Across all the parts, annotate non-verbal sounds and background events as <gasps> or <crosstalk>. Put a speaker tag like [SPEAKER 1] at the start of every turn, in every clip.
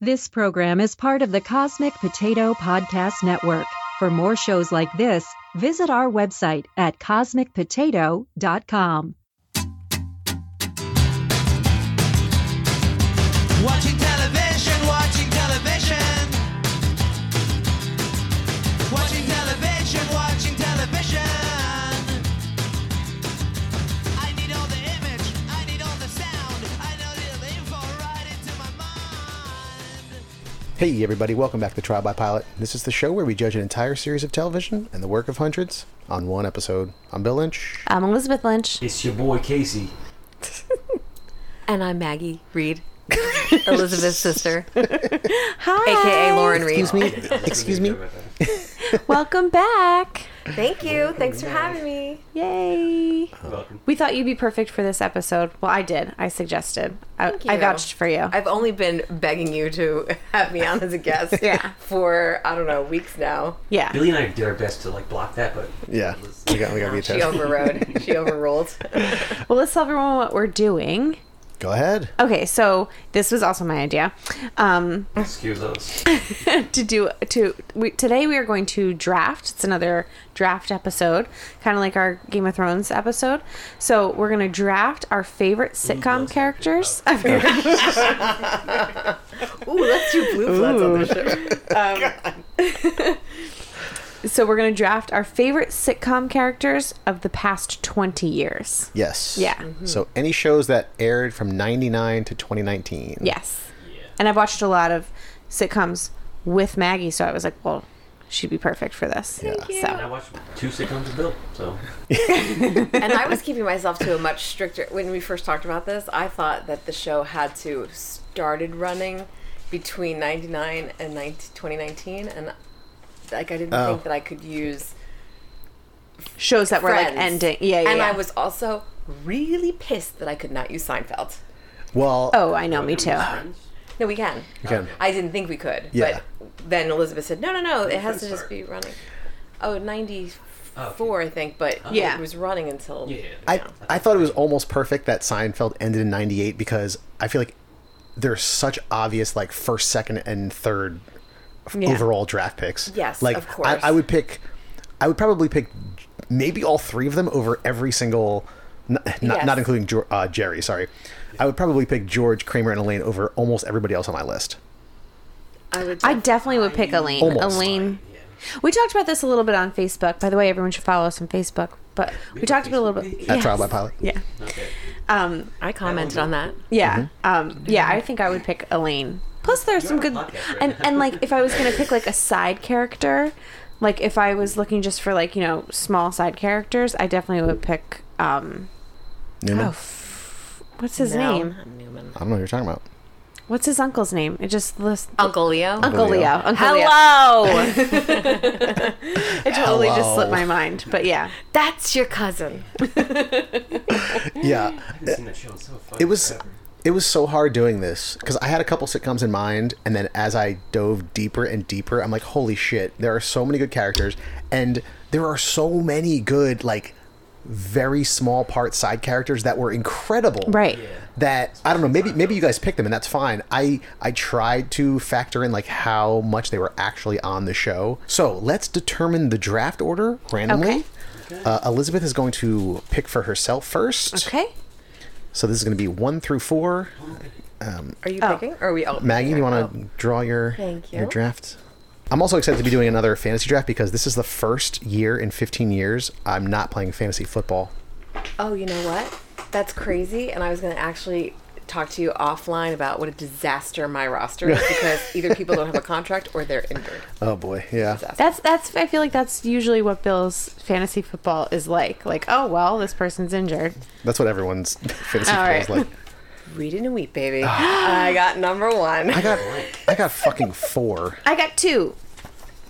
[SPEAKER 1] This program is part of the Cosmic Potato Podcast Network. For more shows like this, visit our website at cosmicpotato.com.
[SPEAKER 2] Watching television, watching television. Watching television, watching television. I need all the image, I need all the sound. I know little info right into my mind.
[SPEAKER 3] Hey, everybody, welcome back to Trial by Pilot. This is the show where we judge an entire series of television and the work of hundreds on one episode. I'm Bill Lynch.
[SPEAKER 4] I'm Elizabeth Lynch.
[SPEAKER 5] It's your boy Casey.
[SPEAKER 4] And I'm Maggie Reed,
[SPEAKER 6] <laughs>
[SPEAKER 4] Elizabeth's sister, aka Lauren Reed.
[SPEAKER 3] Excuse me. Excuse me.
[SPEAKER 4] Welcome back.
[SPEAKER 6] Thank you. Thanks for having me.
[SPEAKER 4] Yay.
[SPEAKER 5] Welcome.
[SPEAKER 4] We thought you'd be perfect for this episode. Well, I did. I suggested. I,
[SPEAKER 6] Thank
[SPEAKER 4] I
[SPEAKER 6] you.
[SPEAKER 4] vouched for you.
[SPEAKER 6] I've only been begging you to have me on as a <laughs> guest
[SPEAKER 4] Yeah.
[SPEAKER 6] for, I don't know, weeks now.
[SPEAKER 4] yeah.
[SPEAKER 5] Billy and I did our best to like block that, but
[SPEAKER 3] Yeah, we got we got to be
[SPEAKER 6] She
[SPEAKER 3] tough.
[SPEAKER 6] overrode. she overruled.
[SPEAKER 4] Well, let's tell everyone what we're doing.
[SPEAKER 3] Go ahead.
[SPEAKER 4] Okay, so this was also my idea. Um,
[SPEAKER 5] excuse us.
[SPEAKER 4] to do to we, today we are going to draft. It's another draft episode, kind of like our Game of Thrones episode. So we're gonna draft our favorite sitcom characters.
[SPEAKER 6] Ooh, let's do blue bloods on this show.
[SPEAKER 4] <laughs> So we're gonna draft our favorite sitcom characters of the past twenty years.
[SPEAKER 3] Yes.
[SPEAKER 4] Yeah.
[SPEAKER 3] So any shows that aired from '99 to 2019.
[SPEAKER 4] Yes.
[SPEAKER 5] Yeah.
[SPEAKER 4] And I've watched a lot of sitcoms with Maggie, so I was like, well, she'd be perfect for this.
[SPEAKER 5] And I
[SPEAKER 4] So
[SPEAKER 5] watched two sitcoms with Bill, so
[SPEAKER 6] And I was keeping myself to a much stricter. When we first talked about this, I thought that the show had to have started running between 99 and 19, 2019. And like, I didn't
[SPEAKER 3] Oh.
[SPEAKER 6] think that I could use
[SPEAKER 4] shows that were like
[SPEAKER 6] Friends.
[SPEAKER 4] ending. Yeah, yeah.
[SPEAKER 6] And I
[SPEAKER 4] yeah.
[SPEAKER 6] was also really pissed that I could not use Seinfeld.
[SPEAKER 3] Well,
[SPEAKER 4] Oh, I know, me too.
[SPEAKER 6] No, we can.
[SPEAKER 3] again,
[SPEAKER 6] I didn't think we could.
[SPEAKER 3] Yeah.
[SPEAKER 6] But then Elizabeth said, no, no, no, it has to
[SPEAKER 5] friends
[SPEAKER 6] just
[SPEAKER 5] start?
[SPEAKER 6] be running. Oh, 94, I think, but
[SPEAKER 4] Yeah.
[SPEAKER 6] it was running until.
[SPEAKER 5] Yeah.
[SPEAKER 3] I I thought it was almost perfect that Seinfeld ended in '98 because I feel like there's such obvious like first, second, and third
[SPEAKER 4] Yeah.
[SPEAKER 3] overall draft picks.
[SPEAKER 6] Yes,
[SPEAKER 3] like
[SPEAKER 6] of course.
[SPEAKER 3] I, I would pick. I would probably pick maybe all three of them over every single, n- not, not
[SPEAKER 6] Yes.
[SPEAKER 3] including Geor- uh, Jerry. Sorry, I would probably pick George Kramer and Elaine over almost everybody else on my list.
[SPEAKER 6] I would.
[SPEAKER 4] I definitely would pick Elaine.
[SPEAKER 3] Almost.
[SPEAKER 4] Elaine. We talked about this a little bit on Facebook. By the way, everyone should follow us on Facebook. But we, talked about it a little bit.
[SPEAKER 5] At
[SPEAKER 3] At
[SPEAKER 4] Yes.
[SPEAKER 3] Trial by Pilot.
[SPEAKER 4] Yeah.
[SPEAKER 5] Okay.
[SPEAKER 4] Um,
[SPEAKER 6] I commented on that.
[SPEAKER 4] yeah. Um, yeah, I think I would pick Elaine. Plus, there's some
[SPEAKER 5] on
[SPEAKER 4] good.
[SPEAKER 5] a podcast right
[SPEAKER 4] and,
[SPEAKER 5] now.
[SPEAKER 4] and, like, if I was going to pick, <laughs> like, a side character, like, if I was looking just for, like, you know, small side characters, I definitely would pick. Um,
[SPEAKER 3] Newman.
[SPEAKER 4] oh, f- what's his
[SPEAKER 6] No,
[SPEAKER 4] name?
[SPEAKER 6] not Newman.
[SPEAKER 3] I don't know what you're talking about.
[SPEAKER 4] What's his uncle's name? It just lists.
[SPEAKER 6] Uncle Leo.
[SPEAKER 4] Uncle Leo.
[SPEAKER 3] Leo.
[SPEAKER 4] Uncle Leo. <laughs> it totally just slipped my mind. But yeah.
[SPEAKER 6] That's your cousin.
[SPEAKER 3] Yeah,
[SPEAKER 5] I haven't seen that show in so fun.
[SPEAKER 3] it was it was so hard doing this because I had a couple sitcoms in mind, and then as I dove deeper and deeper, I'm like, holy shit, there are so many good characters, and there are so many good like very small part side characters that were incredible.
[SPEAKER 4] Right. Yeah.
[SPEAKER 3] That I don't know. Maybe maybe you guys picked them, and that's fine. I I tried to factor in like how much they were actually on the show. So let's determine the draft order randomly. Uh, Elizabeth is going to pick for herself first.
[SPEAKER 4] Okay.
[SPEAKER 3] So this is going to be one through four.
[SPEAKER 6] Are you
[SPEAKER 4] Oh.
[SPEAKER 6] picking? Or are we all. Oh.
[SPEAKER 3] Maggie,
[SPEAKER 6] picking?
[SPEAKER 3] you want to draw your
[SPEAKER 6] Thank
[SPEAKER 3] your
[SPEAKER 6] you.
[SPEAKER 3] draft? I'm also excited to be doing another fantasy draft because this is the first year in 15 years I'm not playing fantasy football.
[SPEAKER 6] Oh, you know what? That's crazy. And I was going to actually talk to you offline about what a disaster my roster is
[SPEAKER 4] <laughs>
[SPEAKER 6] because either people don't have a contract or they're injured.
[SPEAKER 3] Oh boy, yeah.
[SPEAKER 4] That's that's I feel like that's usually what Bill's fantasy football is like. Like, oh well, this person's injured.
[SPEAKER 3] That's what everyone's <laughs> fantasy
[SPEAKER 4] All
[SPEAKER 3] football is
[SPEAKER 4] right.
[SPEAKER 3] like.
[SPEAKER 6] Read it and
[SPEAKER 4] <sighs>
[SPEAKER 6] weep, baby. I got number one.
[SPEAKER 3] I got I got fucking four. <laughs>
[SPEAKER 4] I got two.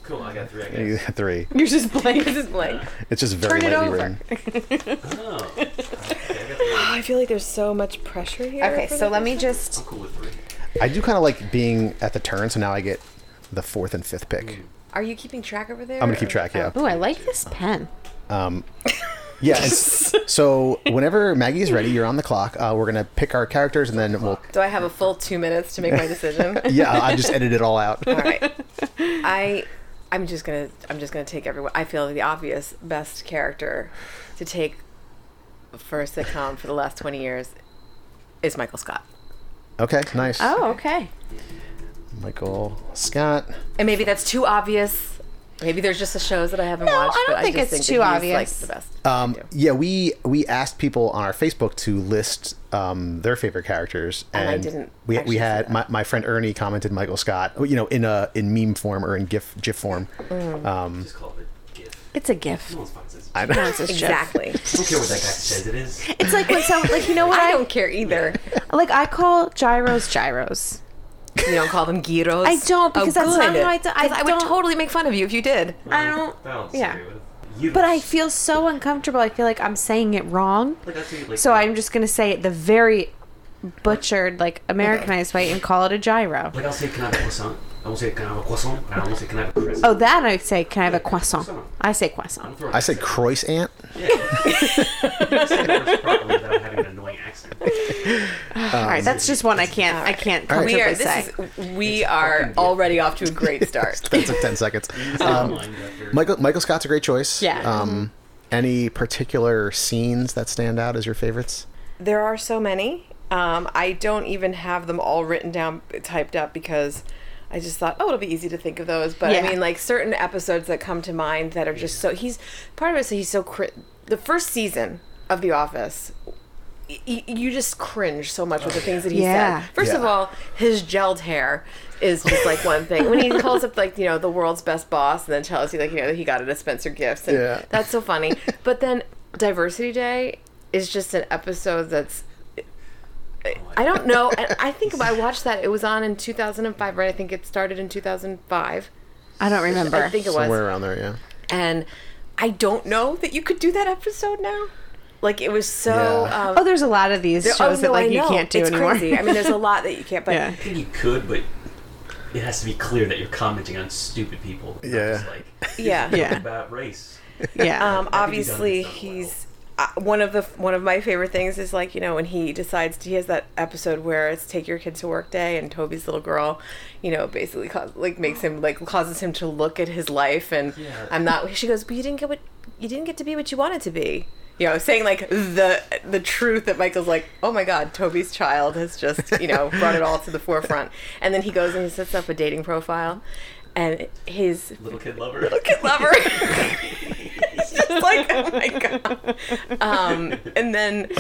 [SPEAKER 5] Cool. I got three. I guess.
[SPEAKER 3] You got Three.
[SPEAKER 4] You're just blank.
[SPEAKER 6] This is blank.
[SPEAKER 3] It's just very
[SPEAKER 4] Turn it
[SPEAKER 3] lightly
[SPEAKER 4] over. <laughs>
[SPEAKER 3] written.
[SPEAKER 5] Oh. Okay, I got three.
[SPEAKER 6] I feel like there's so much pressure here.
[SPEAKER 4] Okay,
[SPEAKER 6] for
[SPEAKER 4] so
[SPEAKER 6] the-
[SPEAKER 4] let me just
[SPEAKER 5] I'm cool with three.
[SPEAKER 3] I do kind of like being at the turn, so now I get the fourth and fifth pick.
[SPEAKER 6] Are you keeping track over there?
[SPEAKER 3] I'm gonna keep
[SPEAKER 6] or-
[SPEAKER 3] track. Yeah.
[SPEAKER 4] Ooh, I like this pen.
[SPEAKER 3] Um, Yes.
[SPEAKER 4] <laughs>
[SPEAKER 3] so whenever Maggie's ready, you're on the clock. Uh, we're gonna pick our characters, and then we'll.
[SPEAKER 6] Do I have a full two minutes to make
[SPEAKER 4] <laughs>
[SPEAKER 6] my decision?
[SPEAKER 3] Yeah, I just edited it all
[SPEAKER 6] <laughs>
[SPEAKER 3] out.
[SPEAKER 6] All right. I I'm just gonna I'm just gonna take everyone. I feel the obvious best character to take for a sitcom for the last twenty years is Michael Scott,
[SPEAKER 3] Okay, nice.
[SPEAKER 4] Oh, okay.
[SPEAKER 3] Michael Scott.
[SPEAKER 6] and maybe that's too obvious. Maybe there's just the shows that I haven't
[SPEAKER 4] No,
[SPEAKER 6] watched.
[SPEAKER 4] I don't
[SPEAKER 6] but
[SPEAKER 4] think
[SPEAKER 6] I just
[SPEAKER 4] it's
[SPEAKER 6] think
[SPEAKER 4] too
[SPEAKER 6] that he's, like,
[SPEAKER 4] obvious.
[SPEAKER 6] the best.
[SPEAKER 3] Um, yeah, we we asked people on our Facebook to list um, their favorite characters, and,
[SPEAKER 6] I didn't
[SPEAKER 3] we
[SPEAKER 6] actually
[SPEAKER 3] we
[SPEAKER 6] see
[SPEAKER 3] had
[SPEAKER 6] that.
[SPEAKER 3] my, my friend Ernie commented Michael Scott, you know, in a in meme form or in GIF GIF form.
[SPEAKER 6] Mm.
[SPEAKER 3] Um,
[SPEAKER 5] Just call it a gift.
[SPEAKER 4] It's a gift.
[SPEAKER 6] <laughs>
[SPEAKER 5] No one's fucking says. I
[SPEAKER 3] I know.
[SPEAKER 4] <laughs>
[SPEAKER 6] exactly.
[SPEAKER 5] don't care what that guy says. It is.
[SPEAKER 4] It's like when someone, like you know what
[SPEAKER 6] I
[SPEAKER 4] I,
[SPEAKER 6] don't
[SPEAKER 4] <laughs>
[SPEAKER 6] care either.
[SPEAKER 4] like. I call gyros gyros.
[SPEAKER 6] You don't call them gyros.
[SPEAKER 4] I don't, because that's not how I do- I
[SPEAKER 6] 'Cause would
[SPEAKER 4] don't-
[SPEAKER 6] totally make fun of you if you did.
[SPEAKER 4] I don't.
[SPEAKER 5] That one's
[SPEAKER 4] yeah.
[SPEAKER 5] scary with it. You.
[SPEAKER 4] But I feel so uncomfortable. I feel like I'm saying it wrong.
[SPEAKER 5] Like, that's what you- like,
[SPEAKER 4] So I'm just gonna say it the very butchered, like Americanized way, and call it a gyro.
[SPEAKER 5] Like I'll say, can I have a croissant? I won't say, can I have a croissant? And I won't say, can I have a crisp?
[SPEAKER 4] Oh, that I say. Can I have a croissant?
[SPEAKER 5] Croissant.
[SPEAKER 4] I say
[SPEAKER 5] I'm
[SPEAKER 4] croissant.
[SPEAKER 5] throwing <laughs>
[SPEAKER 3] I said
[SPEAKER 5] myself.
[SPEAKER 3] croissant.
[SPEAKER 5] Yeah. That's the worst problem is that I'm having an annoying
[SPEAKER 3] <laughs>
[SPEAKER 5] accent.
[SPEAKER 6] Oh,
[SPEAKER 4] all right, that's just one I can't. I can't comfortably
[SPEAKER 6] We are.
[SPEAKER 4] say.
[SPEAKER 6] This is, we are already off to a great start.
[SPEAKER 3] <laughs> That took ten
[SPEAKER 6] <laughs>
[SPEAKER 3] seconds. Um, Michael Michael Scott's a great choice.
[SPEAKER 4] Yeah.
[SPEAKER 3] Um,
[SPEAKER 6] Mm-hmm.
[SPEAKER 3] any particular scenes that stand out as your favorites?
[SPEAKER 6] There are so many. Um, I don't even have them all written down, typed up because I just thought, oh, it'll be easy to think of those. But
[SPEAKER 4] Yeah.
[SPEAKER 6] I mean, like certain episodes that come to mind that are just so. He's part of it. So he's so cri- the first season of The Office. y- y- You just cringe so much with the things that he
[SPEAKER 4] Yeah.
[SPEAKER 6] said. First of
[SPEAKER 3] Yeah.
[SPEAKER 6] all, his gelled hair is just like one thing. When he calls up like you know the world's best boss and then tells you like you know that he got it at Spencer Gifts and
[SPEAKER 3] Yeah.
[SPEAKER 6] <laughs> that's so funny. But then Diversity Day is just an episode that's. I don't know. I I think I watched that. It was on in 2005, right? I think it started in 2005.
[SPEAKER 4] I don't remember.
[SPEAKER 6] <laughs> I think it was.
[SPEAKER 3] Somewhere around there, yeah.
[SPEAKER 6] And I don't know that you could do that episode now. Like, it was so.
[SPEAKER 3] Yeah.
[SPEAKER 6] Um,
[SPEAKER 4] oh, there's a lot of these
[SPEAKER 6] there-
[SPEAKER 4] shows
[SPEAKER 6] oh,
[SPEAKER 4] that
[SPEAKER 6] no, I
[SPEAKER 4] like you
[SPEAKER 6] know.
[SPEAKER 4] can't do
[SPEAKER 6] it's
[SPEAKER 4] anymore.
[SPEAKER 6] Crazy. I mean, there's a lot that you can't, but
[SPEAKER 4] yeah.
[SPEAKER 5] I think you could, but it has to be clear that you're commenting on stupid people. not
[SPEAKER 3] Yeah.
[SPEAKER 5] Just
[SPEAKER 4] <laughs>
[SPEAKER 5] like
[SPEAKER 6] yeah.
[SPEAKER 4] Yeah.
[SPEAKER 5] about race.
[SPEAKER 4] <laughs> Yeah.
[SPEAKER 6] Um,
[SPEAKER 5] That could be done
[SPEAKER 6] obviously,
[SPEAKER 5] in some
[SPEAKER 6] he's uh, one of the one of my favorite things is like you know when he decides he has that episode where it's take your kid to work day and Toby's little girl, you know, basically cause, like makes him like causes him to look at his life and
[SPEAKER 5] Yeah.
[SPEAKER 6] I'm not. She goes, but you didn't get what you didn't get to be what you wanted to be. You know, saying like the the truth that Michael's like, oh my God, Toby's child has just you know brought it all to the forefront, and then he goes and he sets up a dating profile, and his
[SPEAKER 5] Little kid lover.
[SPEAKER 6] kid lover. <laughs> It's just like, oh my god. Um, and then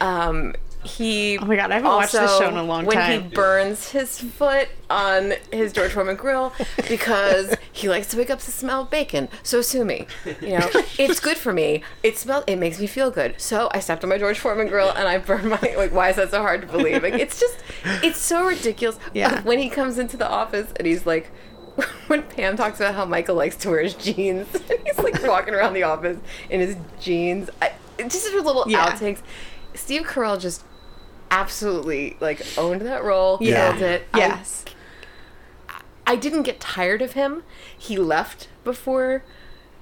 [SPEAKER 6] um, he.
[SPEAKER 4] Oh my God, I haven't watched this show in a long
[SPEAKER 6] when
[SPEAKER 4] time.
[SPEAKER 6] he burns his foot on his George Foreman grill because he likes to wake up to smell of bacon. So sue me. You know, it's good for me. It smells. It makes me feel good. So I stepped on my George Foreman grill and I burned my. Like, why is that so hard to believe? Like, it's just, it's so ridiculous.
[SPEAKER 4] Yeah.
[SPEAKER 6] When he comes into the office and he's like, <laughs> when Pam talks about how Michael likes to wear his jeans, <laughs> and he's like walking around the office in his jeans. I, it's just his little
[SPEAKER 4] Yeah.
[SPEAKER 6] outtakes. Steve Carell just absolutely like owned that role.
[SPEAKER 4] Yeah.
[SPEAKER 6] Killed it. I-
[SPEAKER 4] yes.
[SPEAKER 6] I didn't get tired of him. He left before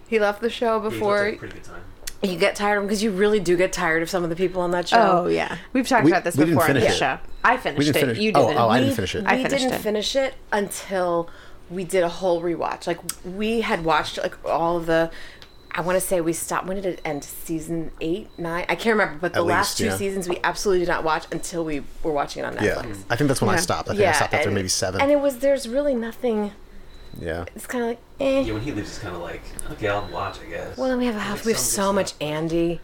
[SPEAKER 6] he left the show
[SPEAKER 5] He looked
[SPEAKER 6] before
[SPEAKER 5] like a pretty good time.
[SPEAKER 6] you get tired of him because you really do get tired of some of the people on that show.
[SPEAKER 4] oh yeah. We've talked
[SPEAKER 3] We-
[SPEAKER 4] about this
[SPEAKER 3] we didn't
[SPEAKER 4] before on the
[SPEAKER 3] finish it.
[SPEAKER 4] show. I finished
[SPEAKER 3] We didn't
[SPEAKER 4] it.
[SPEAKER 3] finish.
[SPEAKER 4] You
[SPEAKER 3] oh,
[SPEAKER 4] didn't.
[SPEAKER 3] oh, I
[SPEAKER 6] We-
[SPEAKER 3] didn't finish it.
[SPEAKER 4] I
[SPEAKER 6] we
[SPEAKER 4] finished
[SPEAKER 6] didn't
[SPEAKER 4] it.
[SPEAKER 6] finish it until we did a whole rewatch. Like we had watched like all of the. I want to say we stopped. When did it end? Season eight, nine? I can't remember. But the
[SPEAKER 3] At
[SPEAKER 6] last
[SPEAKER 3] least,
[SPEAKER 6] two
[SPEAKER 3] yeah.
[SPEAKER 6] seasons we absolutely did not watch until we were watching it on
[SPEAKER 3] yeah,
[SPEAKER 6] Netflix.
[SPEAKER 3] I think that's when I
[SPEAKER 4] Yeah.
[SPEAKER 3] stopped. I think I stopped after
[SPEAKER 6] and-
[SPEAKER 3] maybe seven.
[SPEAKER 6] And it was there's really nothing.
[SPEAKER 3] yeah.
[SPEAKER 6] It's kind of like eh.
[SPEAKER 5] Yeah, when he leaves, it's kind of like, okay, I'll watch, I guess.
[SPEAKER 6] Well, then we have a
[SPEAKER 5] Like,
[SPEAKER 6] house. We have
[SPEAKER 5] some
[SPEAKER 6] so
[SPEAKER 5] good
[SPEAKER 6] much
[SPEAKER 5] stuff.
[SPEAKER 6] Andy.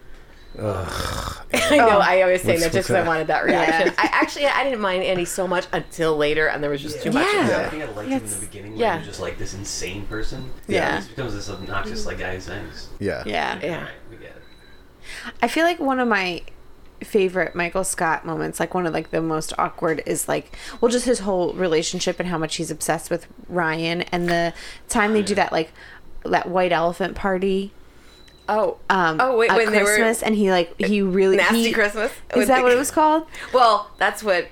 [SPEAKER 6] <laughs> I know. I always say
[SPEAKER 3] What's-
[SPEAKER 6] that just
[SPEAKER 3] what's
[SPEAKER 6] because I
[SPEAKER 3] that?
[SPEAKER 6] wanted that reaction. I actually I didn't mind Andy so much until later, and there was just too much.
[SPEAKER 4] Yeah.
[SPEAKER 6] of it.
[SPEAKER 5] I think I liked him in
[SPEAKER 4] Yes.
[SPEAKER 5] the beginning when
[SPEAKER 6] Yeah.
[SPEAKER 5] he was just like this insane person.
[SPEAKER 4] Yeah.
[SPEAKER 5] He just becomes this obnoxious like guy who sings.
[SPEAKER 3] Yeah.
[SPEAKER 4] Yeah.
[SPEAKER 6] Yeah.
[SPEAKER 5] Alright, we get it.
[SPEAKER 4] I feel like one of my favorite Michael Scott moments, like one of like the most awkward is like well just his whole relationship and how much he's obsessed with Ryan and the time they do that like that white elephant party
[SPEAKER 6] Oh.
[SPEAKER 4] um
[SPEAKER 6] oh wait,
[SPEAKER 4] at
[SPEAKER 6] when
[SPEAKER 4] Christmas
[SPEAKER 6] they
[SPEAKER 4] and he like he really
[SPEAKER 6] Nasty
[SPEAKER 4] he-
[SPEAKER 6] Christmas?
[SPEAKER 4] Is that what it was called?
[SPEAKER 6] were. Well, that's what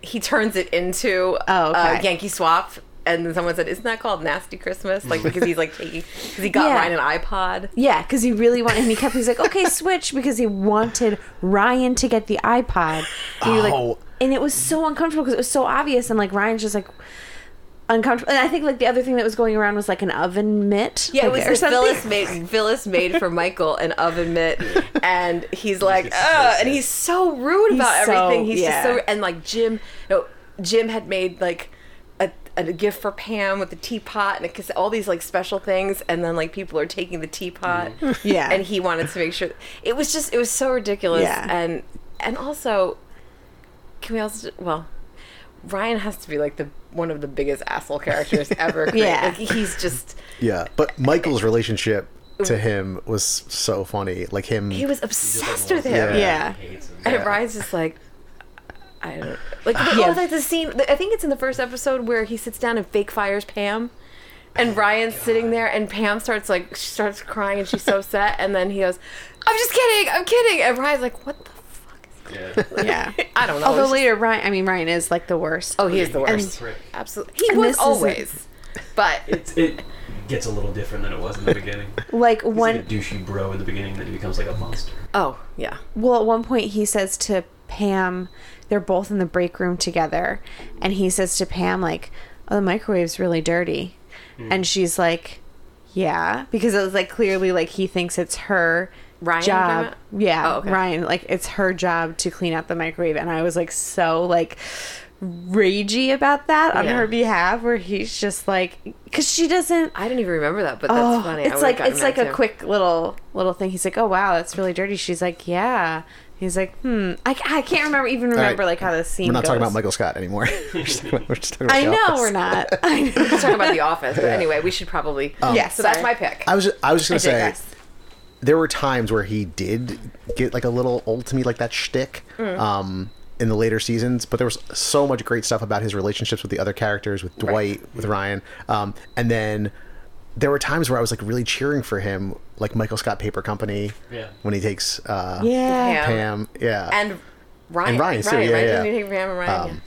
[SPEAKER 6] he turns it into.
[SPEAKER 4] Oh, okay.
[SPEAKER 6] uh, Yankee Swap. and then someone said, "Isn't that called Nasty Christmas?" Like because he's like taking because he
[SPEAKER 4] <laughs>
[SPEAKER 6] got
[SPEAKER 4] Yeah.
[SPEAKER 6] Ryan an iPod.
[SPEAKER 4] Yeah, because he really wanted, and he kept. He's like, <laughs> okay, switch, because he wanted Ryan to get the iPod. And, he, like,
[SPEAKER 3] Oh.
[SPEAKER 4] and it was so uncomfortable because it was so obvious, and like Ryan's just like uncomfortable. And I think like the other thing that was going around was like an oven mitt.
[SPEAKER 6] <laughs> Yeah,
[SPEAKER 4] like,
[SPEAKER 6] it was the Phyllis <laughs> made Phyllis made for Michael an oven <laughs> mitt, and he's like, oh, and he's so rude about
[SPEAKER 4] so-
[SPEAKER 6] everything. He's
[SPEAKER 4] yeah.
[SPEAKER 6] just so and like Jim, no, Jim had made like a, a gift for Pam with a teapot and a cassette, all these like special things, and then like people are taking the teapot,
[SPEAKER 4] <laughs> Yeah.
[SPEAKER 6] and he wanted to make sure it was just it was so ridiculous,
[SPEAKER 4] Yeah.
[SPEAKER 6] and and also, can we also well. Ryan has to be like the one of the biggest asshole characters
[SPEAKER 4] <laughs>
[SPEAKER 6] ever. created.
[SPEAKER 4] Yeah.
[SPEAKER 6] like, he's just
[SPEAKER 3] Yeah, but Michael's relationship to him was so funny. Like him,
[SPEAKER 6] he was obsessed with him.
[SPEAKER 4] Yeah.
[SPEAKER 6] And Ryan's just like, I don't like.
[SPEAKER 4] Yeah.
[SPEAKER 6] Oh, like the scene. I think it's in the first episode where he sits down and fake fires Pam,
[SPEAKER 3] Oh
[SPEAKER 6] and Ryan's sitting there, and Pam starts like she starts crying, and she's so upset, and then he goes, "I'm just kidding, I'm kidding," and Ryan's like, "What the fuck?"
[SPEAKER 5] Yeah.
[SPEAKER 4] Yeah.
[SPEAKER 6] I don't
[SPEAKER 4] <laughs>
[SPEAKER 6] know.
[SPEAKER 4] Although
[SPEAKER 6] It's just-
[SPEAKER 4] later Ryan, I mean Ryan is like the worst.
[SPEAKER 6] oh, he is the worst.
[SPEAKER 5] Prick.
[SPEAKER 6] Absolutely, he
[SPEAKER 4] and this
[SPEAKER 6] was
[SPEAKER 4] isn't-
[SPEAKER 6] always. But
[SPEAKER 5] It's, it gets a little different than it was in the beginning.
[SPEAKER 4] <laughs> Like
[SPEAKER 5] He's like
[SPEAKER 4] one
[SPEAKER 5] a douchey bro in the beginning, then he becomes like a monster.
[SPEAKER 6] oh yeah,
[SPEAKER 4] Well, at one point he says to Pam, they're both in the break room together, and he says to Pam like, "Oh, the microwave's really dirty," and she's like, "Yeah," because it was like clearly like he thinks it's her
[SPEAKER 6] Ryan you're talking
[SPEAKER 4] job.
[SPEAKER 6] about?
[SPEAKER 4] Yeah,
[SPEAKER 6] Oh, okay.
[SPEAKER 4] Ryan, like it's her job to clean out the microwave, and I was like so like ragey about that on
[SPEAKER 6] Yeah.
[SPEAKER 4] her behalf, where he's just like, because she doesn't
[SPEAKER 6] I didn't even remember that. But that's
[SPEAKER 4] Oh,
[SPEAKER 6] funny. I
[SPEAKER 4] It's
[SPEAKER 6] would've
[SPEAKER 4] like
[SPEAKER 6] gotten
[SPEAKER 4] it's
[SPEAKER 6] mad
[SPEAKER 4] like a
[SPEAKER 6] too.
[SPEAKER 4] quick little little thing. He's like, "Oh wow, that's really dirty." She's like, "Yeah." He's like, "Hmm." I, I can't remember even
[SPEAKER 3] right.
[SPEAKER 4] remember like how this scene.
[SPEAKER 3] we're not talking
[SPEAKER 4] goes.
[SPEAKER 3] about Michael Scott anymore. <laughs> we're just talking about, we're just talking about
[SPEAKER 4] I
[SPEAKER 3] the
[SPEAKER 4] know
[SPEAKER 3] office. <laughs>
[SPEAKER 4] we're not. I know.
[SPEAKER 6] We're talking
[SPEAKER 4] <laughs>
[SPEAKER 6] about the office, but anyway, we should probably.
[SPEAKER 4] Yeah,
[SPEAKER 6] so that's
[SPEAKER 4] Oh. sorry.
[SPEAKER 6] my pick.
[SPEAKER 3] I was ju- I was just gonna say
[SPEAKER 4] digress.
[SPEAKER 3] there were times where he did get like a little old to me like that shtick
[SPEAKER 4] Mm.
[SPEAKER 3] um, in the later seasons, but there was so much great stuff about his relationships with the other characters, with Dwight, with Ryan, um, and then there were times where I was like really cheering for him, like Michael Scott Paper Company,
[SPEAKER 5] Yeah.
[SPEAKER 3] when he takes uh,
[SPEAKER 4] Yeah.
[SPEAKER 3] Pam, yeah,
[SPEAKER 6] and Ryan.
[SPEAKER 3] And Ryan, too, yeah,
[SPEAKER 6] Ryan,
[SPEAKER 3] yeah.
[SPEAKER 6] didn't you take Ryan and Ryan?
[SPEAKER 3] Um,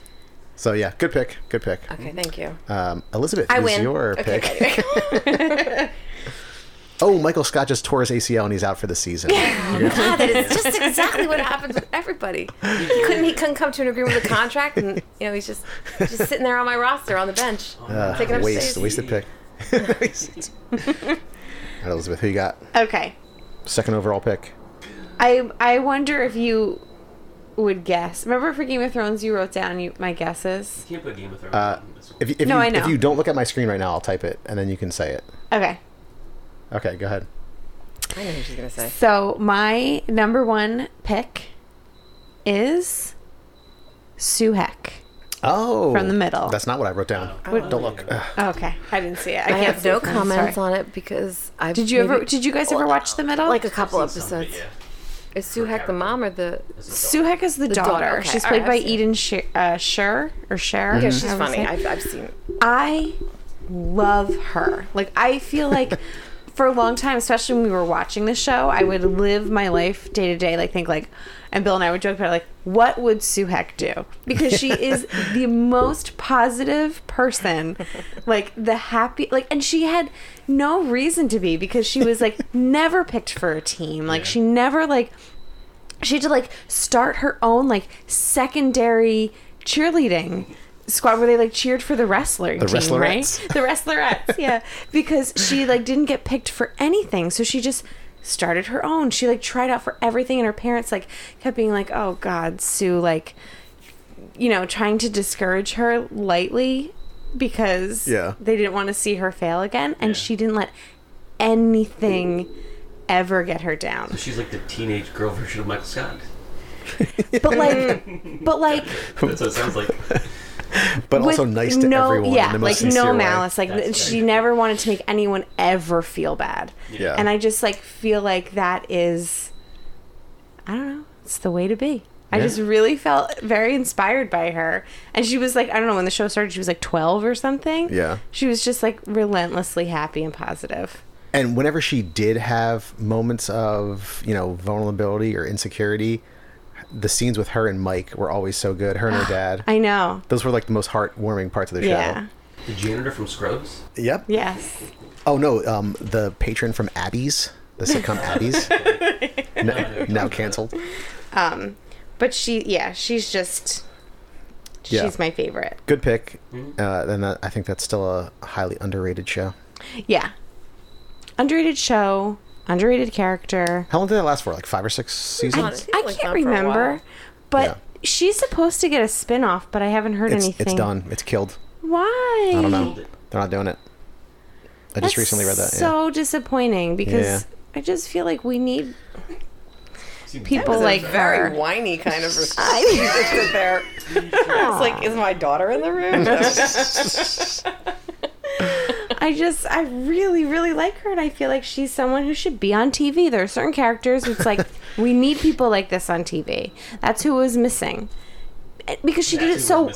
[SPEAKER 3] so yeah, good pick, good pick.
[SPEAKER 6] yeah. Okay, thank you.
[SPEAKER 3] Um, Elizabeth,
[SPEAKER 6] I
[SPEAKER 3] is
[SPEAKER 6] win.
[SPEAKER 3] your
[SPEAKER 6] Okay,
[SPEAKER 3] pick.
[SPEAKER 6] anyway.
[SPEAKER 3] <laughs> Oh, Michael Scott just tore his ACL and he's out for the season.
[SPEAKER 6] God, that is just exactly what happens with everybody. He couldn't he couldn't come to an agreement with a contract, and you know he's just just sitting there on my roster on the bench.
[SPEAKER 5] Uh,
[SPEAKER 6] Taking up
[SPEAKER 3] waste,
[SPEAKER 6] space.
[SPEAKER 3] wasted pick. <laughs> All right, Elizabeth, who you got?
[SPEAKER 4] Okay.
[SPEAKER 3] Second overall pick.
[SPEAKER 4] I I wonder if you would guess. Remember for Game of Thrones, you wrote down you, my guesses.
[SPEAKER 5] Can't put Game of Thrones.
[SPEAKER 3] Uh,
[SPEAKER 5] on this one.
[SPEAKER 3] If, you- if,
[SPEAKER 4] No,
[SPEAKER 3] you,
[SPEAKER 4] I know.
[SPEAKER 3] if you don't look at my screen right now, I'll type it and then you can say it.
[SPEAKER 4] Okay.
[SPEAKER 3] Okay, go ahead.
[SPEAKER 6] I know what she's gonna say.
[SPEAKER 4] So my number one pick is Suhek.
[SPEAKER 3] Oh,
[SPEAKER 4] From the middle.
[SPEAKER 3] That's not what Oh, I wrote down. Don't look. Ugh.
[SPEAKER 4] Okay, I didn't see it. I,
[SPEAKER 6] I
[SPEAKER 4] can't
[SPEAKER 6] have
[SPEAKER 4] see
[SPEAKER 6] no
[SPEAKER 4] it from this,
[SPEAKER 6] comments
[SPEAKER 4] sorry.
[SPEAKER 6] on it because I
[SPEAKER 4] Did you ever? Did you guys ever watch The Middle?
[SPEAKER 6] like a couple
[SPEAKER 5] I've seen some, but
[SPEAKER 6] episodes? Is Suhak the mom or the?
[SPEAKER 4] Suhek is the, daughter.
[SPEAKER 6] daughter, okay,
[SPEAKER 4] She's
[SPEAKER 6] alright,
[SPEAKER 4] played by
[SPEAKER 6] I've seen it.
[SPEAKER 4] Eden Sher, uh, Sher or Sher.
[SPEAKER 6] Yeah, she's
[SPEAKER 4] I would
[SPEAKER 6] funny.
[SPEAKER 4] say.
[SPEAKER 6] I've, I've Mm-hmm. seen.
[SPEAKER 4] I love her. Like I feel
[SPEAKER 6] <laughs>
[SPEAKER 4] like for a long time, especially when we were watching the show, I would live my life day to day, like think like and Bill and I would joke about it, like, what would Suhek do? Because she
[SPEAKER 6] <laughs>
[SPEAKER 4] is the most positive person. Like the happy like and she had no reason to be because she was like never picked for a team. Like she never like she had to like start her own like secondary cheerleading squad where they like cheered for the wrestler the team,
[SPEAKER 3] wrestlerettes.
[SPEAKER 4] right? <laughs> The wrestlerettes, yeah, because she like didn't get picked for anything, so she just started her own. She like tried out for everything, and her parents like kept being like, "Oh God, Sue," like you know, trying to discourage her lightly because
[SPEAKER 3] Yeah.
[SPEAKER 4] they didn't want to see her fail again, and she didn't let anything ever get her down.
[SPEAKER 5] She's like the teenage girl version of Michael Scott.
[SPEAKER 3] <laughs>
[SPEAKER 4] But like, but like,
[SPEAKER 5] That's what it sounds like.
[SPEAKER 3] But also nice to everyone. in the most
[SPEAKER 4] like
[SPEAKER 3] sincere
[SPEAKER 4] no
[SPEAKER 3] way.
[SPEAKER 4] malice. Like
[SPEAKER 5] That's
[SPEAKER 4] she
[SPEAKER 5] right.
[SPEAKER 4] never wanted to make anyone ever feel bad.
[SPEAKER 3] Yeah.
[SPEAKER 4] And I just like feel like that is, I don't know, it's the way to be. I just really felt very inspired by her. And she was like, I don't know, when the show started, she was like 12 or something.
[SPEAKER 3] Yeah.
[SPEAKER 4] She was just like relentlessly happy and positive.
[SPEAKER 3] and whenever she did have moments of you know vulnerability or insecurity, the scenes
[SPEAKER 4] <gasps>
[SPEAKER 3] with her and Mike were always so good. Her and her dad.
[SPEAKER 4] I know.
[SPEAKER 3] Those were like the most heartwarming parts of the show.
[SPEAKER 4] Yeah.
[SPEAKER 5] The janitor from Scrubs?
[SPEAKER 3] Yep.
[SPEAKER 4] Yes.
[SPEAKER 3] Oh no, um, the patron from Abby's, the sitcom
[SPEAKER 4] <laughs>
[SPEAKER 3] Abby's,
[SPEAKER 5] <laughs>
[SPEAKER 3] n- now canceled.
[SPEAKER 4] Um, but she, yeah, she's just, she's
[SPEAKER 3] Yeah.
[SPEAKER 4] my favorite.
[SPEAKER 3] Good pick, uh, and that, I think that's still a highly underrated show.
[SPEAKER 4] Yeah. Underrated show, underrated character.
[SPEAKER 3] How long did that last for? Like five or six
[SPEAKER 6] I
[SPEAKER 3] seasons?
[SPEAKER 6] think it
[SPEAKER 4] I
[SPEAKER 6] was
[SPEAKER 4] can't
[SPEAKER 6] on for a while.
[SPEAKER 4] remember, but
[SPEAKER 3] Yeah.
[SPEAKER 4] she's supposed to get a spin off, but I haven't heard
[SPEAKER 3] It's
[SPEAKER 4] anything.
[SPEAKER 3] it's done. It's killed.
[SPEAKER 4] Why?
[SPEAKER 3] I don't know. They're not doing it. I just
[SPEAKER 4] That's
[SPEAKER 3] recently read that. yeah.
[SPEAKER 4] So disappointing because
[SPEAKER 3] Yeah.
[SPEAKER 4] I just feel like we need
[SPEAKER 5] See,
[SPEAKER 6] It was
[SPEAKER 4] people
[SPEAKER 6] a
[SPEAKER 4] like her.
[SPEAKER 6] very whiny kind of <laughs> response. You just sit there. It's like, is my daughter in
[SPEAKER 3] <laughs>
[SPEAKER 6] the room? Oh,
[SPEAKER 4] I just, I really, really like her, and I feel like she's someone who should be on TV. There are certain characters it's
[SPEAKER 3] <laughs>
[SPEAKER 4] like we need people like this on TV. That's who was missing Eh, because she did it so.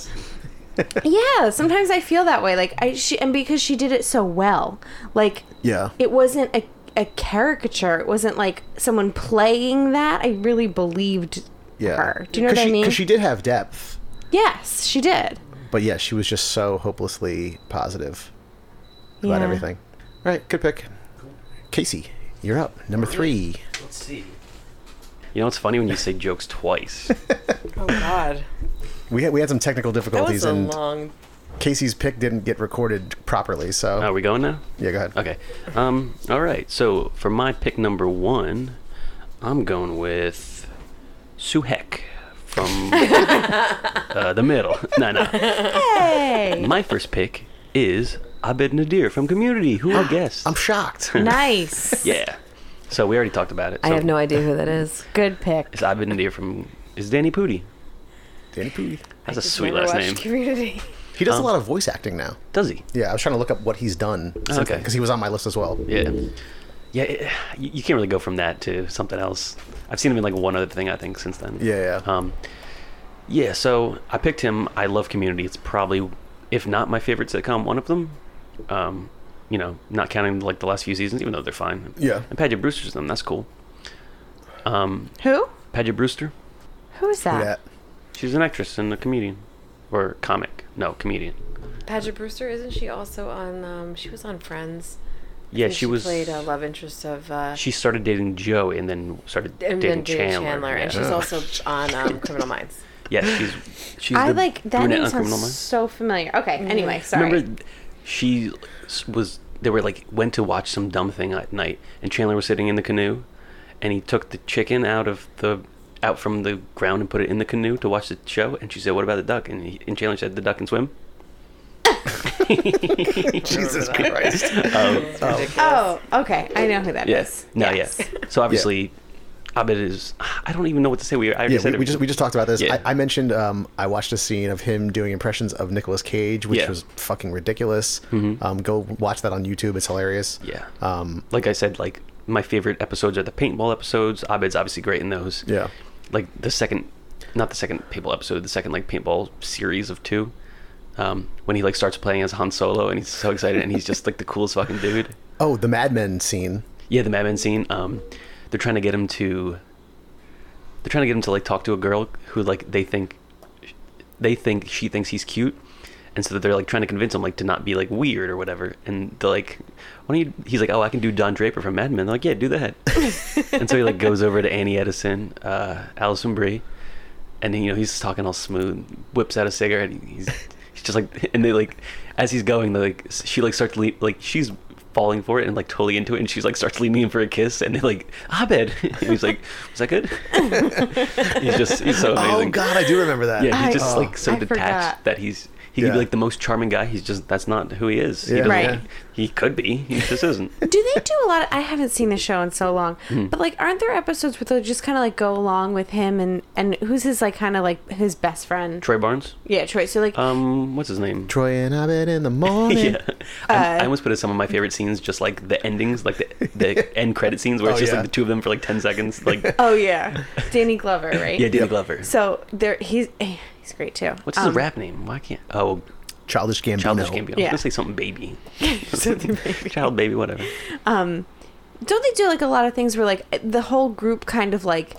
[SPEAKER 4] Yeah, sometimes I feel that way. Like I, she, and because she did it so well, like
[SPEAKER 3] Yeah.
[SPEAKER 4] it wasn't a, a caricature. It wasn't like someone playing that. I really believed
[SPEAKER 3] yeah.
[SPEAKER 4] her. Do you know
[SPEAKER 3] 'Cause
[SPEAKER 4] what
[SPEAKER 3] she,
[SPEAKER 4] I mean?
[SPEAKER 3] Because she did have depth,
[SPEAKER 4] yes, she did.
[SPEAKER 3] but yeah, she was just so hopelessly positive about
[SPEAKER 4] Yeah.
[SPEAKER 3] everything. All right, good pick. Casey, you're up. Number three.
[SPEAKER 5] Let's see.
[SPEAKER 7] You know, it's funny when you say
[SPEAKER 3] <laughs>
[SPEAKER 7] jokes twice.
[SPEAKER 6] oh God,
[SPEAKER 3] We had, we had some technical
[SPEAKER 6] that was
[SPEAKER 3] difficulties,
[SPEAKER 6] a
[SPEAKER 3] and
[SPEAKER 6] long.
[SPEAKER 3] Casey's pick didn't get recorded properly. So
[SPEAKER 7] Are Oh, we going now?
[SPEAKER 3] yeah, go ahead.
[SPEAKER 7] Okay. Um, all right. So for my pick number one, I'm going with Sue Heck from uh, the middle. <laughs> No, no.
[SPEAKER 4] Hey,
[SPEAKER 7] My first pick is Abed Nadir from Community. Who
[SPEAKER 3] <gasps>
[SPEAKER 7] I guess?
[SPEAKER 3] I'm
[SPEAKER 7] <laughs>
[SPEAKER 3] shocked.
[SPEAKER 4] nice.
[SPEAKER 7] yeah. So we already talked about it.
[SPEAKER 6] I
[SPEAKER 7] so
[SPEAKER 6] have no idea who that is.
[SPEAKER 4] Good pick.
[SPEAKER 7] It's Abed Nadir from. Is Danny Pudi?
[SPEAKER 3] Danny Pudi.
[SPEAKER 7] That's a
[SPEAKER 6] Just
[SPEAKER 7] sweet
[SPEAKER 6] never
[SPEAKER 7] last
[SPEAKER 6] watched
[SPEAKER 7] name.
[SPEAKER 6] Community.
[SPEAKER 3] He
[SPEAKER 7] Um,
[SPEAKER 3] does a lot of voice acting now.
[SPEAKER 7] Does he?
[SPEAKER 3] Yeah, I was trying to look up what he's done.
[SPEAKER 7] Okay.
[SPEAKER 3] Because he was on my list as well.
[SPEAKER 7] Yeah. Yeah, it, you you can't really go from that to something else. I've seen him in like one other thing I think since then.
[SPEAKER 3] Yeah, yeah.
[SPEAKER 7] Um, yeah. So I picked him. I love Community. It's probably, if not my favorite sitcom, one of them. Um, you know, not counting like the last few seasons, even though they're fine.
[SPEAKER 3] Yeah.
[SPEAKER 7] And Padgett Brewster's in them. That's cool. Um,
[SPEAKER 4] Who?
[SPEAKER 7] Padgett Brewster.
[SPEAKER 4] Who is that?
[SPEAKER 3] Yeah.
[SPEAKER 7] She's an actress and a comedian, or comic. No, comedian.
[SPEAKER 6] Padgett Brewster, isn't she also on? Um, she was on Friends. I
[SPEAKER 7] Yeah,
[SPEAKER 6] think
[SPEAKER 7] she, was.
[SPEAKER 6] played a love interest of. Uh,
[SPEAKER 7] she started dating Joe and then started dating
[SPEAKER 6] and then Judy
[SPEAKER 7] Chandler.
[SPEAKER 6] and
[SPEAKER 7] yeah.
[SPEAKER 6] she's also on um,
[SPEAKER 7] <laughs>
[SPEAKER 6] Criminal Minds.
[SPEAKER 7] Yeah, she's she's
[SPEAKER 4] I
[SPEAKER 7] the
[SPEAKER 4] like that
[SPEAKER 7] brunette
[SPEAKER 4] name
[SPEAKER 7] on Criminal
[SPEAKER 4] sounds
[SPEAKER 7] Minds.
[SPEAKER 4] so familiar. Okay. Anyway, sorry.
[SPEAKER 7] Remember, she s- was they were like went to watch some dumb thing at night, and Chandler was sitting in the canoe, and he took the chicken out of the out from the ground and put it in the canoe to watch the show, and she said, "What about the duck?" And, he, and Chandler said, "The duck can swim."
[SPEAKER 3] <laughs>
[SPEAKER 7] <laughs>
[SPEAKER 3] Jesus Christ.
[SPEAKER 4] oh, okay. I know who that is.
[SPEAKER 7] Yes. No.
[SPEAKER 4] Yes.
[SPEAKER 7] Yeah. So obviously, Abed is. I don't even know what to say. We I already
[SPEAKER 3] Yeah,
[SPEAKER 7] said
[SPEAKER 3] we,
[SPEAKER 7] it.
[SPEAKER 3] we just we just talked about this.
[SPEAKER 7] Yeah.
[SPEAKER 3] I, I mentioned um, I watched a scene of him doing impressions of Nicolas Cage, which
[SPEAKER 7] Yeah. Mm-hmm.
[SPEAKER 3] was fucking ridiculous. Um, go watch that on YouTube; it's hilarious.
[SPEAKER 7] Yeah.
[SPEAKER 3] Um,
[SPEAKER 7] like I said, like my favorite episodes are the paintball episodes. Abed's obviously great in those.
[SPEAKER 3] Yeah.
[SPEAKER 7] Like the second, not the second paintball episode, the second like paintball series of two. Um, when he like starts playing as Han Solo and he's so excited and he's just like the coolest fucking dude.
[SPEAKER 3] oh, the Mad Men scene.
[SPEAKER 7] Yeah, the Mad Men scene. Um, they're trying to get him to. They're trying to get him to like talk to a girl who like they think, they think she thinks he's cute, and so they're like trying to convince him like to not be like weird or whatever. And they're like, "Why don't you?" He's like, "Oh, I can do Don Draper from Mad Men." They're like, "Yeah, do that." and so he like goes over to Annie Edison, uh, Allison Brie, and you know he's talking all smooth, whips out a cigarette. and He's he's just like, <laughs> and they like, as he's going, they like she like starts le- like she's falling for it and like totally into it, and she's like starts leaning in for a kiss, and they like Abed, <laughs> and he's like, was that good? <laughs> <laughs> he's just he's so amazing.
[SPEAKER 3] Oh God, I do remember that.
[SPEAKER 7] Yeah,
[SPEAKER 4] I-
[SPEAKER 7] he's just
[SPEAKER 4] Oh.
[SPEAKER 7] like so
[SPEAKER 4] I
[SPEAKER 7] detached
[SPEAKER 4] forgot.
[SPEAKER 7] that he's he
[SPEAKER 3] Yeah.
[SPEAKER 7] could be like the most charming guy. He's just that's not who he is. He
[SPEAKER 3] Yeah.
[SPEAKER 7] doesn't-
[SPEAKER 4] Right.
[SPEAKER 7] He could be.
[SPEAKER 3] <laughs>
[SPEAKER 7] He just isn't.
[SPEAKER 4] do they do a lot of, I haven't seen the show in so long. But like aren't there episodes where they'll just kind of like go along with him and and who's his like kind of like his best friend?
[SPEAKER 7] Troy Barnes.
[SPEAKER 4] Yeah, Troy. So like
[SPEAKER 7] Um, what's his name?
[SPEAKER 3] Troy and Abed in the morning.
[SPEAKER 7] <laughs> Yeah, I,
[SPEAKER 4] Uh,
[SPEAKER 7] I almost put in some of my favorite scenes, just like the endings, like the,
[SPEAKER 3] <laughs>
[SPEAKER 7] the end credit scenes, where it's
[SPEAKER 3] Oh,
[SPEAKER 7] just
[SPEAKER 3] yeah.
[SPEAKER 7] like the two of them for like ten seconds. Like,
[SPEAKER 4] Oh yeah. Danny
[SPEAKER 7] <laughs>
[SPEAKER 4] Glover, <laughs> right?
[SPEAKER 7] yeah, Danny Glover.
[SPEAKER 4] So there he's eh, he's great too. Um,
[SPEAKER 7] What's his rap name? Why can't? Oh,
[SPEAKER 3] Childish Gambino.
[SPEAKER 7] Childish Gambino. I was
[SPEAKER 4] Yeah.
[SPEAKER 7] gonna say something baby.
[SPEAKER 4] <laughs>
[SPEAKER 7] <laughs> Child baby, whatever.
[SPEAKER 4] um, don't they do like a lot of things where like the whole group kind of like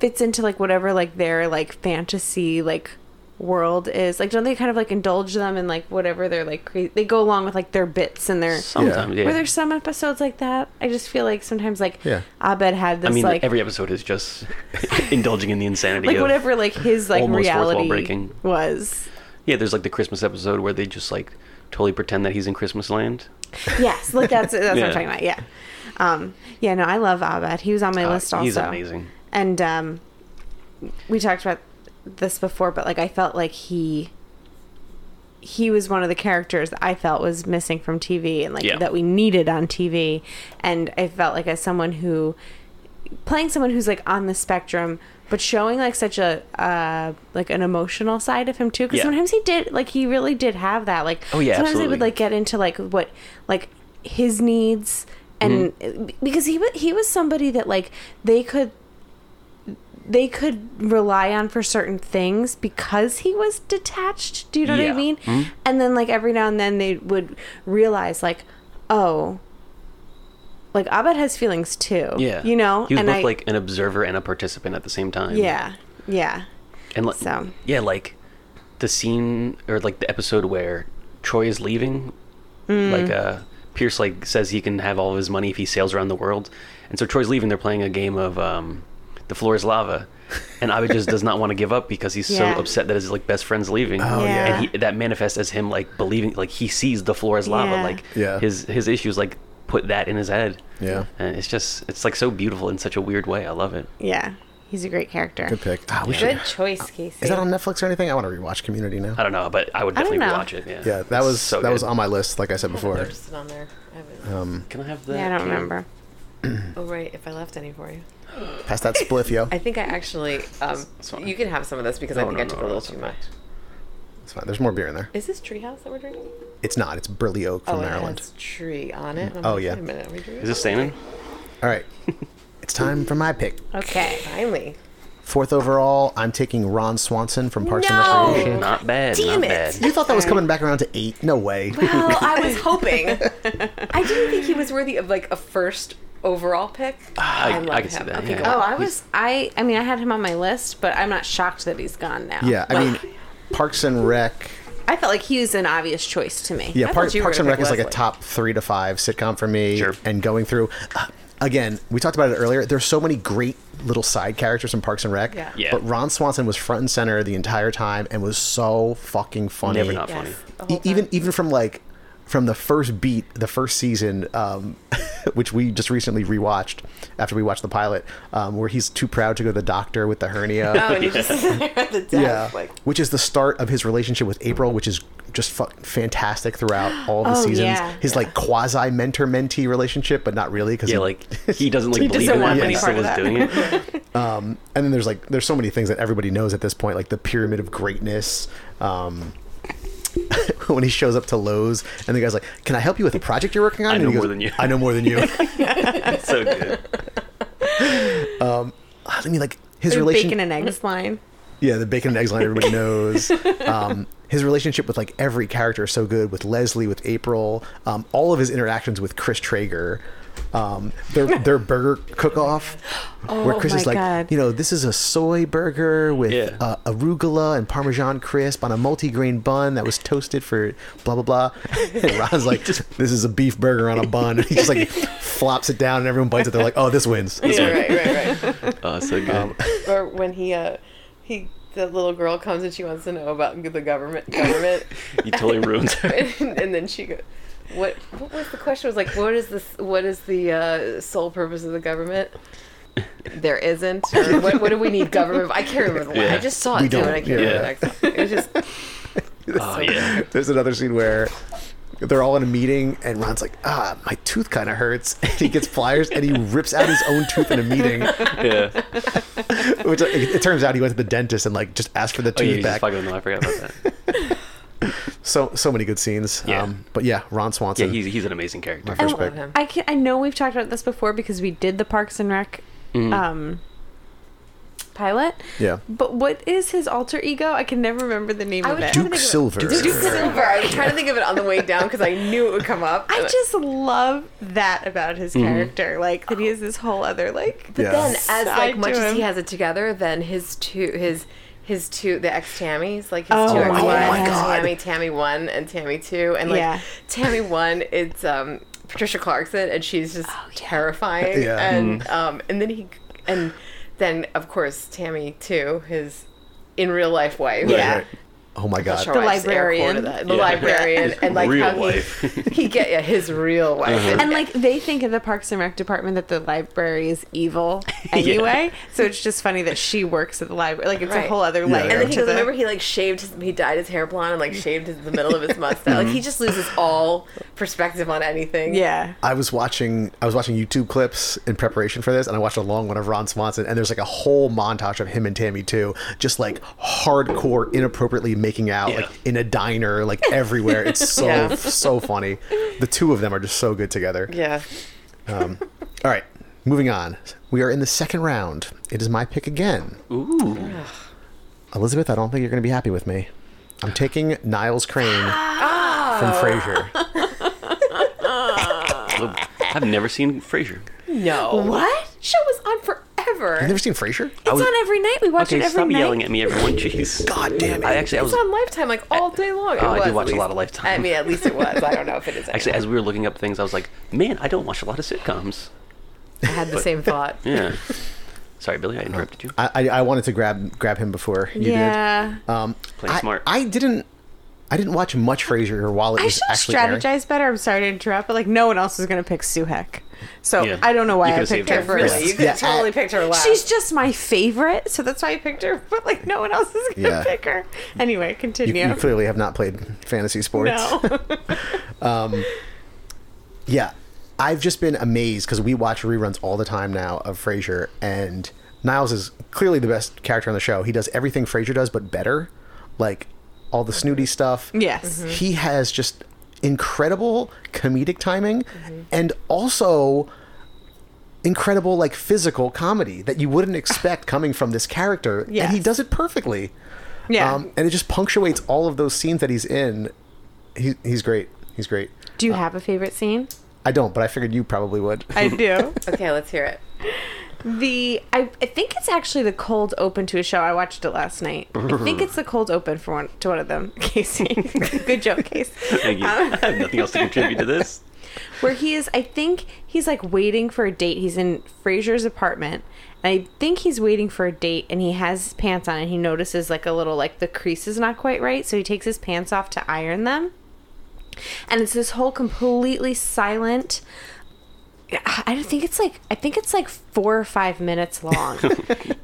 [SPEAKER 4] fits into like whatever like their like fantasy like world is like don't they kind of like indulge them in like whatever they're like cra- they go along with like their bits and their
[SPEAKER 7] Sometimes, yeah.
[SPEAKER 4] were there some episodes like that i just feel like sometimes like
[SPEAKER 3] Yeah.
[SPEAKER 4] abed had
[SPEAKER 7] I
[SPEAKER 4] this
[SPEAKER 7] mean,
[SPEAKER 4] like
[SPEAKER 7] every episode
[SPEAKER 4] <laughs>
[SPEAKER 7] is just indulging in the insanity.
[SPEAKER 4] like
[SPEAKER 7] of,
[SPEAKER 4] whatever like his like
[SPEAKER 7] almost fourth wall
[SPEAKER 4] reality
[SPEAKER 7] breaking.
[SPEAKER 4] was
[SPEAKER 7] Yeah, there's like the Christmas episode where they just like totally pretend that he's in Christmas land.
[SPEAKER 4] <laughs> yes like that's that's what
[SPEAKER 7] Yeah.
[SPEAKER 4] i'm talking about yeah um yeah no i love abed he was on my
[SPEAKER 7] Uh,
[SPEAKER 4] list also
[SPEAKER 7] he's amazing.
[SPEAKER 4] and um we talked about this before but like i felt like he he was one of the characters that i felt was missing from tv and like
[SPEAKER 7] Yeah.
[SPEAKER 4] that we needed on tv and i felt like as someone who playing someone who's like on the spectrum but showing like such a uh like an emotional side of him too because
[SPEAKER 7] Yeah.
[SPEAKER 4] sometimes he did like he really did have that like
[SPEAKER 7] Oh, yeah,
[SPEAKER 4] sometimes they
[SPEAKER 7] absolutely.
[SPEAKER 4] would like get into like what like his needs and
[SPEAKER 7] Mm-hmm.
[SPEAKER 4] because he was he was somebody that like they could they could rely on for certain things because he was detached. Do you know what
[SPEAKER 7] Yeah. Mm-hmm.
[SPEAKER 4] I mean? And then like every now and then they would realize like, oh, like Abed has feelings too.
[SPEAKER 7] Yeah,
[SPEAKER 4] you know,
[SPEAKER 7] he was
[SPEAKER 4] and
[SPEAKER 7] both
[SPEAKER 4] I,
[SPEAKER 7] like an observer and a participant at the same time.
[SPEAKER 4] yeah, yeah,
[SPEAKER 7] and like
[SPEAKER 4] so.
[SPEAKER 7] yeah, like the scene or like the episode where Troy is leaving,
[SPEAKER 4] Mm.
[SPEAKER 7] like uh, Pierce like says he can have all of his money if he sails around the world, and so Troy's leaving. They're playing a game of um, the floor is lava,
[SPEAKER 4] <laughs>
[SPEAKER 7] and Abed just does not want to give up because he's
[SPEAKER 4] Yeah.
[SPEAKER 7] so upset that his like best friend's leaving. Oh
[SPEAKER 4] yeah.
[SPEAKER 7] and he, that manifests as him like believing like he sees the floor as lava.
[SPEAKER 4] Yeah.
[SPEAKER 7] Like
[SPEAKER 3] Yeah.
[SPEAKER 7] his his issues like put that in his head.
[SPEAKER 3] Yeah.
[SPEAKER 7] and it's just it's like so beautiful in such a weird way. I love it.
[SPEAKER 4] yeah. He's a great character.
[SPEAKER 3] Good pick. Ah, we should.
[SPEAKER 6] Good choice, Casey.
[SPEAKER 3] Is that on Netflix or anything? I want to rewatch Community now.
[SPEAKER 7] I don't know, but I would
[SPEAKER 4] I don't
[SPEAKER 7] definitely
[SPEAKER 4] know.
[SPEAKER 7] watch it. Yeah,
[SPEAKER 3] Yeah, that
[SPEAKER 7] It's
[SPEAKER 3] was
[SPEAKER 7] so
[SPEAKER 3] that was
[SPEAKER 7] good.
[SPEAKER 3] on my list, like I said before.
[SPEAKER 6] Just on there. I would,
[SPEAKER 3] Um,
[SPEAKER 7] Can I have the?
[SPEAKER 4] Yeah, I don't remember.
[SPEAKER 6] oh right, if I left any for you,
[SPEAKER 3] Pass that spliff, yo.
[SPEAKER 6] <laughs> I think I actually. Um,
[SPEAKER 7] fine.
[SPEAKER 6] you can have some of this because I
[SPEAKER 7] No,
[SPEAKER 6] think
[SPEAKER 7] no,
[SPEAKER 6] I took
[SPEAKER 7] no,
[SPEAKER 6] a little
[SPEAKER 7] that's
[SPEAKER 6] too
[SPEAKER 7] okay.
[SPEAKER 6] much.
[SPEAKER 3] It's fine. There's more beer in there.
[SPEAKER 6] Is this Treehouse that we're drinking?
[SPEAKER 3] It's not. It's Burley Oak from
[SPEAKER 6] oh,
[SPEAKER 3] Maryland.
[SPEAKER 6] it has tree on it. I'm
[SPEAKER 3] Oh,
[SPEAKER 6] like,
[SPEAKER 3] yeah.
[SPEAKER 6] Wait a minute, are we drinking?
[SPEAKER 7] Is this Stammen?
[SPEAKER 3] All
[SPEAKER 7] <laughs>
[SPEAKER 3] right. it's time for my pick.
[SPEAKER 4] Okay.
[SPEAKER 6] Finally,
[SPEAKER 3] Fourth overall, I'm taking Ron Swanson from Parks
[SPEAKER 4] No!
[SPEAKER 3] and Recreation.
[SPEAKER 7] Not bad.
[SPEAKER 6] Damn
[SPEAKER 7] not
[SPEAKER 6] it.
[SPEAKER 7] bad.
[SPEAKER 3] You thought that was coming back around to eight? No way.
[SPEAKER 6] Well,
[SPEAKER 4] Uh,
[SPEAKER 3] <laughs>
[SPEAKER 6] I was hoping. I didn't think he was worthy of like a first overall pick. <laughs> I, love
[SPEAKER 7] Ah, I
[SPEAKER 6] him.
[SPEAKER 7] can see that,
[SPEAKER 6] Okay,
[SPEAKER 7] yeah.
[SPEAKER 6] go
[SPEAKER 4] Oh,
[SPEAKER 6] on.
[SPEAKER 4] I was I. I mean, I had him on my list, but I'm not shocked that he's gone now.
[SPEAKER 3] Yeah, I
[SPEAKER 4] Like,
[SPEAKER 3] mean, Parks and Rec.
[SPEAKER 4] I felt like he was an obvious choice to me.
[SPEAKER 3] Yeah,
[SPEAKER 6] I
[SPEAKER 3] Par-
[SPEAKER 6] thought you were
[SPEAKER 3] Parks and
[SPEAKER 6] gonna
[SPEAKER 3] Rec
[SPEAKER 6] pick
[SPEAKER 3] is like a
[SPEAKER 6] Leslie.
[SPEAKER 3] top three to five sitcom for me.
[SPEAKER 7] Sure.
[SPEAKER 3] And going through, uh, again, we talked about it earlier. There's so many great little side characters in Parks and Rec.
[SPEAKER 6] Yeah.
[SPEAKER 7] Yeah.
[SPEAKER 3] But Ron Swanson was front and center the entire time and was so fucking funny.
[SPEAKER 7] Never not
[SPEAKER 6] Yes,
[SPEAKER 7] funny.
[SPEAKER 6] the
[SPEAKER 3] E-
[SPEAKER 6] whole
[SPEAKER 3] even
[SPEAKER 6] time.
[SPEAKER 3] even from like from the first beat, the first season, um, <laughs> which we just recently rewatched after we watched the pilot, um, where he's too proud to go to the doctor with the hernia. <laughs>
[SPEAKER 6] Oh, and he just sits there at the desk,
[SPEAKER 3] yeah,
[SPEAKER 6] like
[SPEAKER 3] which is the start of his relationship with April, which is just fu- fantastic throughout all the
[SPEAKER 4] Oh,
[SPEAKER 3] seasons.
[SPEAKER 4] yeah.
[SPEAKER 3] His like quasi mentor mentee relationship, but not really because
[SPEAKER 7] Yeah, like he doesn't like believe
[SPEAKER 4] doesn't
[SPEAKER 7] in
[SPEAKER 4] want
[SPEAKER 7] that, but
[SPEAKER 4] any
[SPEAKER 7] he
[SPEAKER 4] part of
[SPEAKER 7] still is
[SPEAKER 4] that.
[SPEAKER 7] doing it.
[SPEAKER 3] and then there's like there's so many things that everybody knows at this point, like the pyramid of greatness. Um, <laughs> when he shows up to Lowe's and the guy's like, "Can I help you with a project you're working on?"
[SPEAKER 7] I
[SPEAKER 3] And
[SPEAKER 7] know
[SPEAKER 3] he goes,
[SPEAKER 7] more than you.
[SPEAKER 3] I know more than
[SPEAKER 7] <laughs>
[SPEAKER 3] you.
[SPEAKER 7] It's so good.
[SPEAKER 3] I mean, like his
[SPEAKER 4] Their
[SPEAKER 3] relation.
[SPEAKER 4] bacon and eggs line.
[SPEAKER 3] yeah, the bacon and eggs line everybody
[SPEAKER 4] <laughs>
[SPEAKER 3] knows. Um, his relationship with like every character is so good with Leslie, with April, um, all of his interactions with Chris Traeger. Um, their
[SPEAKER 4] <laughs>
[SPEAKER 3] their burger cook off, where
[SPEAKER 4] Oh
[SPEAKER 3] Chris
[SPEAKER 4] my
[SPEAKER 3] is like,
[SPEAKER 4] God.
[SPEAKER 3] you know, this is a soy burger with
[SPEAKER 7] Yeah.
[SPEAKER 3] uh, arugula and Parmesan crisp on a multigrain bun that was toasted for blah blah blah. <laughs> And Ron's like, this is a beef burger on a bun. And he just like flops it down, and everyone bites it. They're like, oh, this wins. This
[SPEAKER 6] yeah, right, right, right.
[SPEAKER 7] Oh, so good.
[SPEAKER 6] <laughs>
[SPEAKER 3] Um,
[SPEAKER 6] or when he uh, he the little girl comes and she wants to know about the government government,
[SPEAKER 7] he
[SPEAKER 3] <laughs>
[SPEAKER 7] totally ruins her.
[SPEAKER 6] and, and then she goes. What, what was the question? It was like, what is this? What is the uh, sole purpose of the government? There isn't. Or what, what do we need government? I can't remember. the line. I
[SPEAKER 7] Yeah.
[SPEAKER 6] just saw it
[SPEAKER 3] We
[SPEAKER 6] too,
[SPEAKER 3] don't,
[SPEAKER 6] and I can't
[SPEAKER 7] yeah.
[SPEAKER 6] remember. the next- It was just
[SPEAKER 7] Oh yeah.
[SPEAKER 3] There's another scene where they're all in a meeting and Ron's like, ah, my tooth kind of hurts. <laughs> And he gets pliers and he rips out his own tooth in a
[SPEAKER 7] <laughs>
[SPEAKER 3] meeting.
[SPEAKER 7] Yeah. Oh,
[SPEAKER 3] Which like, it, it turns out he went to the dentist and like just asked for the
[SPEAKER 7] Oh, yeah,
[SPEAKER 3] tooth
[SPEAKER 7] he's
[SPEAKER 3] back.
[SPEAKER 7] just fucking with them. I forgot about
[SPEAKER 3] <laughs>
[SPEAKER 7] that.
[SPEAKER 3] So so many good scenes. Um,
[SPEAKER 7] Yeah.
[SPEAKER 3] but yeah, Ron
[SPEAKER 7] Yeah,
[SPEAKER 3] Swanson.
[SPEAKER 7] he's, he's an amazing character.
[SPEAKER 4] <laughs>
[SPEAKER 3] first
[SPEAKER 6] love
[SPEAKER 3] pick.
[SPEAKER 6] him.
[SPEAKER 4] I can. I know we've talked about this before because we did the Parks and Rec
[SPEAKER 3] Mm-hmm.
[SPEAKER 4] um, pilot.
[SPEAKER 3] Yeah.
[SPEAKER 4] But what is his alter ego? I can never remember the name
[SPEAKER 6] I
[SPEAKER 4] of
[SPEAKER 6] was
[SPEAKER 4] it.
[SPEAKER 6] trying
[SPEAKER 3] Duke
[SPEAKER 6] to think of it.
[SPEAKER 3] Silver.
[SPEAKER 6] Duke Silver. I was trying to think of it on the way down because I knew it would come up.
[SPEAKER 4] I just love that about his character, like that he has this whole other like.
[SPEAKER 3] Mm-hmm. Yeah.
[SPEAKER 6] then as
[SPEAKER 4] Side
[SPEAKER 6] like
[SPEAKER 4] to
[SPEAKER 6] much as
[SPEAKER 4] him.
[SPEAKER 6] he has it together, then his two his his two the ex Tammys, like his
[SPEAKER 4] Oh,
[SPEAKER 6] two ex
[SPEAKER 4] oh my
[SPEAKER 6] wives,
[SPEAKER 3] God.
[SPEAKER 6] Tammy Tammy one and Tammy two, and like
[SPEAKER 4] Yeah.
[SPEAKER 6] Tammy one, it's um, Patricia Clarkson, and she's just
[SPEAKER 4] Oh,
[SPEAKER 6] terrifying,
[SPEAKER 3] Yeah.
[SPEAKER 6] and
[SPEAKER 7] Mm-hmm.
[SPEAKER 6] um, and then he and then of course Tammy two, his in real life wife,
[SPEAKER 4] Yeah.
[SPEAKER 3] Right. Oh my god.
[SPEAKER 6] Sure, I just air
[SPEAKER 4] librarian.
[SPEAKER 6] quoted that. the
[SPEAKER 7] Yeah.
[SPEAKER 6] librarian,
[SPEAKER 7] His
[SPEAKER 6] and like
[SPEAKER 7] real
[SPEAKER 6] how he,
[SPEAKER 7] wife. Uh-huh.
[SPEAKER 6] he get yeah, his real wife, and,
[SPEAKER 4] And like they think of the Parks and Rec department that the library is
[SPEAKER 7] <laughs>
[SPEAKER 4] evil anyway, so it's just funny that she works at the library. Like it's
[SPEAKER 6] Right.
[SPEAKER 4] a whole other layer.
[SPEAKER 6] And then he
[SPEAKER 4] to
[SPEAKER 6] goes,
[SPEAKER 4] the-
[SPEAKER 6] remember he like shaved his, he dyed his hair blonde and like shaved his, the middle of his mustache. Like he just loses all perspective on anything.
[SPEAKER 4] yeah,
[SPEAKER 3] I was watching I was watching YouTube clips in preparation for this, and I watched a long one of Ron Swanson, and there's like a whole montage of him and Tammy too, just like hardcore, inappropriately making out, like
[SPEAKER 7] Yeah.
[SPEAKER 3] in a diner, like everywhere. It's so
[SPEAKER 6] <laughs> Yeah.
[SPEAKER 3] so funny. The two of them are just so good together. Um,
[SPEAKER 6] Yeah.
[SPEAKER 3] All right, moving on. We are in the second round. It is my pick again.
[SPEAKER 7] Ooh.
[SPEAKER 3] Elizabeth, I don't think you're going to be happy with me. I'm taking Niles Crane
[SPEAKER 6] Ah.
[SPEAKER 3] from Frasier.
[SPEAKER 7] I've never seen Frasier.
[SPEAKER 6] No. What? Show was on forever.
[SPEAKER 3] You've never seen Frasier?
[SPEAKER 4] it's on every night. We watch
[SPEAKER 7] Okay,
[SPEAKER 4] it every
[SPEAKER 7] stop
[SPEAKER 4] night.
[SPEAKER 7] yelling at me, everyone. Jeez.
[SPEAKER 3] God damn it.
[SPEAKER 7] I actually, I was
[SPEAKER 6] It's on Lifetime like all day
[SPEAKER 7] Oh, I
[SPEAKER 6] long. it
[SPEAKER 7] do
[SPEAKER 6] was, at
[SPEAKER 7] watch a
[SPEAKER 6] least.
[SPEAKER 7] lot of Lifetime.
[SPEAKER 6] I mean, at least it was. I don't know if it is.
[SPEAKER 7] actually,
[SPEAKER 6] anymore.
[SPEAKER 7] as we were looking up things, I was like, man, I don't watch a lot of sitcoms.
[SPEAKER 6] I had the same <laughs> thought.
[SPEAKER 7] Yeah. Sorry, Billy, I interrupted you.
[SPEAKER 3] I, I, I wanted to grab grab him before you
[SPEAKER 4] yeah,
[SPEAKER 3] did. Um,
[SPEAKER 7] Play
[SPEAKER 3] I,
[SPEAKER 7] smart.
[SPEAKER 3] I didn't. I didn't watch much Frasier while it
[SPEAKER 4] I
[SPEAKER 3] was
[SPEAKER 4] should
[SPEAKER 3] actually airing.
[SPEAKER 4] strategize better. I'm sorry to interrupt, but like no one else is gonna pick Suhek, so
[SPEAKER 7] Yeah.
[SPEAKER 4] I don't know why
[SPEAKER 7] You
[SPEAKER 4] I
[SPEAKER 7] could've
[SPEAKER 4] picked
[SPEAKER 7] saved
[SPEAKER 4] her
[SPEAKER 7] her.
[SPEAKER 4] first.
[SPEAKER 6] Really, you could
[SPEAKER 3] Yeah,
[SPEAKER 6] totally
[SPEAKER 3] I-
[SPEAKER 6] picture her laugh.
[SPEAKER 4] She's just my favorite, so that's why I picked her. <laughs> But like no one else is gonna
[SPEAKER 3] Yeah.
[SPEAKER 4] pick her. Anyway,
[SPEAKER 3] You,
[SPEAKER 4] continue. <laughs>
[SPEAKER 3] you clearly have not played fantasy sports.
[SPEAKER 4] no.
[SPEAKER 3] Yeah, I've just been amazed because we watch reruns all the time now of Frasier, and Niles is clearly the best character on the show. He does everything Frasier does, but better. Like all the snooty stuff.
[SPEAKER 4] Yes. Mhm.
[SPEAKER 3] he has just incredible comedic timing,
[SPEAKER 4] Mm-hmm.
[SPEAKER 3] and also incredible like physical comedy that you
[SPEAKER 4] <laughs>
[SPEAKER 3] wouldn't expect coming from this character, and he
[SPEAKER 4] Yes.
[SPEAKER 3] does it perfectly.
[SPEAKER 4] Yeah.
[SPEAKER 3] Um, and it just punctuates all of those scenes that he's in. He, he's great. He's great.
[SPEAKER 4] Do you have a favorite scene?
[SPEAKER 3] I don't, but I figured you probably would. <laughs>
[SPEAKER 4] I do.
[SPEAKER 6] okay, let's hear it.
[SPEAKER 4] <laughs> The I, I think it's actually the cold open to a show. I watched it last night. I <laughs> think it's the cold open for one to one of them, <laughs> Casey. Good joke, Casey.
[SPEAKER 7] Thank you. I have nothing else to contribute to this.
[SPEAKER 4] Where he is, I think he's like waiting for a date. He's in Fraser's apartment. And I think he's waiting for a date, and he has his pants on, and he notices like a little like the crease is not quite right, so he takes his pants off to iron them. And it's this whole completely silent. I don't think it's like I think it's like four or five minutes long,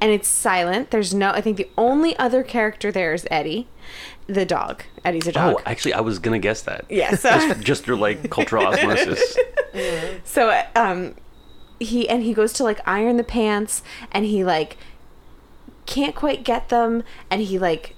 [SPEAKER 4] and it's silent. There's no. I think the only other character there is Eddie, the dog. Eddie's a dog.
[SPEAKER 7] Oh, actually, I was going to guess that.
[SPEAKER 4] yeah. So
[SPEAKER 7] Just through like cultural osmosis.
[SPEAKER 4] so um, he and he goes to like iron the pants, and he like can't quite get them, and he like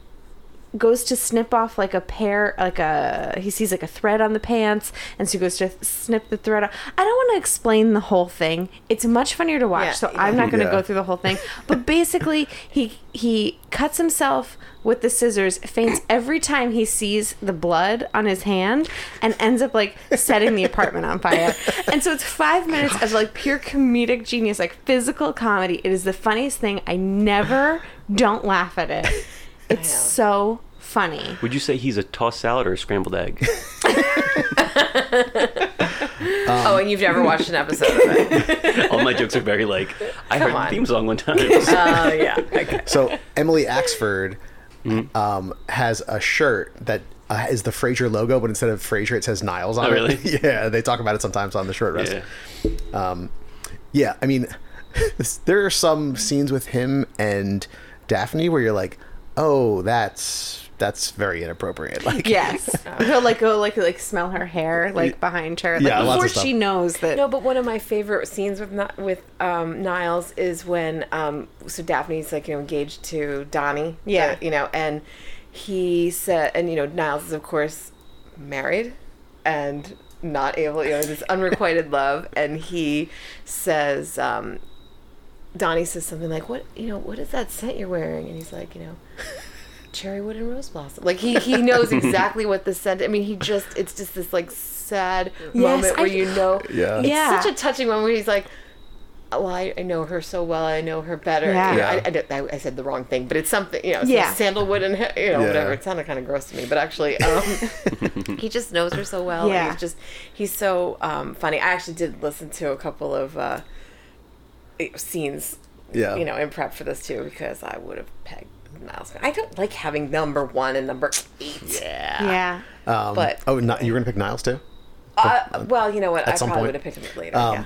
[SPEAKER 4] goes to snip off like a pair like a he sees like a thread on the pants and so he goes to snip the thread off. I don't want to explain the whole thing. It's much funnier to watch,
[SPEAKER 6] Yeah,
[SPEAKER 4] so
[SPEAKER 6] yeah.
[SPEAKER 4] I'm not going to
[SPEAKER 3] Yeah.
[SPEAKER 4] go through the whole thing. But basically, he he cuts himself with the scissors, faints every time he sees the blood on his hand and ends up like setting the apartment on fire. And so it's 5 minutes of like pure comedic genius, like physical comedy. It is the funniest thing. I never don't laugh at
[SPEAKER 6] <laughs>
[SPEAKER 4] it. It's so funny.
[SPEAKER 7] Would you say he's a tossed salad or a scrambled egg?
[SPEAKER 6] oh, and you've never watched an episode of it?
[SPEAKER 7] All my jokes are very like, I heard
[SPEAKER 6] on.
[SPEAKER 7] the theme song one time. It was-
[SPEAKER 6] Oh yeah. Okay.
[SPEAKER 3] so Emily Axford um, has a shirt that uh, is the Frasier logo, but instead of Frasier, it says Niles on
[SPEAKER 7] Oh,
[SPEAKER 3] it.
[SPEAKER 7] really?
[SPEAKER 3] <laughs> yeah, they talk about it sometimes on the short rest.
[SPEAKER 7] <laughs> yeah.
[SPEAKER 3] Um, yeah, I mean, <laughs> there are some scenes with him and Daphne where you're like, oh, that's that's very inappropriate. <laughs> Like,
[SPEAKER 4] Yes.
[SPEAKER 6] Oh.
[SPEAKER 4] He'll like go like like smell her hair like behind her like
[SPEAKER 3] Yeah, lots of
[SPEAKER 4] before
[SPEAKER 3] stuff.
[SPEAKER 4] she knows that
[SPEAKER 6] No, but one of my favorite scenes with Ni- with um, Niles is when um, so Daphne's like you know engaged to Donnie. the-
[SPEAKER 4] Yeah.
[SPEAKER 6] you know, and he said, and you know Niles is of course married and not able, you know, this
[SPEAKER 4] <laughs>
[SPEAKER 6] unrequited love, and he says, um, Donnie says something like, "What you know, what is that scent you're wearing?" And he's like, you know. Cherry wood and rose blossom. Like he, he
[SPEAKER 4] <laughs>
[SPEAKER 6] knows exactly what the scent. I mean, he just it's just this like sad
[SPEAKER 4] Yes,
[SPEAKER 6] moment where
[SPEAKER 4] I-
[SPEAKER 6] you know
[SPEAKER 3] Yeah.
[SPEAKER 6] it's
[SPEAKER 4] Yeah.
[SPEAKER 6] such a touching moment. Where he's like, "Oh, well, I, I know her so well. I know her better.
[SPEAKER 4] Yeah.
[SPEAKER 6] You know,
[SPEAKER 3] Yeah.
[SPEAKER 6] I- I don't- I, I, said the wrong thing, but it's something, you know, it's
[SPEAKER 4] Yeah.
[SPEAKER 6] like sandalwood and, <laughs> you
[SPEAKER 3] Yeah.
[SPEAKER 6] know, whatever. It sounded kind of gross to me, but actually,
[SPEAKER 3] <laughs>
[SPEAKER 6] um, he just knows her so well.
[SPEAKER 4] Yeah.
[SPEAKER 6] And he's just, he's so um, funny. I actually did listen to a couple of uh, scenes,
[SPEAKER 3] Yeah.
[SPEAKER 6] you know, in prep for this too, because I would have pegged Niles. I don't like having number one and number eight. Yeah.
[SPEAKER 4] Yeah.
[SPEAKER 3] Um,
[SPEAKER 6] but-
[SPEAKER 3] oh, Ni- you were gonna pick Niles too?
[SPEAKER 6] Uh, well, you know what? I
[SPEAKER 3] some point.
[SPEAKER 6] probably
[SPEAKER 3] um,
[SPEAKER 6] would have picked him up later. yeah.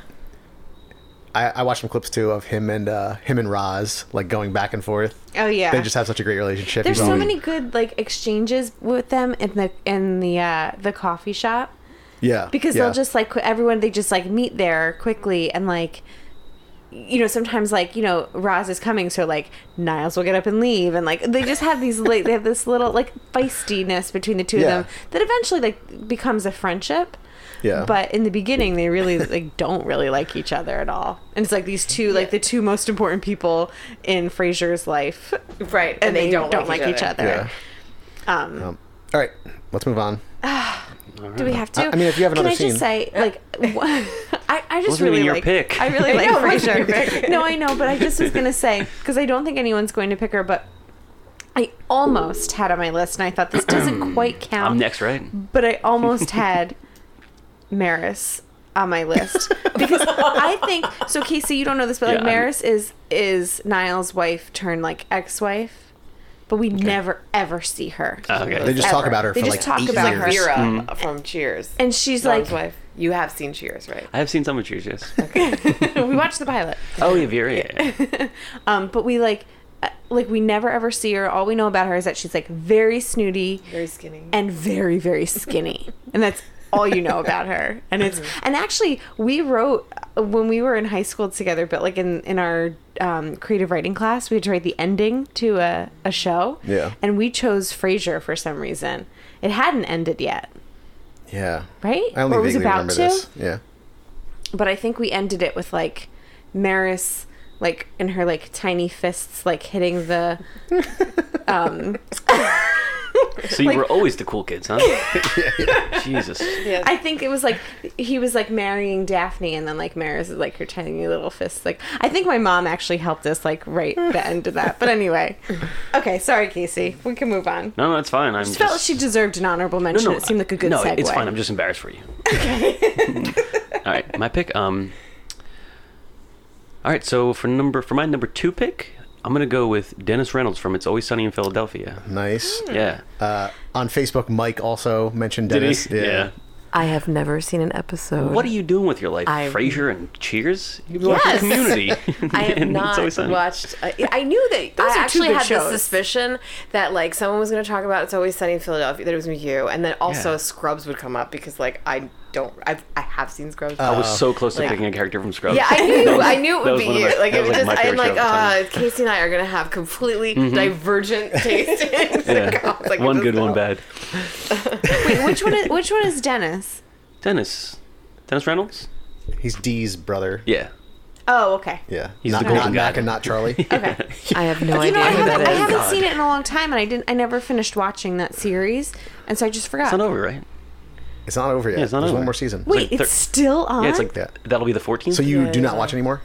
[SPEAKER 3] I, I watched some clips too of him and uh, him and Roz like going back and forth.
[SPEAKER 4] Oh, yeah.
[SPEAKER 3] they just have such a great relationship.
[SPEAKER 4] There's
[SPEAKER 3] He's
[SPEAKER 4] so
[SPEAKER 3] always-
[SPEAKER 4] many good like exchanges with them in the in the uh, the coffee shop
[SPEAKER 3] yeah
[SPEAKER 4] because
[SPEAKER 3] yeah.
[SPEAKER 4] they'll just like qu- everyone they just like meet there quickly and like you know sometimes like you know Roz is coming so like Niles will get up and leave and like they just have these like they have this little like feistiness between the two
[SPEAKER 3] Yeah.
[SPEAKER 4] of them that eventually like becomes a friendship.
[SPEAKER 3] Yeah.
[SPEAKER 4] But in the beginning, they really like don't really like each other at all, and it's like these two like the two most important people in Frasier's life,
[SPEAKER 6] Right.
[SPEAKER 4] and, they, don't, like each other.
[SPEAKER 3] yeah.
[SPEAKER 4] Um,
[SPEAKER 3] Um, all right, let's move on.
[SPEAKER 4] do we have to?
[SPEAKER 3] Hmm. I- I mean, if you have another
[SPEAKER 4] Can I
[SPEAKER 3] scene.
[SPEAKER 4] just say,
[SPEAKER 7] <laughs>
[SPEAKER 4] like, wha- <laughs> I, I just
[SPEAKER 7] Wasn't even
[SPEAKER 4] really
[SPEAKER 7] your
[SPEAKER 4] like.
[SPEAKER 7] pick.
[SPEAKER 4] I
[SPEAKER 7] <laughs>
[SPEAKER 4] really like
[SPEAKER 6] know, it wasn't your
[SPEAKER 4] Frasier. <laughs>
[SPEAKER 6] pick.
[SPEAKER 4] no, I know, but I just was gonna say because I don't think anyone's going to pick her, but I almost had on my list, and I thought this
[SPEAKER 7] <clears throat>
[SPEAKER 4] doesn't quite count.
[SPEAKER 7] I'm next, right?
[SPEAKER 4] but I almost
[SPEAKER 7] <laughs>
[SPEAKER 4] had Maris on my list because I think so. Casey, you don't know this, but like
[SPEAKER 7] Yeah, I'm-
[SPEAKER 4] Maris is is Niall's wife turned like ex-wife, but we never ever see her.
[SPEAKER 7] Oh, Okay.
[SPEAKER 3] They just talk
[SPEAKER 6] Ever.
[SPEAKER 3] about her
[SPEAKER 4] They
[SPEAKER 3] for
[SPEAKER 4] just
[SPEAKER 3] like
[SPEAKER 4] talk
[SPEAKER 3] eight
[SPEAKER 4] about
[SPEAKER 3] years.
[SPEAKER 4] her.
[SPEAKER 6] Vera
[SPEAKER 7] Mm.
[SPEAKER 6] from Cheers.
[SPEAKER 4] and she's
[SPEAKER 6] Don's
[SPEAKER 4] like,
[SPEAKER 6] wife. You have seen Cheers, right?
[SPEAKER 7] I have seen some of yours, yes.
[SPEAKER 4] <laughs> we watched the pilot.
[SPEAKER 7] Oh, yeah, Vera. yeah.
[SPEAKER 4] Um, but we like, uh, like we never ever see her. All we know about her is that she's like very snooty
[SPEAKER 6] Very skinny.
[SPEAKER 4] and very very skinny, and that's all you know about her. And
[SPEAKER 6] <laughs>
[SPEAKER 4] it's and actually we wrote uh, when we were in high school together, but like in in our um, creative writing class, we had to write the ending to a a show.
[SPEAKER 3] Yeah.
[SPEAKER 4] and we chose Frasier for some reason. It hadn't ended yet,
[SPEAKER 3] Yeah,
[SPEAKER 4] right?
[SPEAKER 3] I only
[SPEAKER 4] Or it was
[SPEAKER 3] vaguely
[SPEAKER 4] about
[SPEAKER 3] remember
[SPEAKER 4] to?
[SPEAKER 3] this. Yeah,
[SPEAKER 4] but I think we ended it with like Maris like in her like tiny fists like hitting the
[SPEAKER 7] So you were always the cool kids, huh? Jesus.
[SPEAKER 4] I think it was like he was like marrying Daphne and then like Maris is like her tiny little fists like I think my mom actually helped us like write the end of that. But anyway. Okay, sorry Casey. We can move on.
[SPEAKER 7] No, no, it's fine. I'm
[SPEAKER 4] I
[SPEAKER 7] just.
[SPEAKER 4] felt she deserved an honorable mention. it seemed like a good
[SPEAKER 7] no,
[SPEAKER 4] segue.
[SPEAKER 7] it's fine. I'm just embarrassed for you. <laughs> all right, my pick. Um. All right, so for number for my number two pick, I'm gonna go with Dennis Reynolds from It's Always Sunny in Philadelphia.
[SPEAKER 3] nice.
[SPEAKER 4] Hmm.
[SPEAKER 7] Yeah.
[SPEAKER 3] Uh, on Facebook, Mike also mentioned Dennis.
[SPEAKER 6] I have never seen an episode.
[SPEAKER 7] What are you doing with your life,
[SPEAKER 6] I-
[SPEAKER 7] Frasier and Cheers? You
[SPEAKER 6] Yes.
[SPEAKER 7] watch <laughs> Community.
[SPEAKER 6] <laughs> I have
[SPEAKER 7] and
[SPEAKER 6] not
[SPEAKER 7] Always Sunny.
[SPEAKER 6] watched. I, I knew
[SPEAKER 4] <laughs>
[SPEAKER 6] that.
[SPEAKER 4] Those are
[SPEAKER 6] I
[SPEAKER 4] two
[SPEAKER 6] actually
[SPEAKER 4] good
[SPEAKER 6] had
[SPEAKER 4] shows.
[SPEAKER 6] this suspicion that like someone was going to talk about "It's Always Sunny in Philadelphia." That it was you, and then also
[SPEAKER 7] Yeah.
[SPEAKER 6] Scrubs would come up because like I don't. I've, I have seen Scrubs.
[SPEAKER 7] I was so close to
[SPEAKER 6] Like-
[SPEAKER 7] picking a character from Scrubs.
[SPEAKER 6] yeah,
[SPEAKER 7] <laughs>
[SPEAKER 6] I
[SPEAKER 7] Uh, That
[SPEAKER 6] knew.
[SPEAKER 7] was-
[SPEAKER 6] I knew
[SPEAKER 7] that
[SPEAKER 6] it would
[SPEAKER 7] was
[SPEAKER 6] be
[SPEAKER 7] one of
[SPEAKER 6] you.
[SPEAKER 7] my-
[SPEAKER 6] like
[SPEAKER 7] that
[SPEAKER 6] it
[SPEAKER 7] was like
[SPEAKER 6] was just.
[SPEAKER 7] my
[SPEAKER 6] I'm
[SPEAKER 7] favorite
[SPEAKER 6] like,
[SPEAKER 7] show at the time. Mm-hmm.
[SPEAKER 6] uh, Casey and I are going to have completely
[SPEAKER 7] <laughs>
[SPEAKER 6] divergent tastes. in <laughs> sitcoms. Like,
[SPEAKER 7] one
[SPEAKER 6] this
[SPEAKER 7] good,
[SPEAKER 6] is
[SPEAKER 7] one
[SPEAKER 6] all-
[SPEAKER 7] bad.
[SPEAKER 4] Wait, which
[SPEAKER 7] <laughs>
[SPEAKER 4] one is which one is Dennis?
[SPEAKER 7] Dennis. Dennis Reynolds?
[SPEAKER 3] Yeah, he's Dee's brother.
[SPEAKER 7] Yeah.
[SPEAKER 4] Oh, okay.
[SPEAKER 3] Yeah,
[SPEAKER 7] He's
[SPEAKER 3] not,
[SPEAKER 7] the
[SPEAKER 3] not
[SPEAKER 7] golden guy.
[SPEAKER 3] Mac and not Charlie.
[SPEAKER 4] <laughs> Okay.
[SPEAKER 6] I have no
[SPEAKER 4] You know,
[SPEAKER 6] idea
[SPEAKER 4] I
[SPEAKER 6] who
[SPEAKER 4] haven't, <laughs>
[SPEAKER 6] that
[SPEAKER 4] I
[SPEAKER 6] is.
[SPEAKER 4] haven't seen it in a long time, and I didn't. I never finished watching that series, and so I just forgot.
[SPEAKER 7] It's not over, right?
[SPEAKER 3] it's not over yet.
[SPEAKER 7] Yeah, it's not
[SPEAKER 3] There's
[SPEAKER 7] over.
[SPEAKER 3] one more season.
[SPEAKER 4] Wait,
[SPEAKER 7] like thir-
[SPEAKER 4] it's still on.
[SPEAKER 7] Yeah, it's like
[SPEAKER 3] Yeah.
[SPEAKER 7] that'll be the 14th.
[SPEAKER 3] So you do not watch anymore?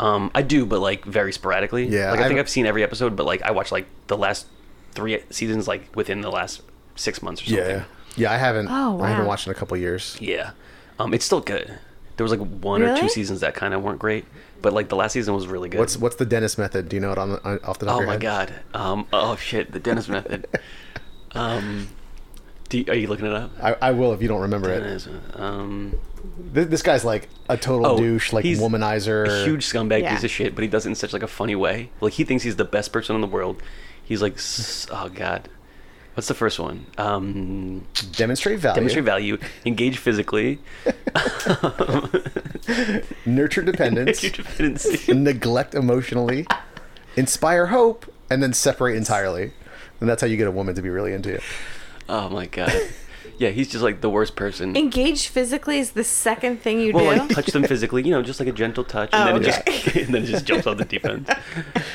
[SPEAKER 7] Um, I do, but like very sporadically.
[SPEAKER 3] Yeah,
[SPEAKER 7] Like I think
[SPEAKER 3] I've-
[SPEAKER 7] I've seen every episode, but like I watched like the last three seasons like within the last six months or something.
[SPEAKER 3] Yeah, yeah. I haven't.
[SPEAKER 4] Oh,
[SPEAKER 3] I haven't
[SPEAKER 4] wow.
[SPEAKER 3] watched in a couple years.
[SPEAKER 7] Yeah. Um, it's still good. There was like one or
[SPEAKER 4] Really?
[SPEAKER 7] two seasons that kind of weren't great, but like the last season was really good.
[SPEAKER 3] What's what's the Dennis method? Do you know it on, the- on off the top
[SPEAKER 7] oh
[SPEAKER 3] of your
[SPEAKER 7] my
[SPEAKER 3] head?
[SPEAKER 7] god. Um, oh shit, the
[SPEAKER 3] <laughs>
[SPEAKER 7] Dennis method. Um, do you, are you looking it up?
[SPEAKER 3] I, I will if you don't remember it.
[SPEAKER 7] Dennis, Um,
[SPEAKER 3] This, this guy's like a total
[SPEAKER 7] Oh,
[SPEAKER 3] douche, like
[SPEAKER 7] he's
[SPEAKER 3] womanizer.
[SPEAKER 7] a huge scumbag
[SPEAKER 4] Yeah.
[SPEAKER 7] piece of shit, but he does it in such like a funny way. Like he thinks he's the best person in the world. He's like, s- oh god, what's the first one? Um,
[SPEAKER 3] demonstrate value,
[SPEAKER 7] demonstrate value,
[SPEAKER 3] <laughs>
[SPEAKER 7] engage physically, <laughs>
[SPEAKER 3] nurture dependence,
[SPEAKER 7] engage <laughs> dependency.
[SPEAKER 3] neglect emotionally, inspire hope, and then separate entirely. And that's how you get a woman to be really into you.
[SPEAKER 7] Oh my god, yeah, he's just like the worst person.
[SPEAKER 4] Engage physically is the second thing you
[SPEAKER 7] well,
[SPEAKER 4] do.
[SPEAKER 7] like touch them physically, you know, just like a gentle touch, and
[SPEAKER 4] Oh,
[SPEAKER 7] then it just <laughs> and then it just jumps off
[SPEAKER 4] <laughs>
[SPEAKER 7] the defense.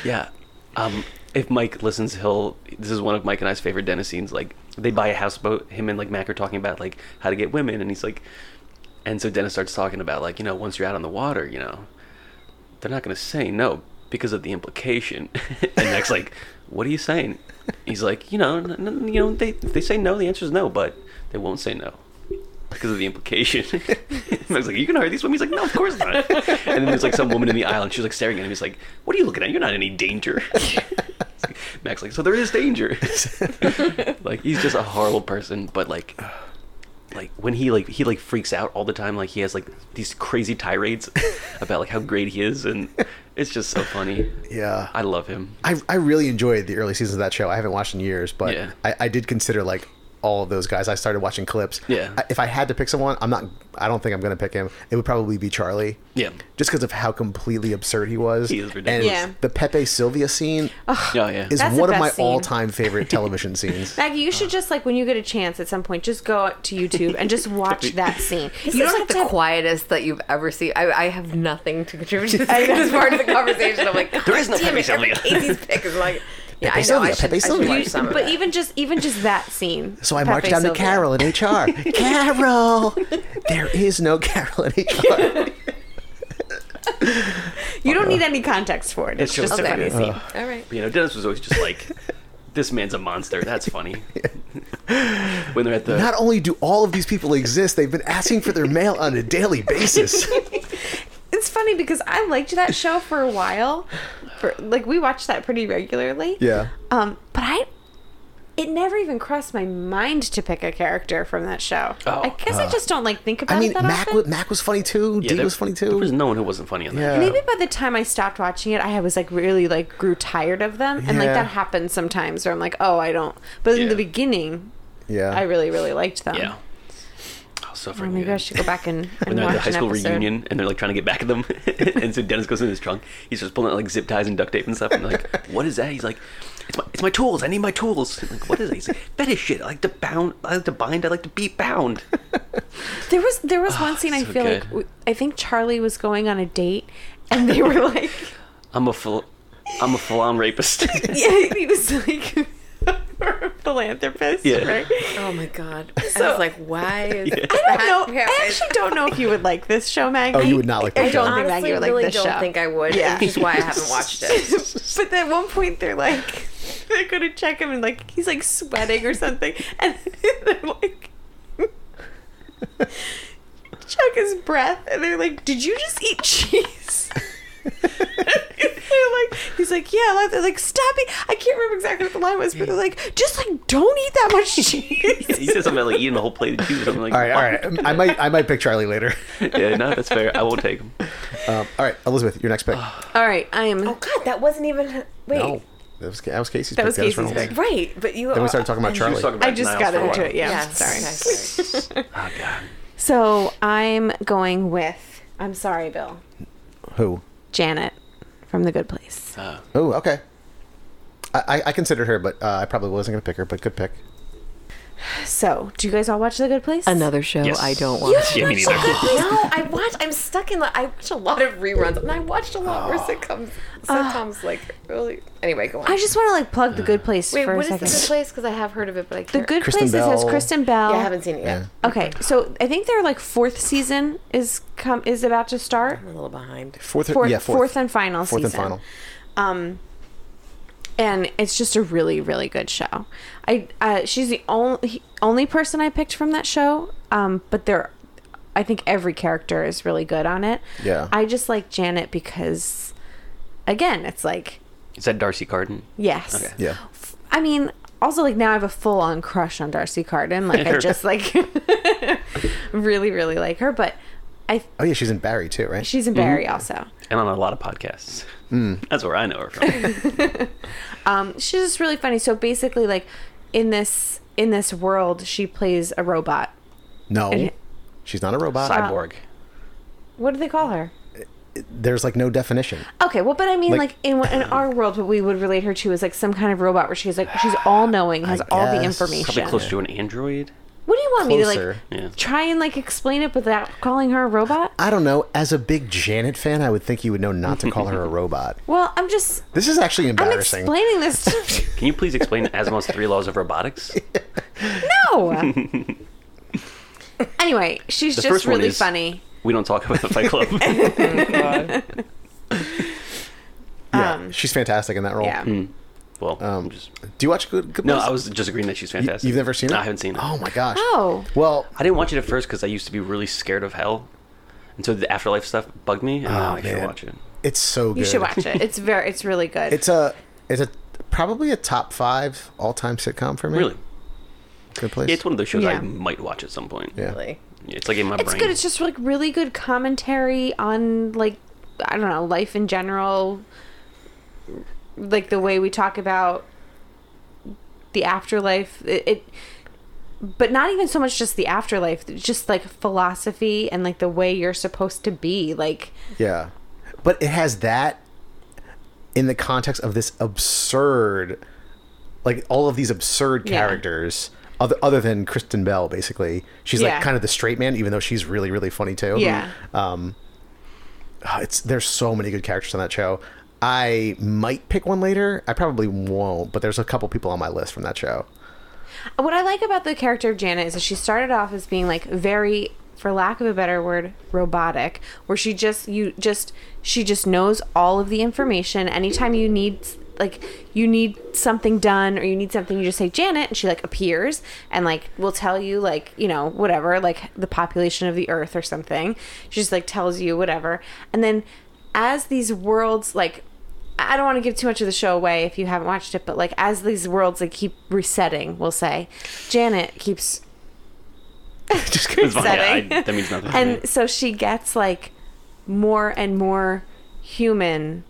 [SPEAKER 7] Yeah. Um, if Mike listens, he'll. This is one of Mike and I's favorite Dennis scenes. Like they buy a houseboat. Him and like Mac are talking about like how to get women, and he's like, and so Dennis starts talking about like you know once you're out on the water, you know, they're not going to say no because of the implication. <laughs> and Nick's like, what are you saying? He's like, you know, n- n- you know, they if they say no, the answer is no, but they won't say no because of the implication. <laughs> Meg's like, you can hire these women. He's like, no, of course not. And then there's like some woman in the aisle, and she's like staring at him. He's like, what are you looking at? You're not in any danger. <laughs> Mac's like, so there is danger. <laughs> like he's just a horrible person, but like, like when he like he like freaks out all the time. Like he has like these crazy tirades <laughs> about like how great he is, and it's just so funny.
[SPEAKER 3] Yeah.
[SPEAKER 7] I love him.
[SPEAKER 3] I, I really enjoyed the early seasons of that show. I haven't watched in years, but
[SPEAKER 7] Yeah.
[SPEAKER 3] I, I did consider like all of those guys. I started watching clips.
[SPEAKER 7] Yeah.
[SPEAKER 3] I, if I had to pick someone, I'm not. I don't think I'm going to pick him. It would probably be Charlie.
[SPEAKER 7] Yeah.
[SPEAKER 3] Just because of how completely absurd he was.
[SPEAKER 7] He is
[SPEAKER 3] And
[SPEAKER 7] ridiculous.
[SPEAKER 4] Yeah.
[SPEAKER 3] the Pepe Sylvia scene
[SPEAKER 7] Oh yeah.
[SPEAKER 3] is
[SPEAKER 4] That's the
[SPEAKER 3] one of
[SPEAKER 4] best
[SPEAKER 3] my
[SPEAKER 4] scene.
[SPEAKER 3] all-time favorite television scenes.
[SPEAKER 4] Maggie, you should just like when you get a chance at some point, just go out to YouTube and just watch that scene.
[SPEAKER 6] You
[SPEAKER 4] You
[SPEAKER 6] don't
[SPEAKER 4] don't
[SPEAKER 6] like
[SPEAKER 4] have
[SPEAKER 6] the
[SPEAKER 4] to. Have,
[SPEAKER 6] quietest that you've ever seen. I, I have nothing to
[SPEAKER 4] <laughs>
[SPEAKER 6] contribute to this, this part of the conversation. I'm like, God,
[SPEAKER 7] There is no
[SPEAKER 6] damn
[SPEAKER 7] Pepe
[SPEAKER 6] it, every
[SPEAKER 7] Sylvia.
[SPEAKER 6] Casey's pick is like, yeah, <laughs> I know.
[SPEAKER 3] Sylvia,
[SPEAKER 6] I should,
[SPEAKER 3] Pepe
[SPEAKER 6] I should
[SPEAKER 3] Sylvia.
[SPEAKER 6] watch
[SPEAKER 3] You-
[SPEAKER 6] some of
[SPEAKER 4] but
[SPEAKER 6] it.
[SPEAKER 4] even just even just that scene.
[SPEAKER 3] So I
[SPEAKER 4] Pepe
[SPEAKER 3] marched down to
[SPEAKER 4] Sylvia.
[SPEAKER 3] Carol in
[SPEAKER 4] <laughs>
[SPEAKER 3] HR. Carol, there is no Carol in HR.
[SPEAKER 4] You don't
[SPEAKER 3] Uh-huh.
[SPEAKER 4] need any context for it. It's,
[SPEAKER 7] just
[SPEAKER 4] just a funny
[SPEAKER 6] okay.
[SPEAKER 4] scene.
[SPEAKER 6] all right.
[SPEAKER 7] You know, Dennis was always just
[SPEAKER 3] <laughs>
[SPEAKER 7] like, "This man's a monster." That's funny. when they're at the
[SPEAKER 3] Not only do all of these people exist, they've been asking for their mail on a daily basis.
[SPEAKER 4] It's funny because I liked that show for a while. For like we watched that pretty regularly.
[SPEAKER 3] <laughs> Yeah.
[SPEAKER 4] Um, but I it never even crossed my mind to pick a character from that show.
[SPEAKER 7] Oh.
[SPEAKER 4] I guess I just don't like think about
[SPEAKER 3] I mean,
[SPEAKER 4] it that
[SPEAKER 3] Mac
[SPEAKER 4] often.
[SPEAKER 3] was, Mac was funny too.
[SPEAKER 7] yeah,
[SPEAKER 3] Dee
[SPEAKER 7] there-
[SPEAKER 3] was funny
[SPEAKER 7] There
[SPEAKER 3] too.
[SPEAKER 7] was no one who wasn't funny on that.
[SPEAKER 3] Yeah.
[SPEAKER 4] Maybe by the time I stopped watching it, I was like really like grew tired of them, and like
[SPEAKER 3] Yeah.
[SPEAKER 4] that happens sometimes where I'm like, oh, I don't. But in
[SPEAKER 7] Yeah.
[SPEAKER 4] the beginning,
[SPEAKER 3] yeah. <laughs>
[SPEAKER 4] I really really liked them.
[SPEAKER 7] Yeah. Oh, so
[SPEAKER 4] Oh,
[SPEAKER 7] freaking
[SPEAKER 4] maybe
[SPEAKER 7] good.
[SPEAKER 4] I should go back and, and
[SPEAKER 7] <laughs> when they're at
[SPEAKER 4] watch
[SPEAKER 7] the high school
[SPEAKER 4] an episode.
[SPEAKER 7] reunion and they're like trying to get
[SPEAKER 4] <laughs>
[SPEAKER 7] back at them, <laughs> and so Dennis goes in his trunk. He's just pulling out like zip ties and duct tape and stuff. And they're like,
[SPEAKER 3] <laughs>
[SPEAKER 7] "What is that?" He's like, "It's my, it's my tools. I need my tools." I'm like, what is that? He's like, "Fetish shit. I like to bound. I like to bind. I like to
[SPEAKER 3] <laughs>
[SPEAKER 7] be bound."
[SPEAKER 4] There was there
[SPEAKER 7] <sighs>
[SPEAKER 4] was one scene I
[SPEAKER 7] so
[SPEAKER 4] feel
[SPEAKER 7] good.
[SPEAKER 4] like w- I think Charlie was going on a date, and they were like,
[SPEAKER 7] I'm a full, I'm a full on rapist. <laughs>
[SPEAKER 4] yeah, <laughs> he was like a philanthropist,
[SPEAKER 7] Yeah.
[SPEAKER 4] right?
[SPEAKER 6] Oh my God. I was like, why is
[SPEAKER 4] I don't know.
[SPEAKER 6] that
[SPEAKER 4] I actually don't know if you would like this show, Maggie.
[SPEAKER 3] oh, you would not like that
[SPEAKER 4] I
[SPEAKER 3] show.
[SPEAKER 4] don't think
[SPEAKER 6] Honestly,
[SPEAKER 4] Maggie would like
[SPEAKER 6] really
[SPEAKER 4] this
[SPEAKER 6] don't
[SPEAKER 4] show.
[SPEAKER 6] think I would,
[SPEAKER 4] Yeah.
[SPEAKER 6] which is why I haven't watched it.
[SPEAKER 4] <laughs> but then at one point they're like <laughs> they go to check him and like he's like sweating or something <laughs> and they're like <laughs> check his breath and they're like did you just eat cheese <laughs> they're like he's like yeah like, they're like stop it i can't remember exactly what the line was but they're like just like don't eat that
[SPEAKER 6] <laughs>
[SPEAKER 4] much cheese
[SPEAKER 7] he said something about like eating a whole plate of cheese or something like.
[SPEAKER 3] All right, all right. I might, I might pick Charlie later.
[SPEAKER 7] <laughs> Yeah, no, that's fair. I will take him.
[SPEAKER 3] <laughs> Um, all right, Elizabeth, your next <sighs> pick.
[SPEAKER 4] all right i am
[SPEAKER 6] Oh God, that wasn't even. Wait.
[SPEAKER 3] No, that was that was Casey's
[SPEAKER 4] That
[SPEAKER 3] pick.
[SPEAKER 4] was
[SPEAKER 3] Dennis
[SPEAKER 4] Casey's
[SPEAKER 3] Reynolds.
[SPEAKER 4] pick.
[SPEAKER 6] Right, but you.
[SPEAKER 3] Then we started talking about
[SPEAKER 7] She
[SPEAKER 3] Charlie.
[SPEAKER 7] was talking
[SPEAKER 4] i
[SPEAKER 7] about
[SPEAKER 4] just
[SPEAKER 7] Niles
[SPEAKER 4] got
[SPEAKER 7] for a
[SPEAKER 4] into
[SPEAKER 7] while.
[SPEAKER 4] it yeah
[SPEAKER 6] Yes.
[SPEAKER 4] sorry
[SPEAKER 6] Sorry.
[SPEAKER 7] Oh god.
[SPEAKER 4] so i'm going with i'm sorry bill
[SPEAKER 3] Who?
[SPEAKER 4] Janet from The Good Place.
[SPEAKER 3] Oh, okay. I, I, I considered her, but uh, I probably wasn't going to pick her. But good pick.
[SPEAKER 4] So, do you guys all watch The Good Place?
[SPEAKER 6] Another show
[SPEAKER 7] Yes. I don't
[SPEAKER 6] want.
[SPEAKER 7] Yeah, me neither.
[SPEAKER 6] no, I watch. I'm stuck in. The, I watch a lot of reruns, and I watched a lot more sitcoms. Sitcoms like really. Anyway, go on.
[SPEAKER 4] I just want to like plug The Good Place
[SPEAKER 6] Wait,
[SPEAKER 4] for
[SPEAKER 6] what
[SPEAKER 4] a
[SPEAKER 6] is
[SPEAKER 4] second.
[SPEAKER 6] the good place? Because I have heard of it, but I
[SPEAKER 4] the
[SPEAKER 6] can't.
[SPEAKER 4] Good
[SPEAKER 3] Kristen
[SPEAKER 4] Place it has
[SPEAKER 3] Bell.
[SPEAKER 4] Kristen Bell.
[SPEAKER 6] Yeah, I haven't seen it yet.
[SPEAKER 4] Okay, so I think their like fourth season is come is about to start.
[SPEAKER 6] I'm a little behind.
[SPEAKER 3] Fourth,
[SPEAKER 4] Fourth,
[SPEAKER 3] yeah, fourth,
[SPEAKER 4] and final
[SPEAKER 3] Fourth and
[SPEAKER 4] season.
[SPEAKER 3] final.
[SPEAKER 4] Um, and it's just a really, really good show. I uh, she's the only only person I picked from that show. Um, but there, I think every character is really good on it.
[SPEAKER 3] Yeah.
[SPEAKER 4] I just like Janet because, again, it's like
[SPEAKER 7] Is that Darcy Carden?
[SPEAKER 4] yes.
[SPEAKER 7] Okay.
[SPEAKER 3] Yeah,
[SPEAKER 4] I mean, also like now I have a full on crush on Darcy Carden.
[SPEAKER 3] <laughs>
[SPEAKER 4] Like I just like <laughs> really, really like her. But I
[SPEAKER 3] Oh yeah, she's in Barry too, right?
[SPEAKER 4] she's in Barry
[SPEAKER 3] Mm-hmm.
[SPEAKER 4] also.
[SPEAKER 7] and on a lot of podcasts.
[SPEAKER 3] Mm.
[SPEAKER 7] That's where I know her
[SPEAKER 4] <laughs>
[SPEAKER 7] from.
[SPEAKER 4] she's just really funny. So basically, like in this in this world, she plays a robot.
[SPEAKER 3] no, she's not a robot. Uh,
[SPEAKER 7] Cyborg.
[SPEAKER 4] What do they call her?
[SPEAKER 3] There's like no definition.
[SPEAKER 4] Okay, well, but I mean,
[SPEAKER 3] Like-
[SPEAKER 4] like, in
[SPEAKER 3] <clears throat>
[SPEAKER 4] in our world, what we would relate her to is like some kind of robot where she's like she's all knowing, has all the
[SPEAKER 3] guess.
[SPEAKER 4] information.
[SPEAKER 7] Probably close to an android.
[SPEAKER 4] What do you want
[SPEAKER 3] Closer.
[SPEAKER 4] me to like
[SPEAKER 7] Yeah.
[SPEAKER 4] try and like explain it without calling her a robot?
[SPEAKER 3] I don't know. As a big Janet fan, I would think you would know not to call her
[SPEAKER 4] <laughs>
[SPEAKER 3] a robot.
[SPEAKER 4] Well, I'm just
[SPEAKER 3] This is actually
[SPEAKER 4] I'm
[SPEAKER 3] embarrassing.
[SPEAKER 4] explaining
[SPEAKER 3] <laughs>
[SPEAKER 4] this. to
[SPEAKER 7] Can you please explain Asimov's three laws
[SPEAKER 4] <laughs>
[SPEAKER 7] of robotics?
[SPEAKER 3] <laughs>
[SPEAKER 4] No. anyway, she's
[SPEAKER 7] The
[SPEAKER 4] just
[SPEAKER 7] first one
[SPEAKER 4] really
[SPEAKER 7] is-
[SPEAKER 4] funny. <laughs>
[SPEAKER 7] We don't talk about the Fight Club.
[SPEAKER 4] awesome.
[SPEAKER 3] She's fantastic in that role.
[SPEAKER 4] um, Yeah.
[SPEAKER 7] Well,
[SPEAKER 3] Um,
[SPEAKER 7] I'm just
[SPEAKER 3] Do you watch Good Good
[SPEAKER 7] no,
[SPEAKER 3] Place?
[SPEAKER 7] I was just agreeing that she's
[SPEAKER 3] You,
[SPEAKER 7] fantastic.
[SPEAKER 3] have never seen it?
[SPEAKER 7] I haven't seen it.
[SPEAKER 3] Oh my gosh.
[SPEAKER 4] Oh.
[SPEAKER 3] Well,
[SPEAKER 7] I didn't watch it at first because I used to be really scared of hell, and so the afterlife stuff bugged me. And now I should
[SPEAKER 3] Oh, man.
[SPEAKER 7] watch it.
[SPEAKER 3] it's so good.
[SPEAKER 4] You should watch it. It's very it's really good.
[SPEAKER 3] It's a it's a probably a top five all time sitcom for me.
[SPEAKER 7] Really,
[SPEAKER 3] Good Place.
[SPEAKER 7] Yeah, it's one of those shows I
[SPEAKER 4] Yeah.
[SPEAKER 7] might watch at some point.
[SPEAKER 3] yeah.
[SPEAKER 6] Really.
[SPEAKER 7] it's like in my
[SPEAKER 4] it's
[SPEAKER 7] brain.
[SPEAKER 4] good. It's just like really good commentary on like I don't know, life in general. Like the way we talk about the afterlife. It, it but not even so much just the afterlife, just like philosophy and like the way you're supposed to be. Like
[SPEAKER 3] Yeah. But it has that in the context of this absurd like all of these absurd
[SPEAKER 4] Yeah.
[SPEAKER 3] characters other other than Kristen Bell basically. She's
[SPEAKER 4] Yeah.
[SPEAKER 3] like kind of the straight man even though she's really really funny too.
[SPEAKER 4] Yeah.
[SPEAKER 3] Um ah, it's there's so many good characters on that show. I might pick one later. I probably won't, but there's a couple people on my list from that show.
[SPEAKER 4] What I like about the character of Janet is that she started off as being like very, for lack of a better word, robotic, where she just you just she just knows all of the information. Anytime you need like you need something done or you need something, you just say Janet, and she like appears and like will tell you like you know whatever like the population of the Earth or something. She just like tells you whatever, and then as these worlds like I don't want to give too much of the show away if you haven't watched it, but like as these worlds like keep resetting, we'll say, Janet
[SPEAKER 3] <laughs>
[SPEAKER 4] keeps
[SPEAKER 7] just it's fine. Yeah,
[SPEAKER 4] upsetting.
[SPEAKER 7] I- <laughs> that means nothing. to me.
[SPEAKER 4] and so she gets like more and more human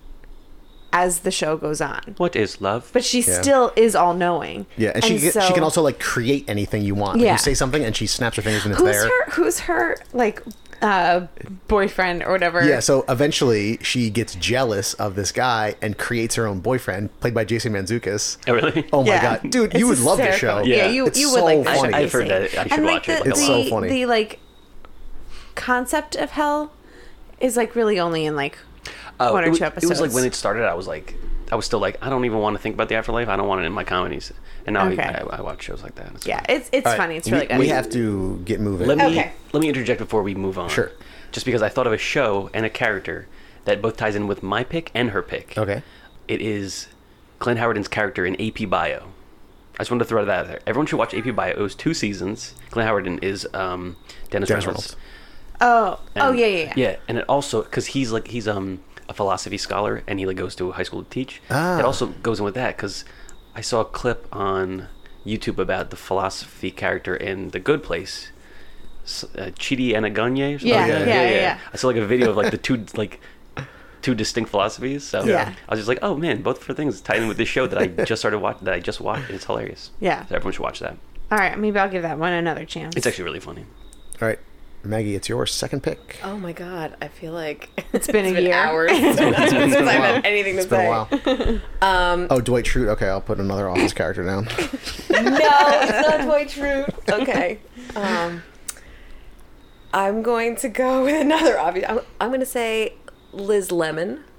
[SPEAKER 4] as the show goes on.
[SPEAKER 7] what is love? <laughs>
[SPEAKER 4] But she still is all knowing.
[SPEAKER 3] Yeah, and, she she can also like create anything you want. Like,
[SPEAKER 4] Yeah.
[SPEAKER 3] you say something and she snaps her fingers and it's
[SPEAKER 4] Who's
[SPEAKER 3] there.
[SPEAKER 4] her who's her like uh boyfriend or whatever.
[SPEAKER 3] Yeah, so eventually she gets jealous of this guy and creates her own boyfriend, played by Jason Manzukis.
[SPEAKER 7] Oh, really?
[SPEAKER 3] Oh my
[SPEAKER 4] Yeah.
[SPEAKER 3] god, dude, you would
[SPEAKER 4] It's
[SPEAKER 3] love this show.
[SPEAKER 4] hysterical. Yeah,
[SPEAKER 7] Yeah.
[SPEAKER 4] you,
[SPEAKER 3] It's
[SPEAKER 4] you would
[SPEAKER 3] so
[SPEAKER 4] like that.
[SPEAKER 3] funny.
[SPEAKER 4] show,
[SPEAKER 7] I've heard
[SPEAKER 4] obviously.
[SPEAKER 7] that. I should
[SPEAKER 4] and like
[SPEAKER 7] watch
[SPEAKER 4] the,
[SPEAKER 7] it,
[SPEAKER 4] The,
[SPEAKER 7] but I
[SPEAKER 3] won't. It's so funny.
[SPEAKER 4] The like concept of hell is like really only in like
[SPEAKER 7] Oh,
[SPEAKER 4] one
[SPEAKER 7] it
[SPEAKER 4] or
[SPEAKER 7] was,
[SPEAKER 4] two episodes.
[SPEAKER 7] It was like when it started. I was like, I was still like, I don't even want to think about the afterlife. I don't want it in my comedies. And now I-
[SPEAKER 4] Okay.
[SPEAKER 7] I, I, watch shows like that. It's
[SPEAKER 4] yeah,
[SPEAKER 7] fine.
[SPEAKER 4] it's it's funny. It's really
[SPEAKER 3] we,
[SPEAKER 4] good.
[SPEAKER 3] We have to get moving.
[SPEAKER 7] Let me
[SPEAKER 4] Okay.
[SPEAKER 7] let me interject before we move on.
[SPEAKER 3] Sure.
[SPEAKER 7] Just because I thought of a show and a character that both ties in with my pick and her pick.
[SPEAKER 3] Okay.
[SPEAKER 7] It is Clint Howard's character in AP Bio. I just wanted to throw that out there. Everyone should watch AP Bio. It was two seasons. Clint Howard is um, Dennis,
[SPEAKER 3] Dennis Reynolds.
[SPEAKER 7] Reynolds.
[SPEAKER 4] oh, oh
[SPEAKER 7] And-
[SPEAKER 4] yeah, yeah, yeah.
[SPEAKER 7] and it also because he's like he's um a philosophy scholar and he like goes to high school to teach.
[SPEAKER 3] Ah.
[SPEAKER 7] It also goes in with that because I saw a clip on YouTube about the philosophy character in The Good Place, S- uh, Chidi Anaganye. or something
[SPEAKER 4] Yeah,
[SPEAKER 7] like that.
[SPEAKER 4] yeah, yeah, yeah.
[SPEAKER 7] I saw like a video of
[SPEAKER 4] <laughs>
[SPEAKER 7] like the two like. Two distinct philosophies. So
[SPEAKER 4] Yeah.
[SPEAKER 7] I was just like, oh man, both for things tie in with this show that
[SPEAKER 4] <laughs>
[SPEAKER 7] I just started watching. That I just watched. And it's hilarious.
[SPEAKER 4] Yeah.
[SPEAKER 7] So everyone should watch that.
[SPEAKER 4] All right, maybe I'll give that one another chance.
[SPEAKER 7] It's actually
[SPEAKER 4] <laughs>
[SPEAKER 7] really funny.
[SPEAKER 3] All right, Maggie, it's your second pick.
[SPEAKER 6] Oh my god, I feel like <laughs>
[SPEAKER 4] It's been a year. <laughs>
[SPEAKER 6] hours since I've
[SPEAKER 3] while.
[SPEAKER 6] had anything to
[SPEAKER 3] It's been
[SPEAKER 6] say.
[SPEAKER 3] a while. Um, oh, Dwight Schrute. Okay, I'll put another office character down.
[SPEAKER 6] No, it's not Dwight Schrute.
[SPEAKER 3] <laughs>
[SPEAKER 6] Okay. Um, I'm going to go with another obvious. I'm, I'm going to say Liz Lemon.
[SPEAKER 7] <laughs>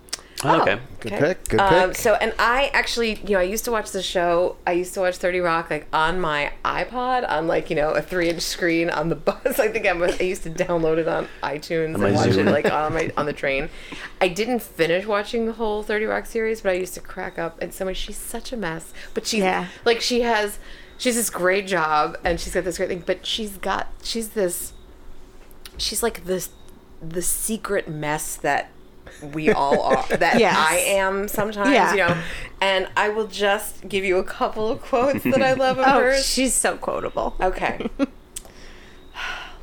[SPEAKER 7] Oh, okay.
[SPEAKER 3] Good pick. Good
[SPEAKER 6] Um,
[SPEAKER 3] pick.
[SPEAKER 6] so, and I actually, you know, I used to watch the show. I used to watch Thirty Rock like on my iPod, on like you know a three-inch screen on the <laughs> bus. I think I, must, I used to download it on iTunes
[SPEAKER 7] my
[SPEAKER 6] and watch
[SPEAKER 7] Zoom.
[SPEAKER 6] it like on my on the train. I didn't finish watching the whole Thirty Rock series, but I used to crack up. And so much. She's such a mess, but she's
[SPEAKER 4] Yeah.
[SPEAKER 6] like she has, she's this great job, and she's got this great thing, but she's got she's this she's like this the secret mess that we all
[SPEAKER 4] <laughs>
[SPEAKER 6] are that
[SPEAKER 4] Yes.
[SPEAKER 6] I am sometimes,
[SPEAKER 4] Yeah.
[SPEAKER 6] you know. And I will just give you a couple of quotes
[SPEAKER 4] <laughs>
[SPEAKER 6] that I love of
[SPEAKER 4] oh,
[SPEAKER 6] hers.
[SPEAKER 4] she's so
[SPEAKER 7] <laughs>
[SPEAKER 4] quotable.
[SPEAKER 6] okay.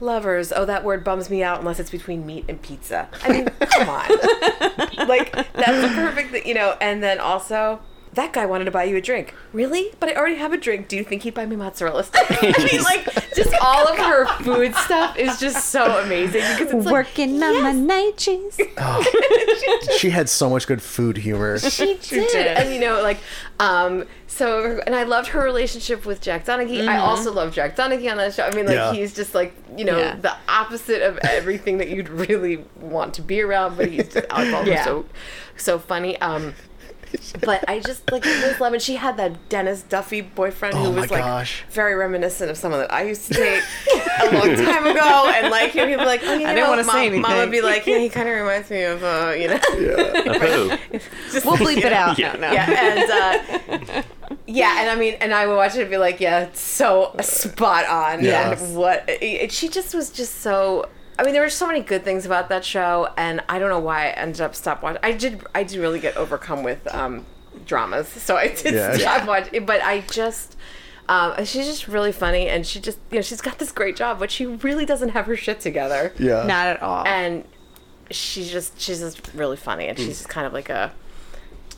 [SPEAKER 6] Lovers, oh that word bums me out unless it's between meat and pizza. I mean, come
[SPEAKER 4] <laughs>
[SPEAKER 6] on. like that's the perfect thing, you know, and then also that guy wanted to buy you a drink. Really? But I already have a drink. Do you think he'd buy me mozzarella sticks? <laughs> I mean, like, just all of her food stuff is just so amazing because it's like
[SPEAKER 4] Working on my night shoes.
[SPEAKER 3] she had so much good food humor.
[SPEAKER 6] she
[SPEAKER 4] <laughs>
[SPEAKER 6] did. And you know, like, um, so, and I loved her relationship with Jack Donaghy.
[SPEAKER 4] Mm-hmm.
[SPEAKER 6] I also love Jack Donaghy on that show. I mean, like,
[SPEAKER 3] Yeah.
[SPEAKER 6] he's just like, you know,
[SPEAKER 4] Yeah.
[SPEAKER 6] the opposite of everything that you'd really want to be around, but he's just alcohol
[SPEAKER 4] Yeah.
[SPEAKER 6] so, so funny. Um, But I just like Liz Lemon. She had that Dennis Duffy boyfriend
[SPEAKER 3] Oh
[SPEAKER 6] who
[SPEAKER 3] my
[SPEAKER 6] was like
[SPEAKER 3] gosh.
[SPEAKER 6] very reminiscent of someone that I used to date a long time ago. And like he'd be like, oh, you
[SPEAKER 4] I didn't
[SPEAKER 6] know,
[SPEAKER 4] wanna say
[SPEAKER 6] Mom- Mom
[SPEAKER 4] anything.
[SPEAKER 6] would be like, yeah, he kind of reminds me of uh,
[SPEAKER 3] <laughs>
[SPEAKER 6] you know.
[SPEAKER 7] Oh,
[SPEAKER 4] We'll bleep it out.
[SPEAKER 7] Yeah.
[SPEAKER 4] No, no. <laughs>
[SPEAKER 6] Yeah, and uh, yeah, and I mean, and I would watch it and be like, yeah, it's so spot on.
[SPEAKER 3] Yeah.
[SPEAKER 6] And what it, she just was just so. I mean, there were so many good things about that show, and I don't know why I ended up stop watching. I did, I did really get overcome with um, dramas, so I did
[SPEAKER 3] Yeah.
[SPEAKER 6] <laughs> stop watching. But I just. Um, she's just really funny, and she just, you know, she's got this great job, but she really doesn't have her shit together
[SPEAKER 3] Yeah.
[SPEAKER 4] Not at all.
[SPEAKER 6] and she's just she's just really funny and
[SPEAKER 3] Mm.
[SPEAKER 6] she's just kind of like a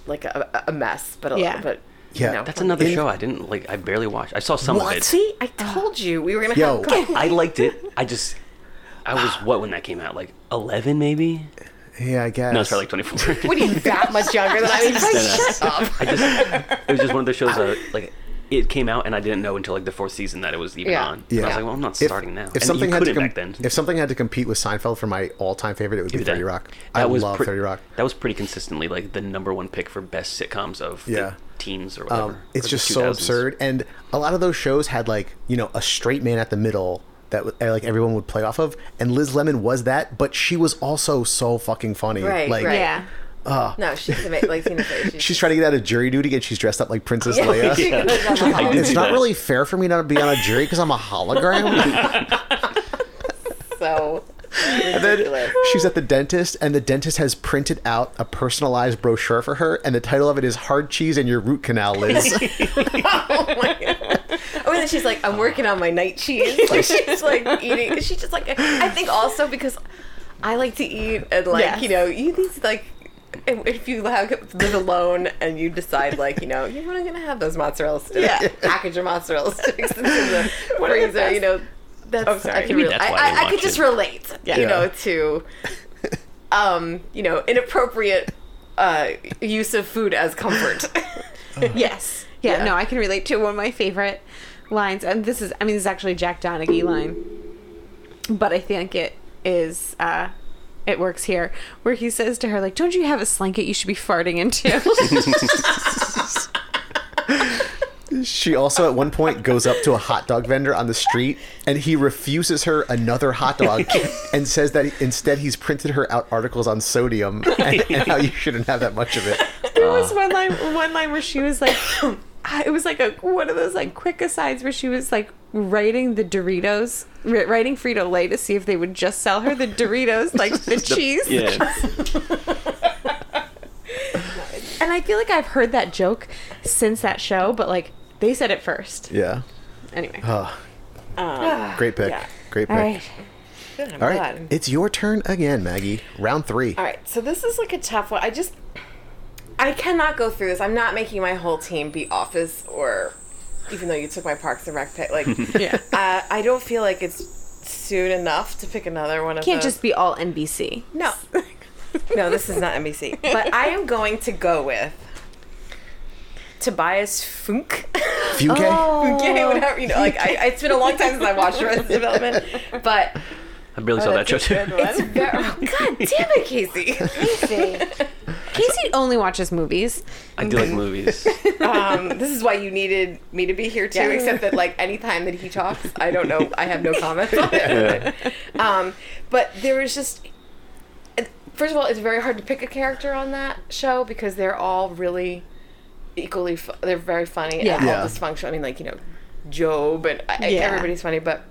[SPEAKER 6] like a, a mess but a
[SPEAKER 4] Yeah.
[SPEAKER 6] little but
[SPEAKER 3] Yeah.
[SPEAKER 6] you know,
[SPEAKER 7] that's another
[SPEAKER 3] In-
[SPEAKER 7] show I didn't like. I barely watched. I saw some of
[SPEAKER 3] What?
[SPEAKER 7] it.
[SPEAKER 6] see i told you we were gonna
[SPEAKER 3] Yo.
[SPEAKER 6] have
[SPEAKER 3] <laughs>
[SPEAKER 7] I liked it. I just, I
[SPEAKER 3] <sighs>
[SPEAKER 7] was what when that came out? Like eleven, maybe?
[SPEAKER 3] Yeah, I guess.
[SPEAKER 7] No, it's probably like twenty-four.
[SPEAKER 6] what are you that much younger than i mean shut
[SPEAKER 7] <laughs>
[SPEAKER 6] up
[SPEAKER 7] I just, it was just one of those
[SPEAKER 3] <laughs>
[SPEAKER 7] shows that like. It came out, and I didn't know until like the fourth season that it was even
[SPEAKER 6] Yeah.
[SPEAKER 7] on. And I was like, "Well, I'm not starting now."
[SPEAKER 3] If
[SPEAKER 7] and
[SPEAKER 3] something
[SPEAKER 7] you
[SPEAKER 3] had to
[SPEAKER 7] couldn't
[SPEAKER 3] com-
[SPEAKER 7] back then.
[SPEAKER 3] if something had to compete with Seinfeld for my all-time favorite, it would be
[SPEAKER 7] That-
[SPEAKER 3] Thirty Rock.
[SPEAKER 7] that
[SPEAKER 3] I
[SPEAKER 7] was
[SPEAKER 3] love
[SPEAKER 7] pre-
[SPEAKER 3] Thirty Rock.
[SPEAKER 7] That was pretty consistently like the number one pick for best sitcoms of
[SPEAKER 3] Yeah.
[SPEAKER 7] the teens or whatever.
[SPEAKER 3] Um, it's
[SPEAKER 7] or the
[SPEAKER 3] just so
[SPEAKER 7] 2000s.
[SPEAKER 3] absurd, and a lot of those shows had like you know a straight man at the middle that w- eh, like everyone would play off of, and Liz Lemon was that, but she was also so fucking funny.
[SPEAKER 6] Right,
[SPEAKER 3] like,
[SPEAKER 6] right.
[SPEAKER 4] yeah.
[SPEAKER 6] no she's amazing like tina Fey, she's,
[SPEAKER 3] She's trying to get out of jury duty, and she's dressed up like Princess
[SPEAKER 6] <laughs> yeah,
[SPEAKER 3] Leia.
[SPEAKER 6] she goes on the
[SPEAKER 7] I
[SPEAKER 6] holidays,
[SPEAKER 7] did
[SPEAKER 3] It's
[SPEAKER 7] see
[SPEAKER 3] not
[SPEAKER 7] that.
[SPEAKER 3] really fair for me not to be on a jury because I'm a
[SPEAKER 6] <laughs>
[SPEAKER 3] hologram. <laughs>
[SPEAKER 6] so
[SPEAKER 3] and then she's at the dentist, and the dentist has printed out a personalized brochure for her, and the title of it is "Hard Cheese and Your Root Canal," Liz.
[SPEAKER 6] oh my god. Oh, and then she's like, I'm working on my night cheese. <laughs> Like she's like eating. She's just like, I think also because I like to eat and like
[SPEAKER 4] Yes.
[SPEAKER 6] you know you these like. If if you have, live alone and you decide, like you know, you're not gonna have those mozzarella sticks,
[SPEAKER 4] Yeah.
[SPEAKER 6] <laughs> package of mozzarella sticks into the freezer, you know, that's I, could
[SPEAKER 7] Maybe
[SPEAKER 6] re-
[SPEAKER 7] that's
[SPEAKER 6] I,
[SPEAKER 7] why I didn't
[SPEAKER 6] I, I could
[SPEAKER 7] watch
[SPEAKER 6] just
[SPEAKER 7] it.
[SPEAKER 6] relate, you
[SPEAKER 3] Yeah.
[SPEAKER 6] know, to um, you know, inappropriate uh, use of food as comfort.
[SPEAKER 4] Yes. Yeah,
[SPEAKER 6] Yeah.
[SPEAKER 4] no, I can relate to one of my favorite lines. And this is, I mean, this is actually a Jack Donaghy line. But I think it is, uh, it works here, where he says to her, like, don't you have a slanket you should be farting into? <laughs>
[SPEAKER 3] She also at one point goes up to a hot dog vendor on the street and he refuses her another hot
[SPEAKER 6] <laughs>
[SPEAKER 3] dog and says that instead he's printed her out articles on sodium <laughs> and, and how you shouldn't have that much of it.
[SPEAKER 4] there was one line, one line where she was like, <coughs> I- it was like a one of those like quick asides where she was like writing the Doritos, ri- writing Frito Lay to see if they would just sell her the Doritos, like the, cheese.
[SPEAKER 3] <laughs>
[SPEAKER 7] Yeah,
[SPEAKER 4] And I feel like I've heard that joke since that show, but like they said it first.
[SPEAKER 3] Yeah.
[SPEAKER 4] Anyway.
[SPEAKER 3] Oh. Great pick. Great pick.
[SPEAKER 4] All right.
[SPEAKER 6] I'm
[SPEAKER 3] All right.
[SPEAKER 6] glad.
[SPEAKER 3] It's your turn again, Maggie. Round three.
[SPEAKER 6] All right, so this is like a tough one. I just, I cannot go through this. I'm not making my whole team be Office or, even though you took my Parks and Rec pick, like,
[SPEAKER 4] Yeah.
[SPEAKER 6] uh, I don't feel like it's soon enough to pick another one of
[SPEAKER 4] Can't
[SPEAKER 6] those.
[SPEAKER 4] just be all NBC. <laughs>
[SPEAKER 6] no, <laughs> no, this is not NBC. But I am going to go with Tobias <laughs> Funk.
[SPEAKER 3] Fugue?
[SPEAKER 6] okay, whatever you know. Like, I, it's been a long time since I watched Arrested Development, but <laughs>
[SPEAKER 7] I barely saw that show too.
[SPEAKER 6] it's very. Oh, God damn it, Casey.
[SPEAKER 4] Casey only watches movies.
[SPEAKER 7] <laughs> I do like movies.
[SPEAKER 6] um, this is why you needed me to be here too. Except that, like, anytime that he talks, I don't know. I have no comments on it. Um, but there was just. it- First of all, it's very hard to pick a character on that show because they're all really equally. Fu- they're very funny
[SPEAKER 4] Yeah.
[SPEAKER 6] and
[SPEAKER 3] Yeah.
[SPEAKER 6] all dysfunctional. I mean, like you know, Job and I,
[SPEAKER 4] Yeah.
[SPEAKER 6] everybody's funny, but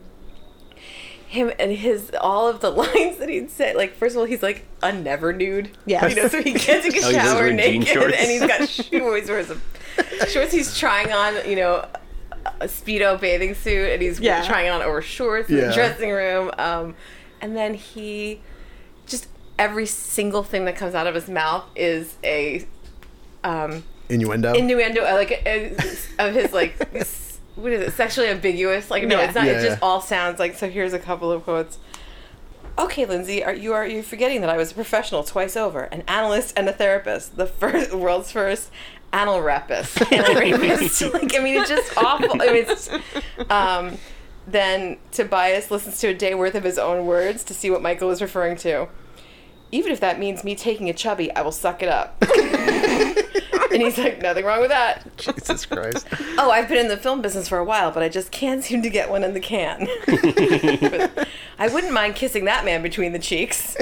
[SPEAKER 6] him and his all of the <laughs> lines that he'd said. Like, first of all, he's like a never nude.
[SPEAKER 4] Yes.
[SPEAKER 6] you know, so he can't take a
[SPEAKER 7] Oh, he's just
[SPEAKER 6] shower
[SPEAKER 7] wearing jean
[SPEAKER 6] naked,
[SPEAKER 7] shorts.
[SPEAKER 6] and he's got he always
[SPEAKER 7] <laughs>
[SPEAKER 6] wears a shorts. He's trying on, you know, a speedo bathing suit, and he's
[SPEAKER 4] Yeah.
[SPEAKER 6] trying on over shorts in
[SPEAKER 3] Yeah.
[SPEAKER 6] the dressing room. Um, and then he just every single thing that comes out of his mouth is a um,
[SPEAKER 3] Innuendo?
[SPEAKER 6] innuendo, uh, like a, a- of
[SPEAKER 7] <laughs>
[SPEAKER 6] his like s- what is it? Sexually ambiguous? Like no,
[SPEAKER 4] Yeah.
[SPEAKER 6] it's not.
[SPEAKER 3] Yeah,
[SPEAKER 6] it just
[SPEAKER 3] yeah.
[SPEAKER 6] all sounds like. So here's a couple of quotes. Okay, Lindsay, are you are you forgetting that I was a professional twice over, an analyst and a therapist, the first world's first anal rapist, <laughs> anal rapist. like I mean, it's just awful. I mean, it's, um, then Tobias listens to a day worth of his own words to see what Michael is referring to. Even if that means me taking a chubby, I will suck it up. <laughs> And he's like, nothing wrong with that.
[SPEAKER 3] <laughs> Jesus
[SPEAKER 6] <laughs>
[SPEAKER 3] Christ.
[SPEAKER 6] Oh, I've been in the film business for a while, but I just can't seem to get one in the can. But I wouldn't mind kissing that man between the cheeks.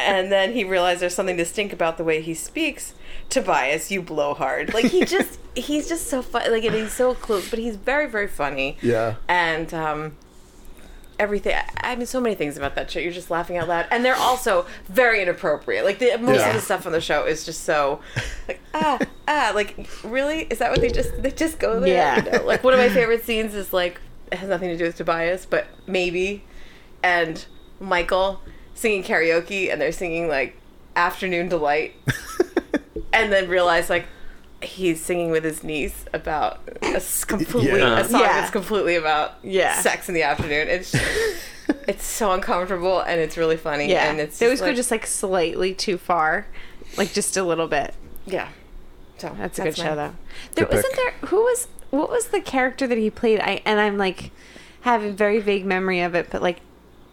[SPEAKER 6] and then he realized there's something distinct about the way he speaks. Tobias, you blow hard. Like he just he's just so fun like and he's so cool, but he's very, very funny. <laughs>
[SPEAKER 3] Yeah.
[SPEAKER 6] And um Everything. I- I mean, so many things about that show. You're just laughing out loud, and they're also very inappropriate. Like the, most
[SPEAKER 3] Yeah.
[SPEAKER 6] of the stuff on the show is just so, like ah ah. Like really, is that what they just they just go there?
[SPEAKER 4] Yeah.
[SPEAKER 6] you know? Like one of my favorite scenes is like it has nothing to do with Tobias, but maybe, and Michael singing karaoke, and they're singing like Afternoon Delight, and then realize like. He's singing with his niece about
[SPEAKER 4] <laughs>
[SPEAKER 6] a s- completely
[SPEAKER 3] Yeah.
[SPEAKER 6] a song
[SPEAKER 4] Yeah.
[SPEAKER 6] that's completely about
[SPEAKER 4] Yeah.
[SPEAKER 6] sex in the afternoon.
[SPEAKER 4] <laughs>
[SPEAKER 6] It's it's so uncomfortable and it's really funny.
[SPEAKER 4] Yeah,
[SPEAKER 6] and it's
[SPEAKER 4] they always
[SPEAKER 6] like-
[SPEAKER 4] go just like slightly too far, like just a little bit.
[SPEAKER 6] yeah. So
[SPEAKER 4] That's a good show
[SPEAKER 6] mine.
[SPEAKER 4] though. There
[SPEAKER 3] Good
[SPEAKER 4] wasn't there who was what was the character that he played? I and I'm like have a very vague memory of it, but like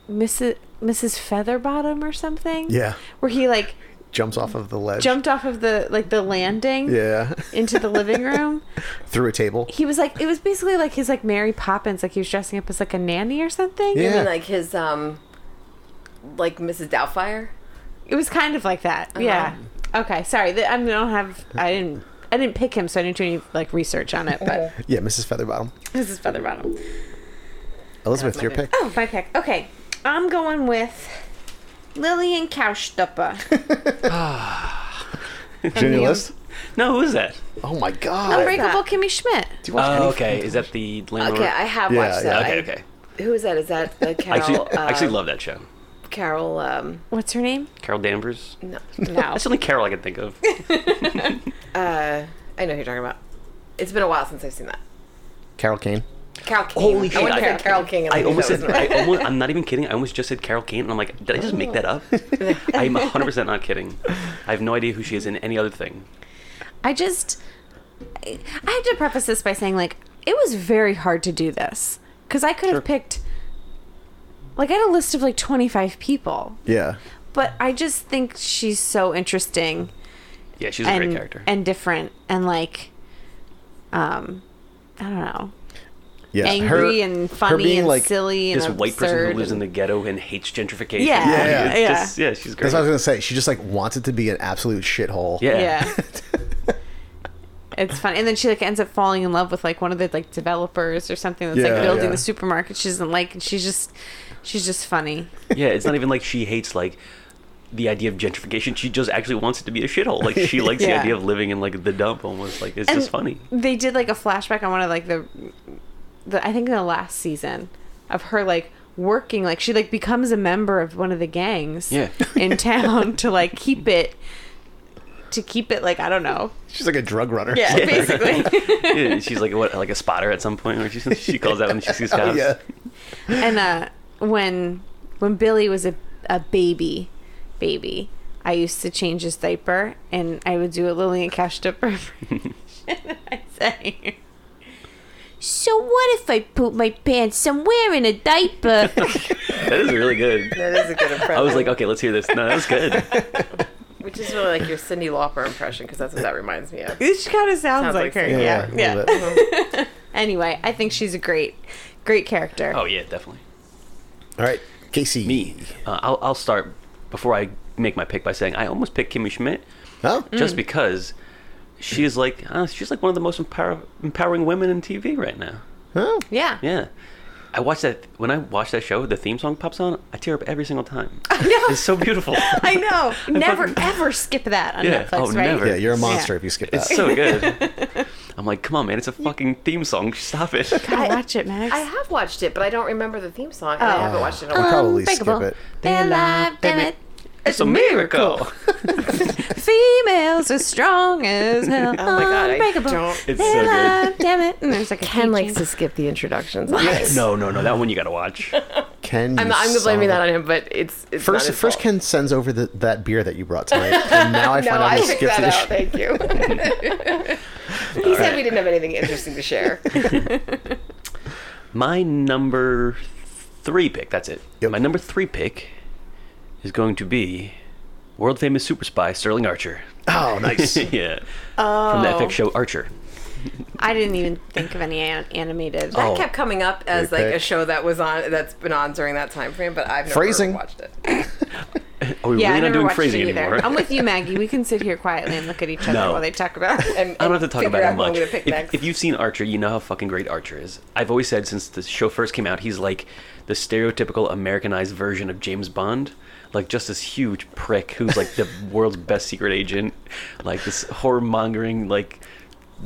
[SPEAKER 4] Mrs. Mrs. Featherbottom or something.
[SPEAKER 3] Yeah.
[SPEAKER 4] where he like
[SPEAKER 3] Jumps off of the ledge.
[SPEAKER 4] jumped off of the like the landing
[SPEAKER 3] Yeah.
[SPEAKER 4] into the
[SPEAKER 3] <laughs>
[SPEAKER 4] living room.
[SPEAKER 3] Through a table.
[SPEAKER 4] He was like it was basically like his like Mary Poppins, like he was dressing up as like a nanny or something.
[SPEAKER 3] Yeah.
[SPEAKER 6] I mean, like his um, like Mrs. Doubtfire.
[SPEAKER 4] It was kind of like that. Yeah. Okay. Sorry. th- I don't have. I didn't. I didn't pick him, so I didn't do any like research on it. But
[SPEAKER 3] Yeah, Mrs. Featherbottom.
[SPEAKER 4] this is Featherbottom.
[SPEAKER 3] Elizabeth, your pick.
[SPEAKER 4] Oh, my pick. Okay, I'm going with Lillian Kaustupper.
[SPEAKER 3] Junior list.
[SPEAKER 7] No, who is that?
[SPEAKER 3] Oh my god.
[SPEAKER 4] Unbreakable Kimmy Schmidt.
[SPEAKER 3] Do you watch
[SPEAKER 7] Oh,
[SPEAKER 3] any-
[SPEAKER 7] okay. Is that the landlord?
[SPEAKER 6] Okay, I have
[SPEAKER 3] Yeah,
[SPEAKER 6] watched that.
[SPEAKER 3] yeah.
[SPEAKER 7] okay,
[SPEAKER 6] I-
[SPEAKER 7] okay.
[SPEAKER 6] Who is that? Is that
[SPEAKER 7] <laughs>
[SPEAKER 6] uh,
[SPEAKER 7] I
[SPEAKER 6] Carol?
[SPEAKER 7] actually, I
[SPEAKER 6] uh,
[SPEAKER 7] actually love that show.
[SPEAKER 6] Carol. Um,
[SPEAKER 4] What's her name?
[SPEAKER 7] Carol Danvers. <laughs>
[SPEAKER 6] no,
[SPEAKER 4] No.
[SPEAKER 7] That's the only Carol I can think of.
[SPEAKER 6] uh, I know who you're talking about. It's been a while since I've seen that.
[SPEAKER 3] Carol Kane.
[SPEAKER 6] Carol King.
[SPEAKER 7] Holy
[SPEAKER 6] I
[SPEAKER 7] shit,
[SPEAKER 6] wanted to
[SPEAKER 7] I-
[SPEAKER 6] say Carol King. And
[SPEAKER 7] I
[SPEAKER 6] I,
[SPEAKER 7] almost
[SPEAKER 6] that
[SPEAKER 7] said, I almost, I'm not even kidding. I almost just said Carol Kane, and I'm like, did I just make that up? I'm 100% not kidding. I have no idea who she is in any other thing.
[SPEAKER 4] I just. I, I have to preface this by saying like it was very hard to do this because I could have picked. Like I had a list of like 25 people,
[SPEAKER 3] Yeah.
[SPEAKER 4] but I just think she's so interesting.
[SPEAKER 7] Yeah, she's a
[SPEAKER 4] and
[SPEAKER 7] great character.
[SPEAKER 4] and different and like um I don't know.
[SPEAKER 3] Yeah.
[SPEAKER 4] Angry
[SPEAKER 3] Her-
[SPEAKER 4] and
[SPEAKER 3] her
[SPEAKER 4] funny
[SPEAKER 3] being
[SPEAKER 4] and
[SPEAKER 3] like,
[SPEAKER 4] silly and
[SPEAKER 7] this white person
[SPEAKER 4] absurd
[SPEAKER 7] who lives in
[SPEAKER 4] and-
[SPEAKER 7] the <laughs> ghetto and hates gentrification.
[SPEAKER 4] Yeah,
[SPEAKER 7] Like,
[SPEAKER 3] Yeah.
[SPEAKER 7] it's
[SPEAKER 4] yeah.
[SPEAKER 7] just- yeah, she's great.
[SPEAKER 3] That's what I was gonna say. She just like wants it to be an absolute shithole.
[SPEAKER 7] yeah.
[SPEAKER 4] yeah. it's fun. And then she like ends up falling in love with like one of the like developers or something that's
[SPEAKER 3] Yeah,
[SPEAKER 4] like building
[SPEAKER 3] yeah.
[SPEAKER 4] the supermarket she doesn't like and she's just she's just funny.
[SPEAKER 7] Yeah, it's not even like she hates like the idea of gentrification. She just actually wants it to be a shithole. Like she likes the
[SPEAKER 4] Yeah.
[SPEAKER 7] idea of living in like the dump almost. Like it's just funny.
[SPEAKER 4] They did like a flashback on one of like the the I think the last season of her like working like she like becomes a member of one of the gangs
[SPEAKER 7] Yeah.
[SPEAKER 4] <laughs> in town to like keep it to keep it like I don't know.
[SPEAKER 3] She's like a drug runner.
[SPEAKER 4] Yeah, basically.
[SPEAKER 7] Yeah, she's like what like a spotter at some point, or she she calls out when she
[SPEAKER 3] <laughs>
[SPEAKER 7] sees
[SPEAKER 3] Oh, <laughs>
[SPEAKER 7] cops.
[SPEAKER 3] yeah.
[SPEAKER 4] and uh when when Billy was a a baby baby, I used to change his diaper and I would do a Lillian Cash <laughs> diaper. I say so what if I poop my pants somewhere in a <laughs> diaper?
[SPEAKER 7] That is
[SPEAKER 3] <laughs>
[SPEAKER 7] really good.
[SPEAKER 6] is a good impression.
[SPEAKER 7] <laughs> I was like, okay, let's hear this. No, that was good.
[SPEAKER 6] which is really like your Cindy Lauper impression because that's what that reminds me of.
[SPEAKER 4] this kind of sounds,
[SPEAKER 6] Sounds
[SPEAKER 4] like,
[SPEAKER 6] like
[SPEAKER 4] her.
[SPEAKER 6] Sarah.
[SPEAKER 4] Yeah.
[SPEAKER 3] a
[SPEAKER 4] Yeah.
[SPEAKER 3] little bit.
[SPEAKER 4] Anyway, I think she's a great great character.
[SPEAKER 7] Oh yeah, definitely.
[SPEAKER 3] All right, Casey.
[SPEAKER 7] Me, uh, I'll I'll start before I make my pick by saying I almost picked Kimmy Schmidt
[SPEAKER 3] Oh,
[SPEAKER 6] Mm.
[SPEAKER 7] just because she is like uh, she's like one of the most empower- empowering women in TV right now.
[SPEAKER 3] oh.
[SPEAKER 4] Yeah.
[SPEAKER 7] Yeah. I watch that when I watch that show, the theme song pops on, I tear up every
[SPEAKER 3] <laughs>
[SPEAKER 7] single time. It's so beautiful.
[SPEAKER 4] <laughs> I know. <laughs> Never ever skip that on
[SPEAKER 7] Yeah.
[SPEAKER 4] Netflix,
[SPEAKER 7] Oh,
[SPEAKER 4] right?
[SPEAKER 7] never.
[SPEAKER 3] Yeah, you're a monster if you skip that.
[SPEAKER 7] It's so good.
[SPEAKER 3] <laughs>
[SPEAKER 7] I'm like, come on, man, it's a fucking theme song. Stop it.
[SPEAKER 4] Gotta watch it, Max.
[SPEAKER 6] I have watched it, but I don't remember the theme song. and I haven't watched it in a
[SPEAKER 3] We'll
[SPEAKER 6] while.
[SPEAKER 3] probably skip
[SPEAKER 4] Unbreakable.
[SPEAKER 3] it.
[SPEAKER 4] They're alive, damn it.
[SPEAKER 7] It's a miracle.
[SPEAKER 4] Females as strong as hell.
[SPEAKER 6] Oh my god, I
[SPEAKER 4] Unbreakable.
[SPEAKER 6] don't.
[SPEAKER 7] It's so good.
[SPEAKER 4] damn it. And there's like a
[SPEAKER 6] Ken
[SPEAKER 4] key
[SPEAKER 6] likes
[SPEAKER 4] chain.
[SPEAKER 6] to skip the introductions.
[SPEAKER 7] No, no, no. That one you gotta <laughs> watch.
[SPEAKER 3] Ken,
[SPEAKER 6] I'm,
[SPEAKER 3] you
[SPEAKER 6] I'm blaming
[SPEAKER 3] son of
[SPEAKER 6] that on him, but it's, it's
[SPEAKER 3] First,
[SPEAKER 6] not his
[SPEAKER 3] first
[SPEAKER 6] fault.
[SPEAKER 3] Ken sends over the, that beer that you brought
[SPEAKER 6] <laughs>
[SPEAKER 3] tonight, and now I find out
[SPEAKER 6] No, I
[SPEAKER 3] he
[SPEAKER 6] picked
[SPEAKER 3] skipped
[SPEAKER 6] that
[SPEAKER 3] the
[SPEAKER 6] out.
[SPEAKER 3] sh-
[SPEAKER 6] Thank
[SPEAKER 3] <laughs>
[SPEAKER 6] you. he said we didn't have anything interesting to share.
[SPEAKER 7] My number three pick. That's it.
[SPEAKER 3] Yep.
[SPEAKER 7] My number three pick is going to be world famous super spy Sterling Archer.
[SPEAKER 3] <laughs> Oh, nice.
[SPEAKER 7] <laughs> yeah. Oh. From the FX show Archer.
[SPEAKER 4] I didn't even think of any an- animated.
[SPEAKER 6] That
[SPEAKER 7] Oh.
[SPEAKER 6] kept coming up as
[SPEAKER 3] Great
[SPEAKER 6] like a
[SPEAKER 3] pick.
[SPEAKER 6] show that was on that's been on during that time frame, but I've never
[SPEAKER 3] Phrasing.
[SPEAKER 6] watched it.
[SPEAKER 7] Are we
[SPEAKER 4] yeah, I
[SPEAKER 7] Oh, really
[SPEAKER 4] never
[SPEAKER 7] not doing
[SPEAKER 4] watched
[SPEAKER 7] phrasing
[SPEAKER 4] it either.
[SPEAKER 7] anymore?
[SPEAKER 4] I'm with you, Maggie. We can sit here quietly and look at each other
[SPEAKER 7] No.
[SPEAKER 4] while they talk about.
[SPEAKER 6] And,
[SPEAKER 7] I don't have to talk
[SPEAKER 6] figure
[SPEAKER 7] about
[SPEAKER 6] out
[SPEAKER 7] it
[SPEAKER 6] who I'm
[SPEAKER 7] much.
[SPEAKER 6] gonna pick
[SPEAKER 7] If,
[SPEAKER 6] next.
[SPEAKER 7] if you've seen Archer, you know how fucking great Archer is. I've always said since the show first came out, he's like the stereotypical Americanized version of James Bond. Like just this huge prick who's like
[SPEAKER 6] <laughs>
[SPEAKER 7] the world's best secret agent, like this horror mongering, like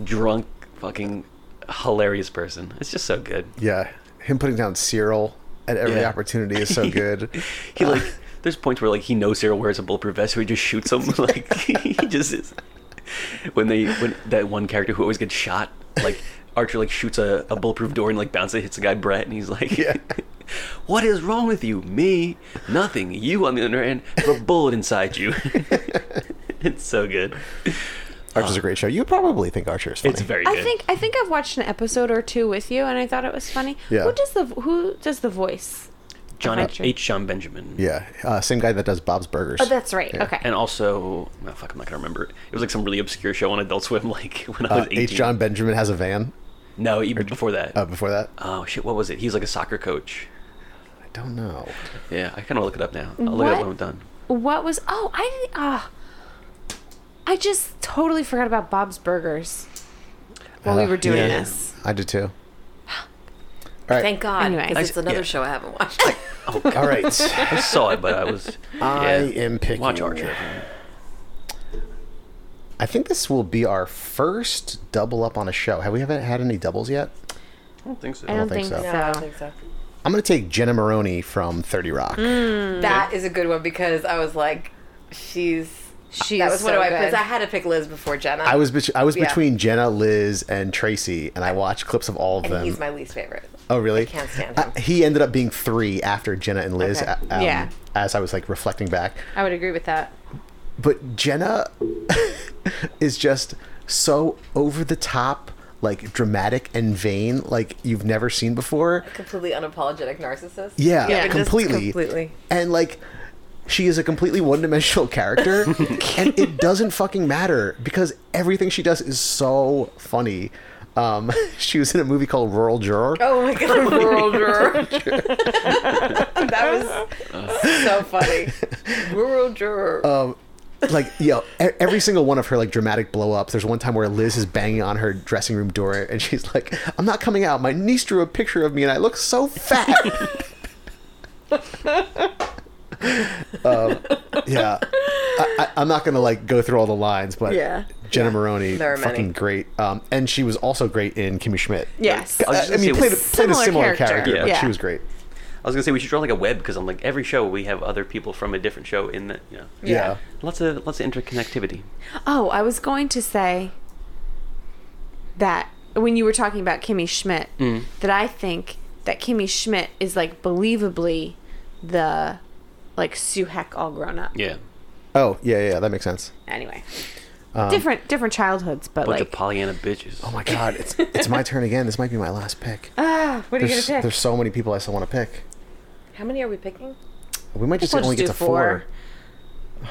[SPEAKER 7] drunk, fucking hilarious person. It's just so good.
[SPEAKER 3] yeah, him putting down Cyril at every
[SPEAKER 7] Yeah.
[SPEAKER 3] opportunity is
[SPEAKER 7] <laughs>
[SPEAKER 3] so good.
[SPEAKER 7] He like there's points where like he knows Sarah wears a bulletproof vest, so he just shoots him. <laughs> Like he just is. When they when that one character who always gets shot, like Archer like shoots a, a bulletproof door and like bounces hits the guy Brett, and he's like,
[SPEAKER 3] Yeah.
[SPEAKER 7] <laughs> "What is wrong with you? Me? Nothing. You on the other hand have a bullet inside you." <laughs> it's so good.
[SPEAKER 3] Archer's a great show. You probably think Archer is funny.
[SPEAKER 7] It's very good.
[SPEAKER 4] I think I think I've watched an episode or two with you, and I thought it was funny.
[SPEAKER 3] Yeah.
[SPEAKER 4] Who does the Who does the voice?
[SPEAKER 7] John H.
[SPEAKER 4] Archer.
[SPEAKER 7] John Benjamin.
[SPEAKER 3] yeah, uh, same guy that does Bob's Burgers.
[SPEAKER 4] Oh, that's right.
[SPEAKER 3] Yeah.
[SPEAKER 4] Okay.
[SPEAKER 7] And also, oh, fuck, I'm not gonna remember. It was like some really obscure show on Adult Swim, <laughs> like when I
[SPEAKER 3] Uh,
[SPEAKER 7] was 18.
[SPEAKER 3] H. John Benjamin has a van.
[SPEAKER 7] No, even before that.
[SPEAKER 3] Uh, before that,
[SPEAKER 7] Oh shit, what was it? He was like a soccer coach.
[SPEAKER 3] I don't know.
[SPEAKER 7] Yeah, I kind of look it up now. I'll look it up when I'm
[SPEAKER 4] What?
[SPEAKER 7] done.
[SPEAKER 4] What was? Oh, I didn't. Ah, I just totally forgot about Bob's Burgers while
[SPEAKER 3] Uh,
[SPEAKER 4] we were doing
[SPEAKER 7] yeah.
[SPEAKER 4] this.
[SPEAKER 3] I did
[SPEAKER 4] <gasps>
[SPEAKER 3] too. All right.
[SPEAKER 6] Thank God,
[SPEAKER 4] Anyway.
[SPEAKER 6] because
[SPEAKER 4] I
[SPEAKER 6] it's
[SPEAKER 7] s-
[SPEAKER 6] another
[SPEAKER 7] yeah.
[SPEAKER 6] show I haven't watched.
[SPEAKER 7] Oh, God.
[SPEAKER 3] All
[SPEAKER 4] <laughs>
[SPEAKER 3] right.
[SPEAKER 7] I saw it, but I
[SPEAKER 6] <laughs>
[SPEAKER 7] was.
[SPEAKER 3] I
[SPEAKER 7] yeah.
[SPEAKER 3] am picking.
[SPEAKER 7] Watch Archer.
[SPEAKER 3] I think this will be our first double up on a show. Have we haven't had any doubles yet?
[SPEAKER 7] I don't think so.
[SPEAKER 4] I don't,
[SPEAKER 3] think so.
[SPEAKER 4] think, so.
[SPEAKER 6] No, I don't think so.
[SPEAKER 3] I'm going to take Jenna Maroney from 30 Rock.
[SPEAKER 4] Mm.
[SPEAKER 6] That is a good one because I was like, she's.
[SPEAKER 4] She
[SPEAKER 6] that
[SPEAKER 4] is
[SPEAKER 6] was one
[SPEAKER 4] so
[SPEAKER 6] of my
[SPEAKER 4] good.
[SPEAKER 6] picks. I had to pick Liz before Jenna.
[SPEAKER 3] I was bet- I was
[SPEAKER 6] Yeah.
[SPEAKER 3] between Jenna, Liz, and Tracy, and I watched clips of all of
[SPEAKER 6] and
[SPEAKER 3] them.
[SPEAKER 6] he's my least favorite.
[SPEAKER 3] oh, really?
[SPEAKER 6] I can't stand
[SPEAKER 3] Uh,
[SPEAKER 6] him.
[SPEAKER 3] he ended up being three after Jenna and Liz.
[SPEAKER 6] Okay.
[SPEAKER 3] a- um,
[SPEAKER 4] Yeah.
[SPEAKER 3] As I was like reflecting back,
[SPEAKER 4] I would agree with that.
[SPEAKER 3] but Jenna <laughs> is just so over the top, like dramatic and vain, like you've never seen before.
[SPEAKER 6] Completely unapologetic narcissist.
[SPEAKER 3] Yeah,
[SPEAKER 4] Yeah, just
[SPEAKER 3] completely.
[SPEAKER 6] completely.
[SPEAKER 3] And like she is a completely one-dimensional <laughs> character and it doesn't fucking matter because everything she does is so funny. Um, <laughs> she was in a movie called Rural Juror.
[SPEAKER 6] Oh my <laughs> god, rural juror. <laughs> that was so funny. Rural juror.
[SPEAKER 3] Like, yo, e- every single one of her like dramatic blow-ups. There's one time where Liz is banging on her dressing room door and she's like, "I'm not coming out. My niece drew a picture of me and I look so fat." <laughs> um, yeah, I, I, I'm not gonna like go through all the lines, but
[SPEAKER 4] Yeah.
[SPEAKER 3] Jenna Maroney,
[SPEAKER 6] There are many.
[SPEAKER 3] fucking great. Um, and she was also great in Kimmy Schmidt.
[SPEAKER 4] Yes.
[SPEAKER 7] I was
[SPEAKER 3] Uh,
[SPEAKER 7] just
[SPEAKER 3] I
[SPEAKER 7] gonna
[SPEAKER 3] mean,
[SPEAKER 7] say,
[SPEAKER 3] played a, played
[SPEAKER 7] we-
[SPEAKER 3] a
[SPEAKER 4] Similar
[SPEAKER 3] similar character,
[SPEAKER 4] character.
[SPEAKER 3] but
[SPEAKER 4] Yeah.
[SPEAKER 3] she was great.
[SPEAKER 7] I was gonna say we should draw like a web because I'm like every show we have other people from a different show in the you know
[SPEAKER 3] Yeah.
[SPEAKER 7] lots of lots of interconnectivity.
[SPEAKER 4] Oh, I was going to say that when you were talking about Kimmy Schmidt,
[SPEAKER 7] Mm.
[SPEAKER 4] that I think that Kimmy Schmidt is like believably the like Sue Heck all grown up.
[SPEAKER 7] Yeah,
[SPEAKER 3] Oh yeah, yeah, that makes sense.
[SPEAKER 4] Anyway,
[SPEAKER 3] Um,
[SPEAKER 4] different different childhoods, but
[SPEAKER 7] bunch
[SPEAKER 4] like
[SPEAKER 7] of Pollyanna bitches.
[SPEAKER 3] Oh my god, it's it's my turn again. This might be my last pick.
[SPEAKER 4] ah, what are you
[SPEAKER 3] There's,
[SPEAKER 4] gonna pick?
[SPEAKER 3] there's so many people I still want to pick.
[SPEAKER 6] How many are we picking?
[SPEAKER 3] We might just
[SPEAKER 4] we'll
[SPEAKER 3] only
[SPEAKER 4] just
[SPEAKER 3] get to
[SPEAKER 4] do
[SPEAKER 3] four.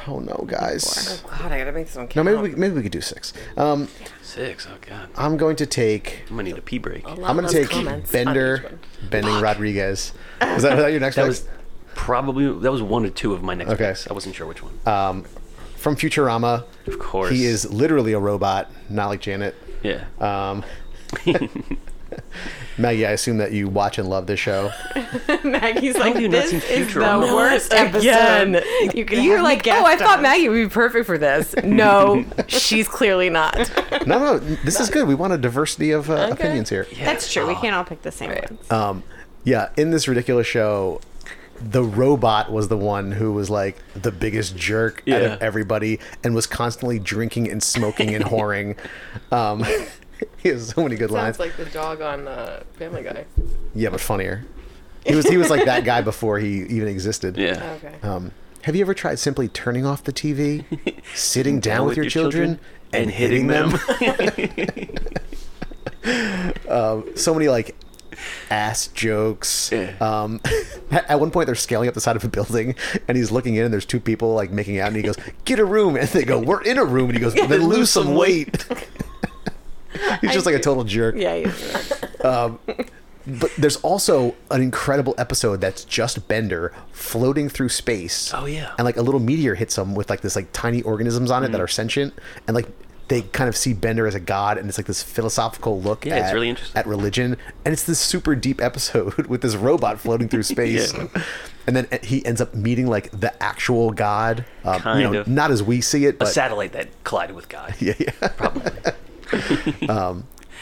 [SPEAKER 3] Oh no, guys.
[SPEAKER 6] God, I gotta make someone
[SPEAKER 3] No,
[SPEAKER 6] count.
[SPEAKER 3] maybe we maybe we could do six. Um,
[SPEAKER 7] Six. Oh god,
[SPEAKER 3] I'm going to take.
[SPEAKER 7] I'm gonna need a pee break.
[SPEAKER 6] Oh.
[SPEAKER 3] I'm going to take Bender, Bending Rodriguez. Is that, is that your next
[SPEAKER 7] <laughs> That
[SPEAKER 3] pick?
[SPEAKER 7] was probably that was one or two of my next
[SPEAKER 3] Okay.
[SPEAKER 7] picks. I wasn't sure which one.
[SPEAKER 3] um, from Futurama.
[SPEAKER 7] of course,
[SPEAKER 3] He is literally a robot, not like Janet.
[SPEAKER 7] Yeah.
[SPEAKER 3] Um, Maggie, I assume that you watch and love this
[SPEAKER 4] <laughs>
[SPEAKER 3] show.
[SPEAKER 4] <laughs> Maggie's like,
[SPEAKER 7] do you not
[SPEAKER 4] this
[SPEAKER 7] see
[SPEAKER 4] is the
[SPEAKER 7] Futurama?"
[SPEAKER 4] worst episode.
[SPEAKER 7] <laughs>
[SPEAKER 4] You can
[SPEAKER 6] You're
[SPEAKER 4] have me
[SPEAKER 6] like, oh,
[SPEAKER 4] guest
[SPEAKER 6] I thought
[SPEAKER 4] on."
[SPEAKER 6] Maggie would be perfect for this.
[SPEAKER 7] <laughs>
[SPEAKER 6] No, she's clearly not.
[SPEAKER 3] No, no, this is good. We want a diversity of uh, opinions here.
[SPEAKER 4] That's true. We can't all pick the same ones.
[SPEAKER 3] Um, yeah, in this ridiculous show, the robot was the one who was like the biggest jerk out
[SPEAKER 7] Yeah.
[SPEAKER 3] of everybody and was constantly drinking and smoking and <laughs> whoring. Um, he has so many good lines.
[SPEAKER 6] Sounds like the dog on uh, Family Guy.
[SPEAKER 3] yeah, but funnier. He was he was like that guy before he even existed.
[SPEAKER 7] yeah.
[SPEAKER 6] Okay.
[SPEAKER 3] Um, have you ever tried simply turning off the <laughs> TV, sitting down with your, children, <laughs> and hitting them? so many like ass jokes.
[SPEAKER 7] Yeah.
[SPEAKER 3] Um, <laughs> at one point, they're scaling up the side of a building, and he's looking in, and there's two people like making out, and he goes, "Get a room," and they go, "We're in a room," and <laughs> he goes, "Then lose some weight." <laughs> he's just like a total jerk.
[SPEAKER 4] Yeah, yeah.
[SPEAKER 3] But there's also an incredible episode that's just Bender floating through space.
[SPEAKER 7] Oh, yeah. Mm.
[SPEAKER 3] And like a little meteor hits him with like this like tiny organisms on it that are sentient and like they kind of see Bender as a god and it's like this philosophical look
[SPEAKER 7] Yeah,
[SPEAKER 3] at,
[SPEAKER 7] it's really interesting.
[SPEAKER 3] at religion and it's this super deep episode <laughs> with this robot floating
[SPEAKER 7] <laughs>
[SPEAKER 3] through space.
[SPEAKER 7] Yeah.
[SPEAKER 3] And then eh, he ends up meeting like the actual god. Um,
[SPEAKER 7] Kind
[SPEAKER 3] you know,
[SPEAKER 7] of.
[SPEAKER 3] not as we see it,
[SPEAKER 7] <laughs> A
[SPEAKER 3] but
[SPEAKER 7] satellite that collided with God.
[SPEAKER 3] <laughs> yeah, yeah.
[SPEAKER 7] Probably.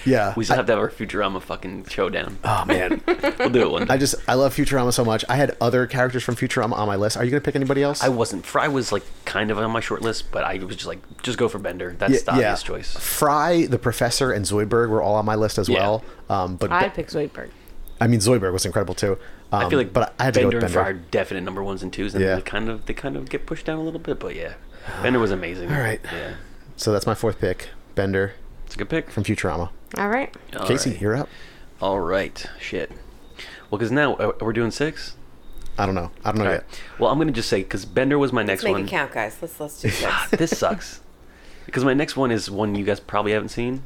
[SPEAKER 3] yeah.
[SPEAKER 7] We still have to have our Futurama fucking showdown.
[SPEAKER 3] oh man.
[SPEAKER 7] We'll do it one day.
[SPEAKER 3] I just I love Futurama so much. I had other characters from Futurama on my list. Are you going to pick anybody else?
[SPEAKER 7] I wasn't. Fry was like kind of on my short list, but I was just like, just go for Bender. That's the obvious choice.
[SPEAKER 3] Fry, the Professor, and Zoidberg were all on my list as
[SPEAKER 7] Yeah.
[SPEAKER 3] well. Um, but
[SPEAKER 4] I'd pick Zoidberg.
[SPEAKER 3] I mean, Zoidberg was incredible too. Um,
[SPEAKER 7] I feel like,
[SPEAKER 3] but I had to
[SPEAKER 7] Bender,
[SPEAKER 3] go with
[SPEAKER 7] and Fry are
[SPEAKER 3] Bender.
[SPEAKER 7] definite number ones and twos, and
[SPEAKER 3] Yeah.
[SPEAKER 7] they kind of they kind of get pushed down a little bit. But yeah, Bender was amazing. All
[SPEAKER 3] right.
[SPEAKER 7] yeah,
[SPEAKER 3] So that's my fourth pick, Bender
[SPEAKER 7] it's a good pick.
[SPEAKER 3] from Futurama.
[SPEAKER 4] All right.
[SPEAKER 7] All
[SPEAKER 3] Casey,
[SPEAKER 7] right.
[SPEAKER 3] you're up.
[SPEAKER 7] All right, shit. Well, because now uh, we're doing six.
[SPEAKER 3] I don't know. I don't know
[SPEAKER 7] All
[SPEAKER 3] yet.
[SPEAKER 7] right. Well, I'm gonna just say because Bender was my next
[SPEAKER 6] Make
[SPEAKER 7] one.
[SPEAKER 6] it count, guys. Let's let's do six.
[SPEAKER 7] <laughs> Ah, this sucks. Because my next one is one you guys probably haven't seen,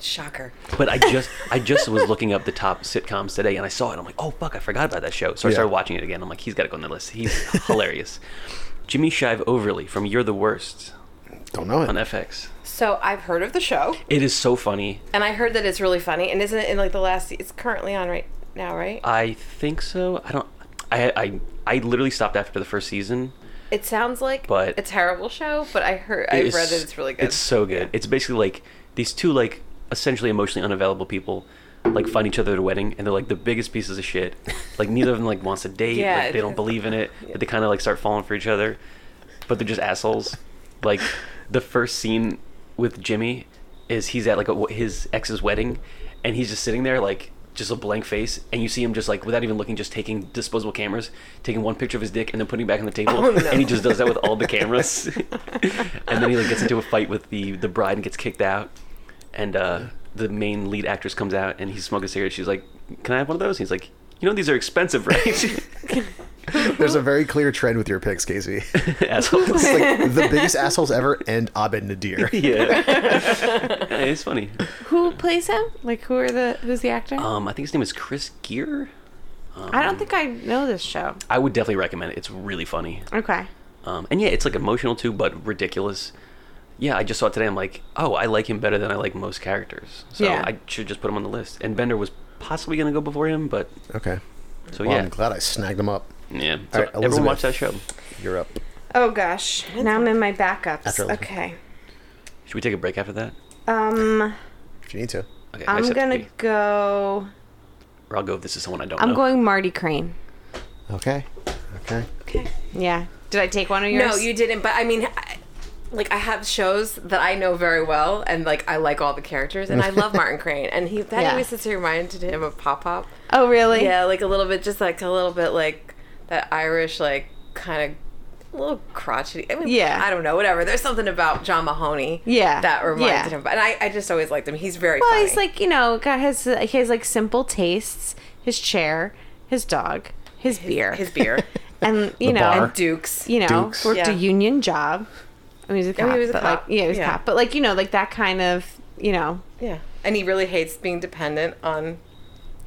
[SPEAKER 6] Shocker.
[SPEAKER 7] but I just I just was looking up the top sitcoms today and I saw it. I'm like, oh fuck, I forgot about that show. So I
[SPEAKER 3] Yeah.
[SPEAKER 7] started watching it again. I'm like, he's got to go on the list. He's hilarious. <laughs> Jimmy Shive Overly from You're the Worst
[SPEAKER 3] Don't know it.
[SPEAKER 7] on FX.
[SPEAKER 6] So I've heard of the show,
[SPEAKER 7] It is so funny.
[SPEAKER 6] and I heard that it's really funny. And isn't it in like the last? It's currently on right now, right?
[SPEAKER 7] I think so. I don't. I I I literally stopped after the first season.
[SPEAKER 6] It sounds like
[SPEAKER 7] But-
[SPEAKER 6] a terrible show, but I heard
[SPEAKER 7] It
[SPEAKER 6] I read
[SPEAKER 7] is-
[SPEAKER 6] that it's really good.
[SPEAKER 7] It's so good. It's basically like these two like essentially emotionally unavailable people like find each other at a wedding and they're like the biggest pieces of shit. Like neither of them like
[SPEAKER 6] <laughs>
[SPEAKER 7] wants to date.
[SPEAKER 6] Yeah,
[SPEAKER 7] like, they
[SPEAKER 6] it
[SPEAKER 7] don't
[SPEAKER 6] is.
[SPEAKER 7] believe in it. But they kind of like start falling for each other. But they're just assholes. Like the first scene with Jimmy is he's at like a, his ex's wedding and he's just sitting there like just a blank face and you see him just like without even looking just taking disposable cameras taking one picture of his dick and then putting it back on the table and he just does that with all the cameras and then he like gets into a fight with the the bride and gets kicked out and uh the main lead actress comes out and he's smoking a cigarette she's like can i have one of those he's like you know these are expensive right
[SPEAKER 3] <laughs>
[SPEAKER 7] <laughs>
[SPEAKER 3] There's a very clear trend with your picks, Casey. <laughs>
[SPEAKER 7] assholes
[SPEAKER 3] It's like
[SPEAKER 7] <laughs>
[SPEAKER 3] the biggest assholes ever and Abed Nadir.
[SPEAKER 7] yeah <laughs> Yeah, it's funny
[SPEAKER 4] Who plays him? Like, who are the? Who's the actor?
[SPEAKER 7] um i think his name is chris gear
[SPEAKER 4] I don't think I know this show.
[SPEAKER 7] i would definitely recommend it it's really funny
[SPEAKER 4] Okay.
[SPEAKER 7] Um, and yeah, it's like emotional too, but ridiculous. Yeah, I just saw it today. I'm like, oh, I like him better than I like most characters. So
[SPEAKER 4] Yeah.
[SPEAKER 7] I should just put him on the list. And Bender was possibly going to go before him, but
[SPEAKER 3] Okay.
[SPEAKER 7] so
[SPEAKER 3] Well,
[SPEAKER 7] yeah.
[SPEAKER 3] I'm glad I snagged him up.
[SPEAKER 7] yeah. So
[SPEAKER 3] right,
[SPEAKER 7] everyone watch
[SPEAKER 3] Elizabeth.
[SPEAKER 7] that show.
[SPEAKER 3] You're up.
[SPEAKER 4] Oh gosh. Now I'm in my backups.
[SPEAKER 3] After Elizabeth.
[SPEAKER 4] okay.
[SPEAKER 7] Should we take a break after that?
[SPEAKER 4] Um,
[SPEAKER 3] If you need to.
[SPEAKER 7] Okay. I
[SPEAKER 4] I'm
[SPEAKER 7] said
[SPEAKER 4] gonna
[SPEAKER 7] three.
[SPEAKER 4] go.
[SPEAKER 7] Or I'll go if this is someone I don't
[SPEAKER 4] I'm
[SPEAKER 7] know.
[SPEAKER 4] going Marty Crane.
[SPEAKER 3] Okay. Okay.
[SPEAKER 4] Yeah. Did I take one of yours?
[SPEAKER 6] no, you didn't. But I mean, I, like I have shows that I know very well, and like I like all the characters, and
[SPEAKER 4] <laughs>
[SPEAKER 6] I love Martin Crane, and he that
[SPEAKER 4] Yeah.
[SPEAKER 6] always since he reminded him of Pop Pop.
[SPEAKER 4] Oh really?
[SPEAKER 6] Yeah, like a little bit, just like a little bit like that Irish, like kind of a little crotchety. I mean,
[SPEAKER 4] Yeah.
[SPEAKER 6] I don't know, whatever. There's something about John Mahoney.
[SPEAKER 4] Yeah,
[SPEAKER 6] That reminded
[SPEAKER 4] yeah.
[SPEAKER 6] him. And I, I just always liked him. He's very
[SPEAKER 4] Well,
[SPEAKER 6] funny.
[SPEAKER 4] he's like you know, got his he has like simple tastes, his chair, his dog, his, beer,
[SPEAKER 6] his beer.
[SPEAKER 4] <laughs> and you know,
[SPEAKER 3] bar.
[SPEAKER 6] Dukes.
[SPEAKER 4] you know,
[SPEAKER 3] Dukes.
[SPEAKER 4] worked
[SPEAKER 6] Yeah.
[SPEAKER 4] a union job. I mean, Oh, he was a cop,
[SPEAKER 6] he was a
[SPEAKER 4] but
[SPEAKER 6] cop.
[SPEAKER 4] like yeah, he was
[SPEAKER 6] Yeah.
[SPEAKER 4] a cop, but like you know, like that kind of you know,
[SPEAKER 6] Yeah. And he really hates being dependent on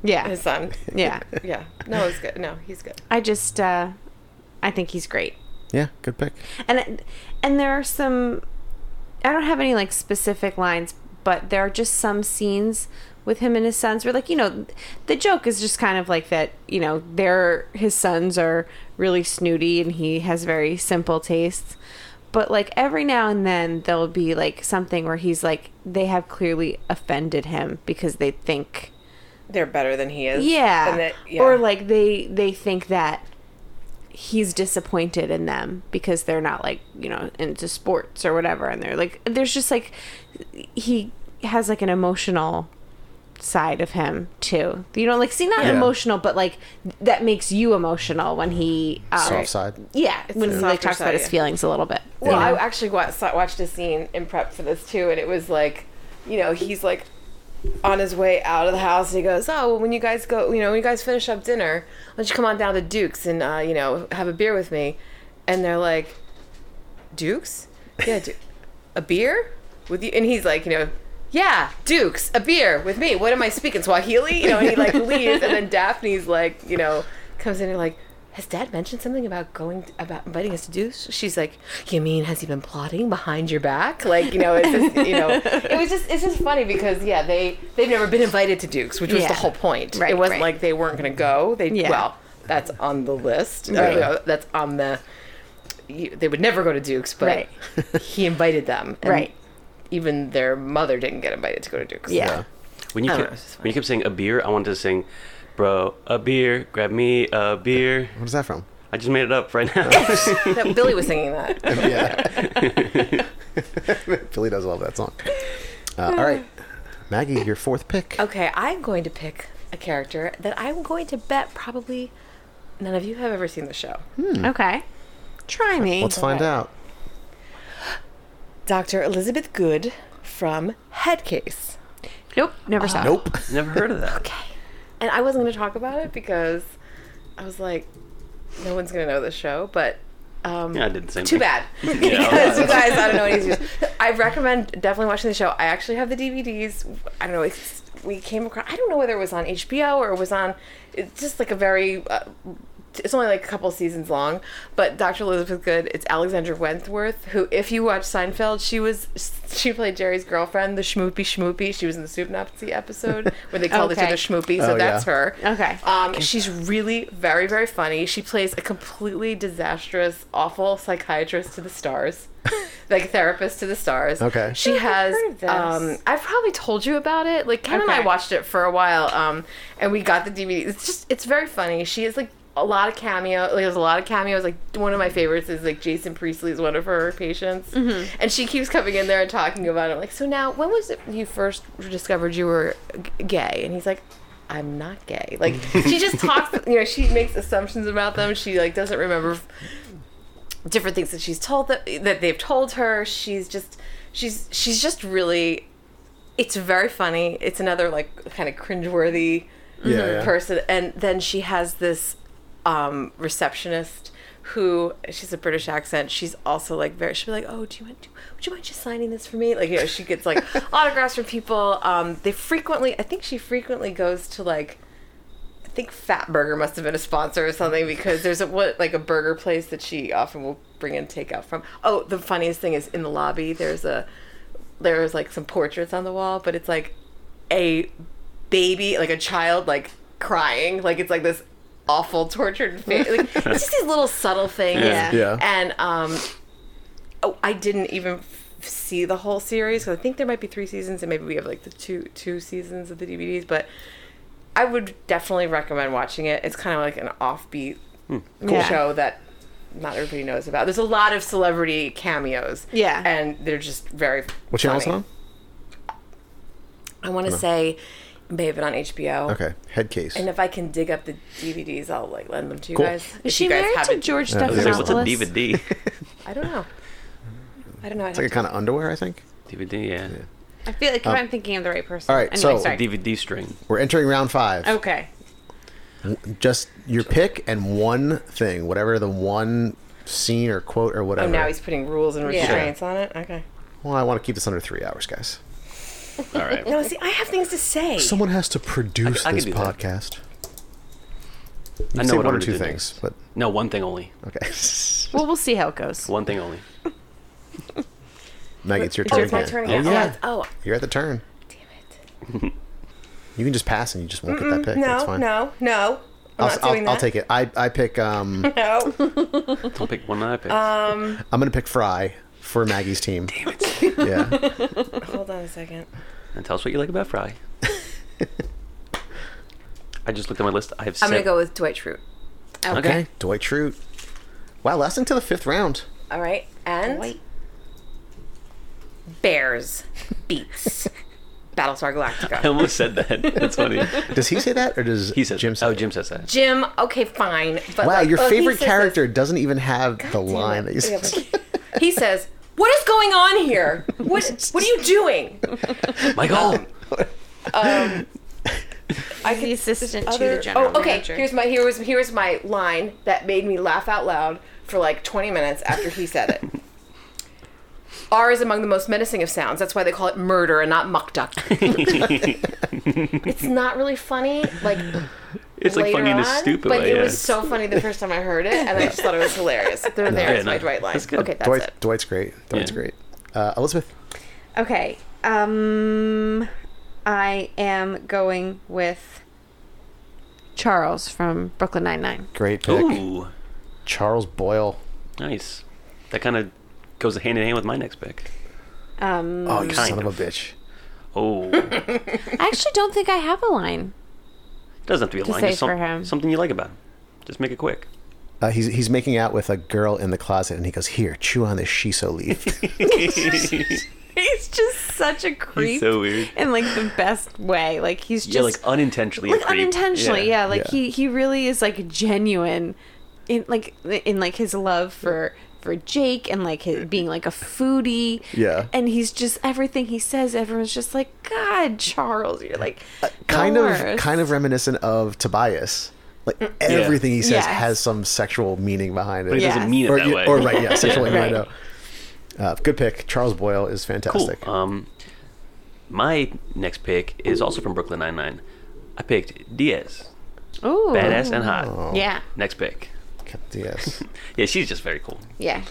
[SPEAKER 4] yeah,
[SPEAKER 6] his
[SPEAKER 4] <laughs>
[SPEAKER 6] son.
[SPEAKER 4] yeah.
[SPEAKER 6] Yeah. No, it's good. No, he's good.
[SPEAKER 4] I just uh, I think he's great.
[SPEAKER 3] Yeah, good pick.
[SPEAKER 4] and and there are some i don't have any like specific lines but there are just some scenes with him and his sons where like you know the joke is just kind of like that you know their his sons are really snooty and he has very simple tastes but like every now and then there'll be like something where he's like they have clearly offended him because they think
[SPEAKER 6] They're better than he is.
[SPEAKER 4] yeah.
[SPEAKER 6] And that, yeah.
[SPEAKER 4] Or like they they think that he's disappointed in them because they're not like, you know, into sports or whatever and they're like there's just like he has like an emotional side of him too. You know, like see not
[SPEAKER 3] Yeah.
[SPEAKER 4] emotional but like that makes you emotional when he um,
[SPEAKER 3] Soft side.
[SPEAKER 4] Yeah, when he
[SPEAKER 6] the
[SPEAKER 4] like
[SPEAKER 6] softer
[SPEAKER 4] talks
[SPEAKER 6] side,
[SPEAKER 4] about his
[SPEAKER 6] yeah.
[SPEAKER 4] feelings a little bit.
[SPEAKER 6] Well, I actually wa- saw, watched a scene in prep for this too, and it was like, you know, he's like, on his way out of the house, he goes, "Oh, well, when you guys go, you know, when you guys finish up dinner, why don't you come on down to Duke's and uh, you know have a beer with me?" And they're like, "Duke's? Yeah, du- <laughs> a beer with you?" And he's like, you know. Yeah, Duke's a beer with me. What am I speaking Swahili? You know, and he
[SPEAKER 4] <laughs>
[SPEAKER 6] like leaves, and then Daphne's like, you know, comes in and like, has Dad mentioned something about going about inviting us to Duke's? She's like, you mean has he been plotting behind your back? Like, you know, it's just, you know, it was just it's just funny because yeah, they they've never been invited to Duke's, which was
[SPEAKER 4] Yeah.
[SPEAKER 6] the whole point.
[SPEAKER 4] Right,
[SPEAKER 6] it wasn't
[SPEAKER 4] right.
[SPEAKER 6] like they weren't going to go. They
[SPEAKER 4] Yeah.
[SPEAKER 6] well, that's on the list. Or,
[SPEAKER 4] Right.
[SPEAKER 6] you know, that's on the. You, they would never go to Duke's, but <laughs> he invited them. and
[SPEAKER 4] Right.
[SPEAKER 6] Even their mother didn't get invited to go to Duke's.
[SPEAKER 4] Yeah.
[SPEAKER 7] When you
[SPEAKER 4] Oh,
[SPEAKER 6] I don't
[SPEAKER 7] kept,
[SPEAKER 6] know, it's
[SPEAKER 7] when you kept saying a beer, I wanted to sing, bro, a beer, grab me
[SPEAKER 3] <laughs>
[SPEAKER 7] a beer.
[SPEAKER 3] What is that from?
[SPEAKER 7] I just made it up right
[SPEAKER 4] <laughs>
[SPEAKER 7] now. <laughs>
[SPEAKER 6] No, Billy was singing that.
[SPEAKER 3] Yeah. Billy does love that song. Uh, all right. Maggie, your fourth pick.
[SPEAKER 6] <laughs> Okay, I'm going to pick a character that I'm going to bet probably none of you have ever seen the show.
[SPEAKER 4] Okay. Try me.
[SPEAKER 3] Let's find out.
[SPEAKER 6] Dr. Elizabeth Good from Headcase.
[SPEAKER 4] nope. Never saw.
[SPEAKER 3] Uh, Nope.
[SPEAKER 7] Never heard of that.
[SPEAKER 6] And I wasn't going to talk about it because I was like, no one's going to know this show, but um,
[SPEAKER 7] Yeah, I did the same thing.
[SPEAKER 6] too bad. because you guys, I don't know any of these. I recommend definitely watching the show. I actually have the DVDs. I don't know. It's, we came across. I don't know whether it was on HBO or it was on. It's just like a very. Uh, it's only like a couple seasons long, but Dr. Elizabeth Good. It's Alexandra Wentworth, who, if you watch Seinfeld, she was she played Jerry's girlfriend, the Schmoopy Schmoopy. She was in the Soup Nazi episode where they called
[SPEAKER 4] Okay.
[SPEAKER 6] it to the Schmoopy, so
[SPEAKER 3] Oh,
[SPEAKER 6] that's
[SPEAKER 3] yeah.
[SPEAKER 6] her.
[SPEAKER 4] Okay.
[SPEAKER 6] Um, she's really very, very funny. She plays a completely disastrous, awful psychiatrist to the stars, like therapist to the stars.
[SPEAKER 3] Okay.
[SPEAKER 6] She has.
[SPEAKER 4] heard of this.
[SPEAKER 6] Um, I've probably told you about it. Like Ken and I
[SPEAKER 4] Okay.
[SPEAKER 6] watched it for a while, um, and we got the DVD. It's just, it's very funny. She is like a lot of cameo. Like there's a lot of cameos. Like one of my favorites is like Jason Priestley is one of her patients, and she keeps coming in there and talking about it. I'm like, so now, when was it you first discovered you were g- gay? And he's like, I'm not gay. Like she just talks, you know, she makes assumptions about them. She like doesn't remember different things that she's told that that they've told her. She's just she's she's just really it's very funny. It's another like kind of cringeworthy
[SPEAKER 3] Yeah, yeah.
[SPEAKER 6] person and then she has this um receptionist who she's a British accent. She's also like very. She'll be like, "Oh, do you want? Would you mind just signing this for me?" Like, you know, she
[SPEAKER 3] <laughs>
[SPEAKER 6] gets like autographs from people. Um, they frequently. I think she frequently goes to like I think Fat Burger must have been a sponsor or something because there's a what like a burger place that she often will bring in takeout from. Oh, the funniest thing is in the lobby there's a there's like some portraits on the wall, but it's like a baby, like a child, like crying, like it's like this awful tortured face. Like, it's just these little subtle things.
[SPEAKER 4] Yeah.
[SPEAKER 3] Yeah.
[SPEAKER 6] And um, oh, I didn't even f- see the whole series. So I think there might be three seasons, and maybe we have like the two two seasons of the DVDs, but. I would definitely recommend watching it. It's kind of like an offbeat
[SPEAKER 3] Hmm,
[SPEAKER 4] Cool.
[SPEAKER 6] show that not everybody knows about. There's a lot of celebrity cameos.
[SPEAKER 4] Yeah.
[SPEAKER 6] And they're just very.
[SPEAKER 3] What channel is it
[SPEAKER 6] funny.
[SPEAKER 3] on?
[SPEAKER 6] I want to say it may have been on HBO.
[SPEAKER 3] Okay. Headcase.
[SPEAKER 6] And if I can dig up the DVDs, I'll like lend them to you
[SPEAKER 3] Cool.
[SPEAKER 6] guys.
[SPEAKER 4] Is
[SPEAKER 6] If
[SPEAKER 4] she
[SPEAKER 6] you guys
[SPEAKER 4] married
[SPEAKER 6] have
[SPEAKER 4] to
[SPEAKER 6] it-
[SPEAKER 4] George
[SPEAKER 3] I was gonna say,
[SPEAKER 7] What's a
[SPEAKER 4] Stephanopoulos?
[SPEAKER 7] DVD?
[SPEAKER 6] I don't know. I don't know. I'd
[SPEAKER 3] It's like a
[SPEAKER 6] have
[SPEAKER 3] kind of underwear, I think.
[SPEAKER 7] DVD, yeah.
[SPEAKER 4] I feel like I'm thinking of the right person.
[SPEAKER 3] all right,
[SPEAKER 4] Anyway,
[SPEAKER 3] so-
[SPEAKER 4] sorry.
[SPEAKER 7] DVD string.
[SPEAKER 3] We're entering round five.
[SPEAKER 4] okay.
[SPEAKER 3] Just your pick and one thing, whatever the one scene or quote or
[SPEAKER 6] to-
[SPEAKER 3] whatever.
[SPEAKER 6] oh, now he's putting rules and
[SPEAKER 4] Yeah.
[SPEAKER 6] restraints on it. Okay.
[SPEAKER 3] well, I want to keep this under three hours, guys.
[SPEAKER 7] All right.
[SPEAKER 6] No, see, I have things to say.
[SPEAKER 3] Someone has to produce
[SPEAKER 7] I- I can
[SPEAKER 3] this
[SPEAKER 7] do that.
[SPEAKER 3] podcast. I
[SPEAKER 7] I know
[SPEAKER 3] say
[SPEAKER 7] what
[SPEAKER 3] one
[SPEAKER 7] I'm
[SPEAKER 3] or two
[SPEAKER 7] gonna do
[SPEAKER 3] things, but
[SPEAKER 7] next. No, one thing only.
[SPEAKER 3] okay. <laughs>
[SPEAKER 4] Well, we'll see how it goes.
[SPEAKER 7] One thing only.
[SPEAKER 3] Maggie, it's your
[SPEAKER 6] oh,
[SPEAKER 3] turn.
[SPEAKER 6] <laughs> it's my
[SPEAKER 3] again.
[SPEAKER 6] turn
[SPEAKER 3] Oh,
[SPEAKER 6] again. Oh,
[SPEAKER 3] yeah.
[SPEAKER 6] that's- oh,
[SPEAKER 3] You're at the turn.
[SPEAKER 6] damn it.
[SPEAKER 3] You can just pass and you just won't get that pick. That's
[SPEAKER 6] No,
[SPEAKER 3] fine.
[SPEAKER 6] no, no. I'm
[SPEAKER 3] I'll,
[SPEAKER 6] not
[SPEAKER 3] I'll-
[SPEAKER 6] doing
[SPEAKER 3] I'll
[SPEAKER 6] that.
[SPEAKER 3] take it. I, I pick. Um,
[SPEAKER 6] No.
[SPEAKER 7] Don't pick one that I picked.
[SPEAKER 3] I'm gonna pick Fry for Maggie's
[SPEAKER 6] <laughs>
[SPEAKER 3] team. Damn it. Yeah.
[SPEAKER 6] Hold on a second.
[SPEAKER 7] and tell us what you like about Fry. I just looked at my list. I have
[SPEAKER 6] I'm
[SPEAKER 7] seven.
[SPEAKER 6] gonna go with Dwight Schrute.
[SPEAKER 7] Okay.
[SPEAKER 3] Okay. Dwight Schrute. Wow, lasting to the fifth round.
[SPEAKER 6] All right, and Bears
[SPEAKER 3] <laughs>
[SPEAKER 6] beats Battlestar
[SPEAKER 7] <laughs> I
[SPEAKER 6] Galactica.
[SPEAKER 7] almost said that. That's funny.
[SPEAKER 3] Does he say that, or does
[SPEAKER 7] He says.
[SPEAKER 3] Jim say?
[SPEAKER 7] oh,
[SPEAKER 3] it?
[SPEAKER 7] Jim says that.
[SPEAKER 6] Jim, okay, fine, but
[SPEAKER 3] Wow,
[SPEAKER 6] like,
[SPEAKER 3] your
[SPEAKER 6] oh, he
[SPEAKER 3] favorite
[SPEAKER 6] says this-
[SPEAKER 3] character doesn't even have the line that you
[SPEAKER 6] <laughs> Yeah,
[SPEAKER 3] said. <laughs>
[SPEAKER 6] but- he says,
[SPEAKER 3] <laughs>
[SPEAKER 6] "What is going on here? What What are you doing?"
[SPEAKER 7] Michael.
[SPEAKER 6] I
[SPEAKER 4] the assistant to the
[SPEAKER 6] other-
[SPEAKER 4] general
[SPEAKER 6] Oh, okay.
[SPEAKER 4] manager.
[SPEAKER 6] Here's my here was here was my line that made me laugh out loud for like 20 minutes after he
[SPEAKER 3] <laughs>
[SPEAKER 6] said it. R is among the most menacing of sounds. That's why they call it murder and not muck
[SPEAKER 3] <laughs>
[SPEAKER 6] duck. <laughs> it's not really funny. Like
[SPEAKER 7] It's like
[SPEAKER 6] later
[SPEAKER 7] funny in a
[SPEAKER 6] on,
[SPEAKER 7] stupid
[SPEAKER 6] but
[SPEAKER 7] way.
[SPEAKER 6] it
[SPEAKER 7] yeah.
[SPEAKER 6] was so funny the first time I heard it, and I just thought it
[SPEAKER 7] <laughs>
[SPEAKER 6] was hilarious. There, there
[SPEAKER 7] Yeah,
[SPEAKER 6] is my
[SPEAKER 7] no,
[SPEAKER 6] Dwight line.
[SPEAKER 7] that's good.
[SPEAKER 6] Okay, that's
[SPEAKER 3] Dwight,
[SPEAKER 6] it. <laughs>
[SPEAKER 3] Dwight's great. Dwight's
[SPEAKER 7] Yeah.
[SPEAKER 3] great. Uh, Elizabeth,
[SPEAKER 4] Okay. Um, I am going with Charles from Brooklyn
[SPEAKER 3] <laughs>
[SPEAKER 4] Nine Nine.
[SPEAKER 3] great pick.
[SPEAKER 7] Ooh,
[SPEAKER 3] Charles Boyle.
[SPEAKER 7] nice. That kind of goes hand in hand with my next pick.
[SPEAKER 4] Um,
[SPEAKER 3] Oh, you
[SPEAKER 7] Kind
[SPEAKER 3] son of.
[SPEAKER 7] of.
[SPEAKER 3] a bitch.
[SPEAKER 7] Oh,
[SPEAKER 4] I actually don't think I have a line.
[SPEAKER 7] doesn't have to be a
[SPEAKER 4] To
[SPEAKER 7] line.
[SPEAKER 4] say
[SPEAKER 7] Just some-
[SPEAKER 4] for him.
[SPEAKER 7] something you like about him. Just make it quick.
[SPEAKER 3] Uh, he's he's making out with a girl in the closet, and he goes, "Here, chew on this shiso leaf."
[SPEAKER 4] He's just such a creep.
[SPEAKER 7] so weird.
[SPEAKER 4] In like the best way. Like he's just
[SPEAKER 7] yeah, like unintentionally. a
[SPEAKER 4] like
[SPEAKER 7] creep.
[SPEAKER 4] unintentionally yeah, like
[SPEAKER 3] Yeah.
[SPEAKER 4] he he really is like genuine in like in like his love for for Jake and like his, being like a foodie
[SPEAKER 3] Yeah.
[SPEAKER 4] and he's just everything he says everyone's just like God Charles you're like
[SPEAKER 3] Uh, kind
[SPEAKER 4] the
[SPEAKER 3] of
[SPEAKER 4] worst."
[SPEAKER 3] kind of reminiscent of Tobias. Like everything he says
[SPEAKER 4] Mm. Yes.
[SPEAKER 3] has some sexual meaning behind it.
[SPEAKER 7] But he
[SPEAKER 4] Yeah.
[SPEAKER 7] doesn't mean it
[SPEAKER 3] or,
[SPEAKER 7] that
[SPEAKER 3] yeah,
[SPEAKER 7] way.
[SPEAKER 3] or right, yeah, sexual
[SPEAKER 4] Right.
[SPEAKER 3] innuendo. Uh, good pick. Charles Boyle is
[SPEAKER 7] Cool.
[SPEAKER 3] fantastic.
[SPEAKER 7] Um, my next pick is also from Brooklyn Nine Nine. I picked Diaz,
[SPEAKER 4] Ooh.
[SPEAKER 7] badass and
[SPEAKER 3] Oh.
[SPEAKER 7] hot.
[SPEAKER 4] yeah
[SPEAKER 7] Next pick.
[SPEAKER 3] Yes.
[SPEAKER 7] Yeah, she's just very cool.
[SPEAKER 4] yeah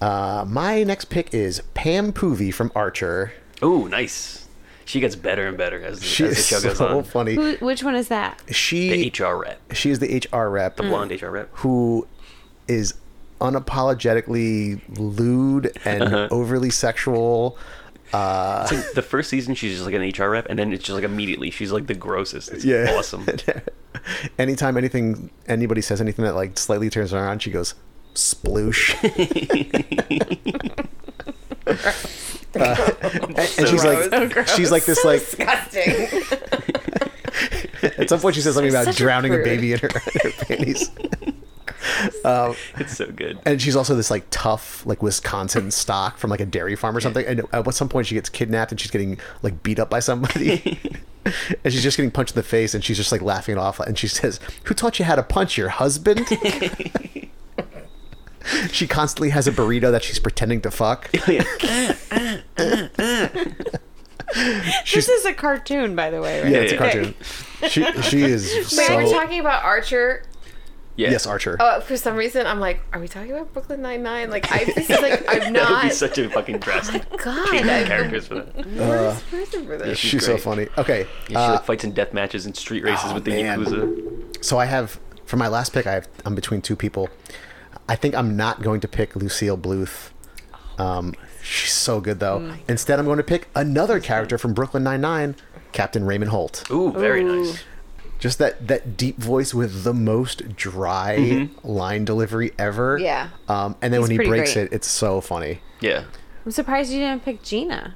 [SPEAKER 3] Uh, my next pick is Pam Poovey from Archer.
[SPEAKER 7] Oh, nice. She gets better and better as,
[SPEAKER 3] She
[SPEAKER 7] as the
[SPEAKER 3] is
[SPEAKER 7] show
[SPEAKER 3] so
[SPEAKER 7] goes on.
[SPEAKER 3] funny.
[SPEAKER 4] Who, which one is that
[SPEAKER 3] She
[SPEAKER 7] The HR rep,
[SPEAKER 3] she is the HR rep
[SPEAKER 7] blonde HR rep.
[SPEAKER 3] who is unapologetically lewd and
[SPEAKER 7] Uh-huh.
[SPEAKER 3] overly sexual. Uh,
[SPEAKER 7] It's like the first season, she's just like an HR rep, and then it's just like immediately she's like the grossest. It's
[SPEAKER 3] Yeah.
[SPEAKER 7] awesome.
[SPEAKER 3] <laughs> anytime anything anybody says anything that like slightly turns her on, she goes sploosh.
[SPEAKER 4] <laughs>
[SPEAKER 3] Uh, and and she's like, she's like this,
[SPEAKER 4] <laughs>
[SPEAKER 3] like
[SPEAKER 6] Disgusting.
[SPEAKER 3] at some point she says something about
[SPEAKER 4] Such a
[SPEAKER 3] drowning a,
[SPEAKER 4] prude.
[SPEAKER 3] baby in her, <laughs> in her panties. um,
[SPEAKER 7] It's so good.
[SPEAKER 3] and she's also this like tough like
[SPEAKER 7] <laughs>
[SPEAKER 3] Wisconsin stock from like a dairy farm or something. And at some point she gets kidnapped and she's getting like beat up by
[SPEAKER 7] <laughs>
[SPEAKER 3] somebody. <laughs> and she's just getting punched in the face and she's just like laughing it off and she says, "Who taught you how to punch your
[SPEAKER 7] <laughs>
[SPEAKER 3] husband?" <laughs> she constantly has a burrito that she's pretending to
[SPEAKER 7] <laughs>
[SPEAKER 3] fuck.
[SPEAKER 7] yeah,
[SPEAKER 4] this is a cartoon by the way right?
[SPEAKER 3] Yeah, it's a
[SPEAKER 7] Yeah.
[SPEAKER 3] cartoon. She she is
[SPEAKER 6] Wait, we're
[SPEAKER 3] so
[SPEAKER 6] talking about Archer.
[SPEAKER 7] Yeah. Oh.
[SPEAKER 3] yes, Archer.
[SPEAKER 6] Uh, for some reason, I'm like, are we talking about Brooklyn Nine Nine? Like, I, this is like,
[SPEAKER 7] <laughs> <laughs> That would
[SPEAKER 6] I'm not.
[SPEAKER 7] be such a fucking drastic
[SPEAKER 6] God,
[SPEAKER 7] change in
[SPEAKER 6] I'm
[SPEAKER 7] characters for that.
[SPEAKER 6] the worst person for this.
[SPEAKER 3] she's so
[SPEAKER 7] great.
[SPEAKER 3] funny. Okay, uh,
[SPEAKER 7] Yeah, she like fights in death matches and street races
[SPEAKER 3] oh,
[SPEAKER 7] with the
[SPEAKER 3] man.
[SPEAKER 7] yakuza.
[SPEAKER 3] so I have for my last pick. I have I'm between two people. I think I'm not going to pick Lucille Bluth. Um, she's so good though.
[SPEAKER 4] Mm.
[SPEAKER 3] Instead, I'm going to pick another character from Brooklyn Nine Nine, Captain Raymond Holt.
[SPEAKER 7] Ooh, very
[SPEAKER 4] Ooh.
[SPEAKER 7] nice.
[SPEAKER 3] Just that that deep voice with the most dry line delivery ever.
[SPEAKER 4] Yeah.
[SPEAKER 3] Um, and then
[SPEAKER 4] He's
[SPEAKER 3] when he
[SPEAKER 4] pretty
[SPEAKER 3] breaks
[SPEAKER 4] great.
[SPEAKER 3] it, it's so funny.
[SPEAKER 7] Yeah.
[SPEAKER 4] I'm surprised you didn't pick Gina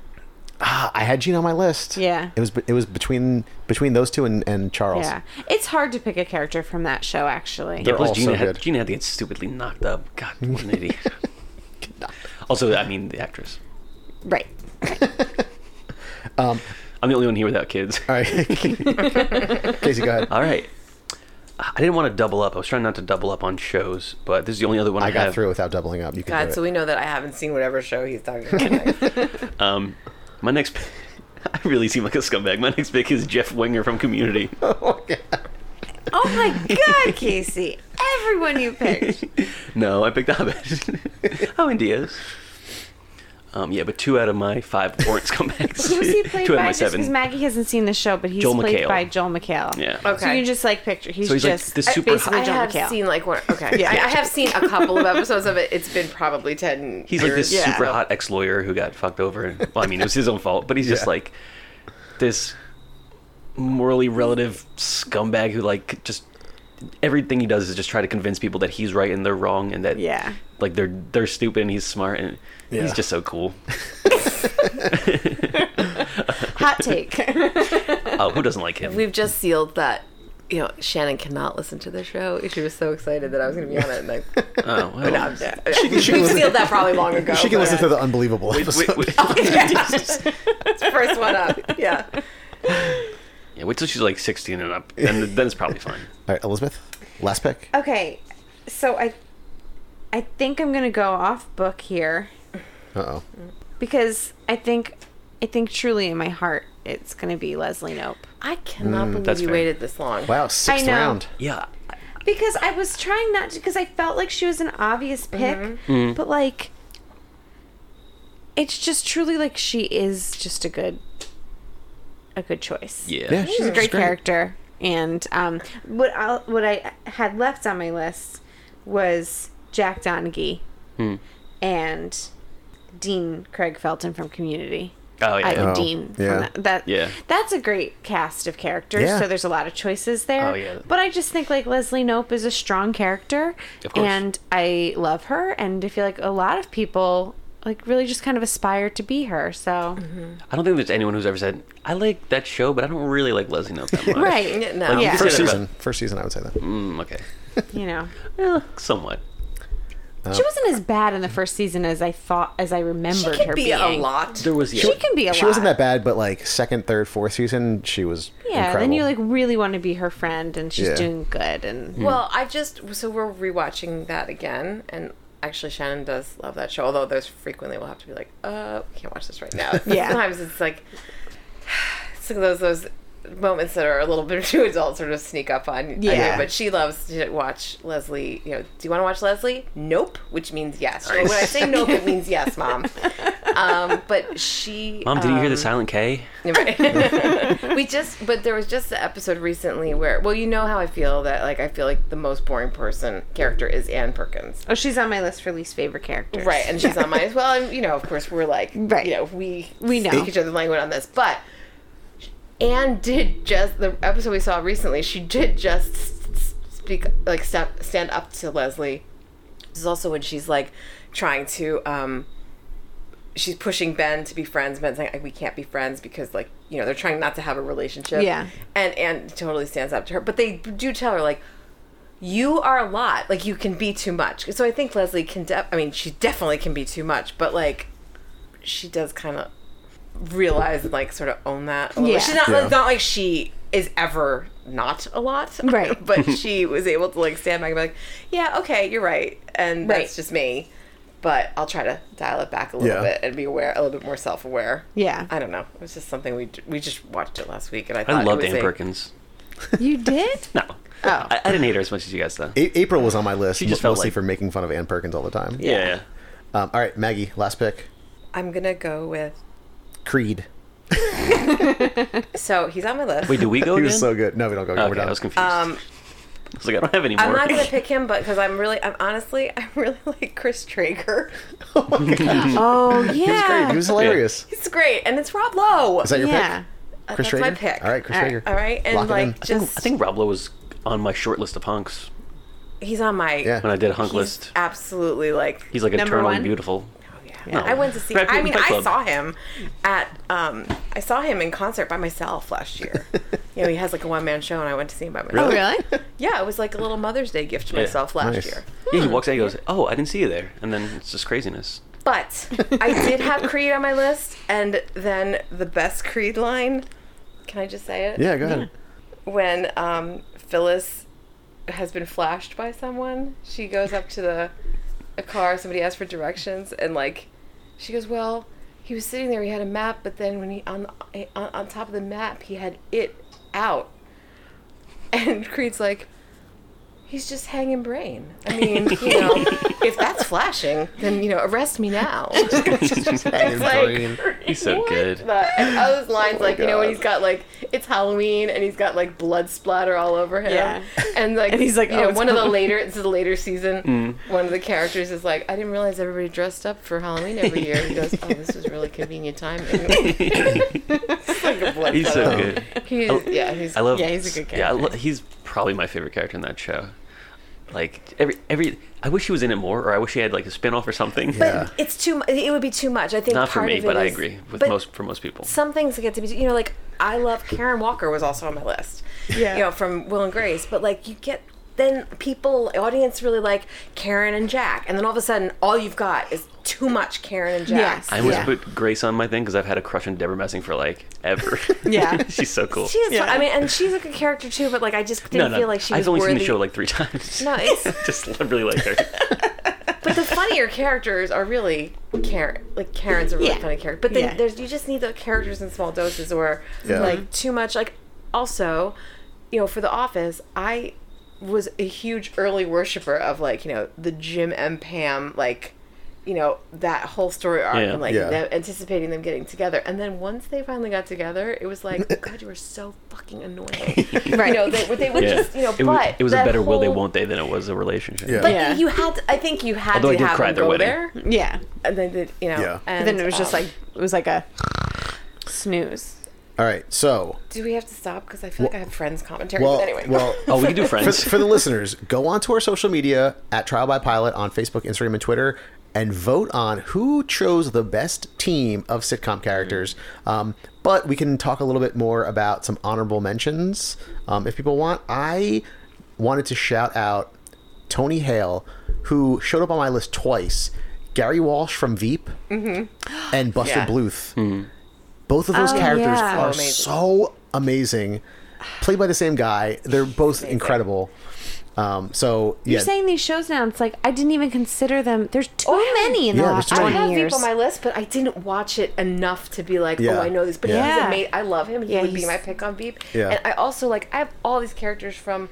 [SPEAKER 3] Ah, I had Gene on my list.
[SPEAKER 4] Yeah.
[SPEAKER 3] It was it was between between those two and, and Charles.
[SPEAKER 4] yeah it's hard to pick a character from that show actually
[SPEAKER 7] Yeah,
[SPEAKER 3] They're
[SPEAKER 7] plus
[SPEAKER 3] all so
[SPEAKER 7] Gina, had,
[SPEAKER 3] good.
[SPEAKER 7] Gina had to get stupidly knocked up. God, what
[SPEAKER 3] <laughs>
[SPEAKER 7] an idiot. also, I mean, the actress.
[SPEAKER 4] right
[SPEAKER 7] I'm the only one here without kids.
[SPEAKER 3] All right. <laughs> Casey, go ahead.
[SPEAKER 7] <laughs> All right. I didn't want to double up. I was trying not to double up on shows, but this is the only other one I,
[SPEAKER 3] I got
[SPEAKER 7] have.
[SPEAKER 3] through without doubling up. You can do
[SPEAKER 6] God,
[SPEAKER 3] it. <laughs>
[SPEAKER 6] so we know that I haven't seen whatever show he's talking about.
[SPEAKER 7] Um, my next. <laughs> I really seem like a scumbag. My next pick is Jeff Winger from Community. <laughs>
[SPEAKER 4] oh my god Casey everyone you picked
[SPEAKER 7] no, I picked Abed. <laughs> oh, and Diaz. Um, yeah, but two out of my five weren't scumbags.
[SPEAKER 4] Who's he played
[SPEAKER 7] <laughs> two out
[SPEAKER 4] by?
[SPEAKER 7] of my
[SPEAKER 4] Just because
[SPEAKER 7] seven.
[SPEAKER 4] Maggie hasn't seen the show, but he's
[SPEAKER 7] Joel
[SPEAKER 4] played
[SPEAKER 7] McHale.
[SPEAKER 4] by Joel McHale.
[SPEAKER 7] Yeah.
[SPEAKER 4] So you
[SPEAKER 6] Okay.
[SPEAKER 4] can just like picture he's,
[SPEAKER 7] So he's like
[SPEAKER 4] just
[SPEAKER 7] the super
[SPEAKER 4] basically
[SPEAKER 6] I
[SPEAKER 7] hot-
[SPEAKER 4] Joel
[SPEAKER 6] have
[SPEAKER 4] McHale. <laughs>
[SPEAKER 6] seen like one. Okay, yeah, I, I have seen a couple of episodes of it. It's been probably ten.
[SPEAKER 7] He's like this
[SPEAKER 6] years.
[SPEAKER 7] super hot ex lawyer who got fucked over. Well, I mean, it was his own fault, but he's just
[SPEAKER 3] Yeah.
[SPEAKER 7] like this morally relative scumbag who like just everything he does is just try to convince people that he's right and they're wrong and that
[SPEAKER 4] Yeah.
[SPEAKER 7] like they're they're stupid and he's smart and
[SPEAKER 3] Yeah.
[SPEAKER 7] he's just so cool.
[SPEAKER 4] Hot take. <laughs>
[SPEAKER 7] Oh, who doesn't like him? <laughs>
[SPEAKER 6] <laughs> We've just sealed that. You know, Shannon cannot listen to the show. She was so excited that I was going to be on it. And like,
[SPEAKER 7] <laughs> oh, well.
[SPEAKER 6] no, I'm dead. <laughs> We've sealed that probably long ago.
[SPEAKER 3] She can <laughs>
[SPEAKER 4] <laughs>
[SPEAKER 6] but-
[SPEAKER 3] listen to the unbelievable
[SPEAKER 7] Wait,
[SPEAKER 3] episode.
[SPEAKER 7] wait, wait.
[SPEAKER 6] First one up. Yeah.
[SPEAKER 7] Yeah, wait till she's like 16 and up, and then it's probably fine.
[SPEAKER 3] All right, Elizabeth, last pick.
[SPEAKER 4] Okay, so I, I think I'm gonna go off book here
[SPEAKER 3] Uh oh.
[SPEAKER 4] because I think, I think truly in my heart it's gonna be Leslie Nope
[SPEAKER 6] I cannot believe
[SPEAKER 7] that's
[SPEAKER 6] you
[SPEAKER 7] fair.
[SPEAKER 6] waited this long.
[SPEAKER 3] Mm, Wow, sixth
[SPEAKER 4] know.
[SPEAKER 3] round.
[SPEAKER 7] Yeah,
[SPEAKER 4] because I was trying not to because I felt like she was an obvious pick, but like, it's just truly like she is just a good, a good choice.
[SPEAKER 7] yeah.
[SPEAKER 3] Yeah, she's
[SPEAKER 4] She's a great,
[SPEAKER 3] great.
[SPEAKER 4] character. And um, what I what I had left on my list was Jack Donaghy and Dean Craig Felton from Community.
[SPEAKER 7] Oh
[SPEAKER 4] I,
[SPEAKER 7] yeah.
[SPEAKER 4] Dean. from
[SPEAKER 3] yeah.
[SPEAKER 4] that, that-
[SPEAKER 7] Yeah.
[SPEAKER 4] That's a great cast of characters.
[SPEAKER 3] Yeah.
[SPEAKER 4] So there's a lot of choices there.
[SPEAKER 7] Oh, yeah.
[SPEAKER 4] But I just think like Leslie Nope is a strong character,
[SPEAKER 7] Of course.
[SPEAKER 4] and I love her, and I feel like a lot of people like really just kind of aspire to be her. So
[SPEAKER 7] I don't think there's anyone who's ever said I like that show, but I don't really like Leslie Nope that much.
[SPEAKER 4] right,
[SPEAKER 6] Yeah, No.
[SPEAKER 7] Like,
[SPEAKER 4] Yeah.
[SPEAKER 3] First
[SPEAKER 7] Say that
[SPEAKER 3] season. First season, I would say that.
[SPEAKER 7] Mm, okay,
[SPEAKER 4] you know.
[SPEAKER 7] Eh, somewhat.
[SPEAKER 4] She wasn't as bad in the first season as I thought, as I remembered
[SPEAKER 6] She could
[SPEAKER 4] her
[SPEAKER 6] be
[SPEAKER 4] being.
[SPEAKER 6] a lot.
[SPEAKER 7] There was yeah.
[SPEAKER 4] She can be a lot.
[SPEAKER 3] She wasn't that bad, but like second, third, fourth season, she was
[SPEAKER 4] Yeah,
[SPEAKER 3] incredible.
[SPEAKER 4] then you like really want to be her friend, and she's
[SPEAKER 3] Yeah.
[SPEAKER 4] doing good, and
[SPEAKER 6] Well, I just so we're rewatching that again, and actually Shannon does love that show. Although there's frequently we'll have to be like, uh, we can't watch this right now.
[SPEAKER 4] <laughs> Yeah.
[SPEAKER 6] Sometimes it's like <sighs> some of those those moments that are a little bit <laughs> too adult sort of sneak up on on
[SPEAKER 4] Yeah.
[SPEAKER 6] you. But she loves to watch Leslie. You know, do you want to watch Leslie? Nope, which means yes. Or When I say nope, it means yes, mom. Um, but she.
[SPEAKER 7] Mom, did you hear the
[SPEAKER 6] um,
[SPEAKER 7] silent K?
[SPEAKER 6] we just, but there was just an episode recently where, well, you know how I feel that, like, I feel like the most boring person character is Ann Perkins.
[SPEAKER 4] oh, she's on my list for least favorite characters.
[SPEAKER 6] Right, and she's on mine as well. And, you know, of course, we're like,
[SPEAKER 4] Right.
[SPEAKER 6] you know, we
[SPEAKER 4] We know.
[SPEAKER 6] speak each other's language on this. But Anne did just, the episode we saw recently, she did just s- s- speak, like, step, stand up to Leslie. This is also when she's, like, trying to, um, she's pushing Ben to be friends. Ben's like, we can't be friends because, like, you know, they're trying not to have a relationship.
[SPEAKER 4] Yeah.
[SPEAKER 6] And Anne totally stands up to her. But they do tell her, like, you are a lot. Like, you can be too much. So I think Leslie can, de- I mean, she definitely can be too much, but, like, she does kind of realize and, like, sort of own that. A little
[SPEAKER 4] Yeah.
[SPEAKER 6] bit. She's not,
[SPEAKER 3] Yeah.
[SPEAKER 6] it's not like she is ever not a lot.
[SPEAKER 4] Right.
[SPEAKER 6] <laughs> but she was able to, like, stand back and be like, yeah, okay, you're right. And
[SPEAKER 4] Right.
[SPEAKER 6] that's just me. But I'll try to dial it back a
[SPEAKER 3] Yeah.
[SPEAKER 6] little bit and be aware, a little bit more self-aware.
[SPEAKER 4] Yeah.
[SPEAKER 6] I don't know. It was just something we we just watched it last week, and I thought
[SPEAKER 7] I
[SPEAKER 6] it
[SPEAKER 7] loved
[SPEAKER 6] was
[SPEAKER 7] Anne
[SPEAKER 6] a- Oh.
[SPEAKER 7] Perkins.
[SPEAKER 4] You did?
[SPEAKER 7] <laughs> No, I, I didn't hate her as much as you guys though.
[SPEAKER 3] A- April was on my list
[SPEAKER 7] just felt
[SPEAKER 3] mostly
[SPEAKER 7] like-
[SPEAKER 3] for making fun of Ann Perkins all the time.
[SPEAKER 7] Yeah. yeah.
[SPEAKER 3] Um, all right, Maggie, last pick.
[SPEAKER 6] I'm gonna go with.
[SPEAKER 3] Creed.
[SPEAKER 6] So he's on my list.
[SPEAKER 7] Wait, do we
[SPEAKER 3] <laughs>
[SPEAKER 7] go
[SPEAKER 3] He
[SPEAKER 7] again?
[SPEAKER 3] was so good. No, we don't go. again. We're
[SPEAKER 7] Oh, okay,
[SPEAKER 3] done.
[SPEAKER 7] I was confused.
[SPEAKER 6] um,
[SPEAKER 7] I was like, I don't have any more.
[SPEAKER 6] I'm not gonna pick him, but because I'm really, I'm honestly, <laughs> I really like Chris Traeger. <laughs>
[SPEAKER 4] Oh yeah.
[SPEAKER 3] He was great. He was hilarious.
[SPEAKER 6] He's great, and it's Rob Lowe.
[SPEAKER 3] Is that your
[SPEAKER 4] yeah.
[SPEAKER 3] pick? Chris
[SPEAKER 6] That's my
[SPEAKER 3] Traeger?
[SPEAKER 6] pick.
[SPEAKER 3] All right, Chris
[SPEAKER 4] All right,
[SPEAKER 3] Traeger.
[SPEAKER 6] All right, and
[SPEAKER 3] Lock it in.
[SPEAKER 6] like
[SPEAKER 7] I think-
[SPEAKER 6] just,
[SPEAKER 7] I think Roblo was on my short list of hunks
[SPEAKER 6] he's on my.
[SPEAKER 3] Yeah.
[SPEAKER 7] when I did hunk
[SPEAKER 6] he's
[SPEAKER 7] list.
[SPEAKER 6] Absolutely, like
[SPEAKER 7] He's like
[SPEAKER 4] Number
[SPEAKER 7] eternally
[SPEAKER 4] one?
[SPEAKER 7] beautiful. No.
[SPEAKER 6] I went to see.
[SPEAKER 7] Brad Pitt
[SPEAKER 6] I
[SPEAKER 7] in
[SPEAKER 6] mean,
[SPEAKER 7] Fight
[SPEAKER 6] I
[SPEAKER 7] Club.
[SPEAKER 6] saw him at. Um, I saw him in concert by myself last
[SPEAKER 7] <laughs>
[SPEAKER 6] year.
[SPEAKER 3] <laughs>
[SPEAKER 6] you know, he has like a one man show, and I went to see him by myself.
[SPEAKER 4] Oh
[SPEAKER 6] <laughs>
[SPEAKER 4] really?
[SPEAKER 6] Yeah, it was like a little Mother's Day gift to
[SPEAKER 7] Yeah.
[SPEAKER 6] myself last
[SPEAKER 3] Nice.
[SPEAKER 6] year.
[SPEAKER 7] Yeah, he walks out. He
[SPEAKER 6] Hmm.
[SPEAKER 7] goes, "Oh, I didn't see you there," and then it's just craziness.
[SPEAKER 6] But I did have Creed on my list, and then the best Creed line. Can I just say it?
[SPEAKER 3] Yeah, go ahead.
[SPEAKER 6] When um, Phyllis has been flashed by someone, she goes up to the a car. Somebody asks for directions, and like, she goes, "Well, he was sitting there. He had a map, but then when he on on, on top of the map, he had it out." And <laughs> Creed's like, he's just hanging brain. I mean, you know, if that's flashing, then you know, arrest me now. <laughs> It's like,
[SPEAKER 7] He's so good. <laughs>
[SPEAKER 6] <laughs> the, and all those
[SPEAKER 7] Oh
[SPEAKER 6] lines, like you know, when
[SPEAKER 3] God.
[SPEAKER 6] he's got like it's Halloween and he's got like blood splatter all over him,
[SPEAKER 4] Yeah.
[SPEAKER 6] <laughs> and like
[SPEAKER 4] And he's like,
[SPEAKER 6] you
[SPEAKER 4] "Oh,
[SPEAKER 6] know,
[SPEAKER 4] it's
[SPEAKER 6] one of the
[SPEAKER 4] Halloween."
[SPEAKER 6] later, this is a later season.
[SPEAKER 7] Mm.
[SPEAKER 6] One of the characters is like, I didn't realize everybody dressed up for Halloween every year. He goes, Oh, this is really
[SPEAKER 7] <laughs>
[SPEAKER 6] convenient timing. it's <laughs> like a blood
[SPEAKER 7] He's so
[SPEAKER 6] splatter.
[SPEAKER 7] good. Oh.
[SPEAKER 6] He's, yeah, he's.
[SPEAKER 7] I love.
[SPEAKER 4] Yeah, he's a good
[SPEAKER 7] Yeah, I lo- he's probably my favorite character in that show. Like every every, I wish he was in it more, or I wich he had like a spin off or something.
[SPEAKER 3] Yeah.
[SPEAKER 6] it's too. mu- It would be too much. I think
[SPEAKER 7] Not for
[SPEAKER 6] part
[SPEAKER 7] me,
[SPEAKER 6] of it
[SPEAKER 7] but I
[SPEAKER 6] is-
[SPEAKER 7] agree with
[SPEAKER 6] but
[SPEAKER 7] most for most people.
[SPEAKER 6] some things get to be you know like i love karen walker was also on my list
[SPEAKER 4] Yeah.
[SPEAKER 6] you know from will and grace but like you get then people, audience, really like Karen and Jack, and then all of a sudden, all you've got is too much Karen and Jack.
[SPEAKER 4] Yes.
[SPEAKER 7] I almost
[SPEAKER 4] Yeah.
[SPEAKER 7] put Grace on my thing because I've had a crush on Deborah Messing for like ever.
[SPEAKER 6] <laughs>
[SPEAKER 4] Yeah.
[SPEAKER 7] <laughs> she's so cool.
[SPEAKER 6] She is. I mean, and she's a good character too, but like I just
[SPEAKER 7] no,
[SPEAKER 6] didn't
[SPEAKER 7] no,
[SPEAKER 6] feel like she was
[SPEAKER 7] I've only
[SPEAKER 6] worthy.
[SPEAKER 7] seen the show like three <laughs> times.
[SPEAKER 6] No, it's-
[SPEAKER 7] just really like
[SPEAKER 6] <laughs>
[SPEAKER 7] her.
[SPEAKER 6] but the funnier characters are really Karen. Like Karen's a really
[SPEAKER 4] Yeah.
[SPEAKER 6] funny character, but then
[SPEAKER 4] Yeah. Mm-hmm.
[SPEAKER 6] there's you just need the characters in small doses, or
[SPEAKER 3] Yeah.
[SPEAKER 6] like too much. Like also, you know, for The Office, I was a huge early worshiper of like you know the Jim and Pam like. You know that whole story arc,
[SPEAKER 7] Yeah.
[SPEAKER 6] and like
[SPEAKER 3] Yeah.
[SPEAKER 6] them- anticipating them getting together, and then once they finally got together, it was
[SPEAKER 3] <laughs>
[SPEAKER 6] like, God, you were so fucking annoying.
[SPEAKER 4] Right.
[SPEAKER 6] You know, they, they would
[SPEAKER 7] Yeah,
[SPEAKER 6] just, you know,
[SPEAKER 7] it,
[SPEAKER 6] but
[SPEAKER 7] was, it was a
[SPEAKER 6] that
[SPEAKER 7] better will they
[SPEAKER 6] whole-
[SPEAKER 7] won't they than it was a relationship.
[SPEAKER 3] Yeah.
[SPEAKER 6] But
[SPEAKER 4] Yeah.
[SPEAKER 6] you had, to, I think you had
[SPEAKER 7] Although I
[SPEAKER 6] to
[SPEAKER 7] did
[SPEAKER 6] have
[SPEAKER 7] cry
[SPEAKER 6] them
[SPEAKER 7] at their
[SPEAKER 6] go
[SPEAKER 7] wedding.
[SPEAKER 6] there,
[SPEAKER 4] yeah.
[SPEAKER 6] and then they- you know,
[SPEAKER 3] Yeah.
[SPEAKER 4] And
[SPEAKER 6] and
[SPEAKER 4] then it was just
[SPEAKER 6] um,
[SPEAKER 4] like it was like a snooze.
[SPEAKER 3] All right, so
[SPEAKER 6] do we have to stop? Because I feel like I have friends commentary.
[SPEAKER 3] well,
[SPEAKER 6] but anyway, <laughs>
[SPEAKER 3] well,
[SPEAKER 7] Oh, we can do
[SPEAKER 3] for,
[SPEAKER 7] friends.
[SPEAKER 3] for the listeners, go onto our social media at Trial by Pilot on Facebook, Instagram, and Twitter, and vote on who chose the best team of sitcom characters. Um, but we can talk a little bit more about some honorable mentions um, if people want. I wanted to shout out Tony Hale, who showed up on my list twice. Gary Walsh from Veep and Buster
[SPEAKER 6] Yeah.
[SPEAKER 3] Bluth. Both of those
[SPEAKER 4] Oh,
[SPEAKER 3] characters
[SPEAKER 4] yeah.
[SPEAKER 3] are
[SPEAKER 6] Amazing.
[SPEAKER 3] so amazing. Played by the same guy. They're both incredible. Um, so yeah,
[SPEAKER 4] You're saying these shows now. It's like I didn't even consider them. There's too
[SPEAKER 6] Oh, yeah.
[SPEAKER 4] many in
[SPEAKER 3] Yeah,
[SPEAKER 4] the
[SPEAKER 3] there's
[SPEAKER 4] last
[SPEAKER 3] too
[SPEAKER 6] I
[SPEAKER 3] many.
[SPEAKER 4] twenty
[SPEAKER 6] have
[SPEAKER 4] years.
[SPEAKER 6] Veep on my list, but I didn't watch it enough to be like,
[SPEAKER 3] Yeah.
[SPEAKER 6] oh, I know this. But he's
[SPEAKER 4] Yeah.
[SPEAKER 6] amazing. I love him. He
[SPEAKER 4] Yeah,
[SPEAKER 6] would be
[SPEAKER 4] he's-
[SPEAKER 6] my pick on Veep.
[SPEAKER 3] Yeah.
[SPEAKER 6] And I also like, I have all these characters from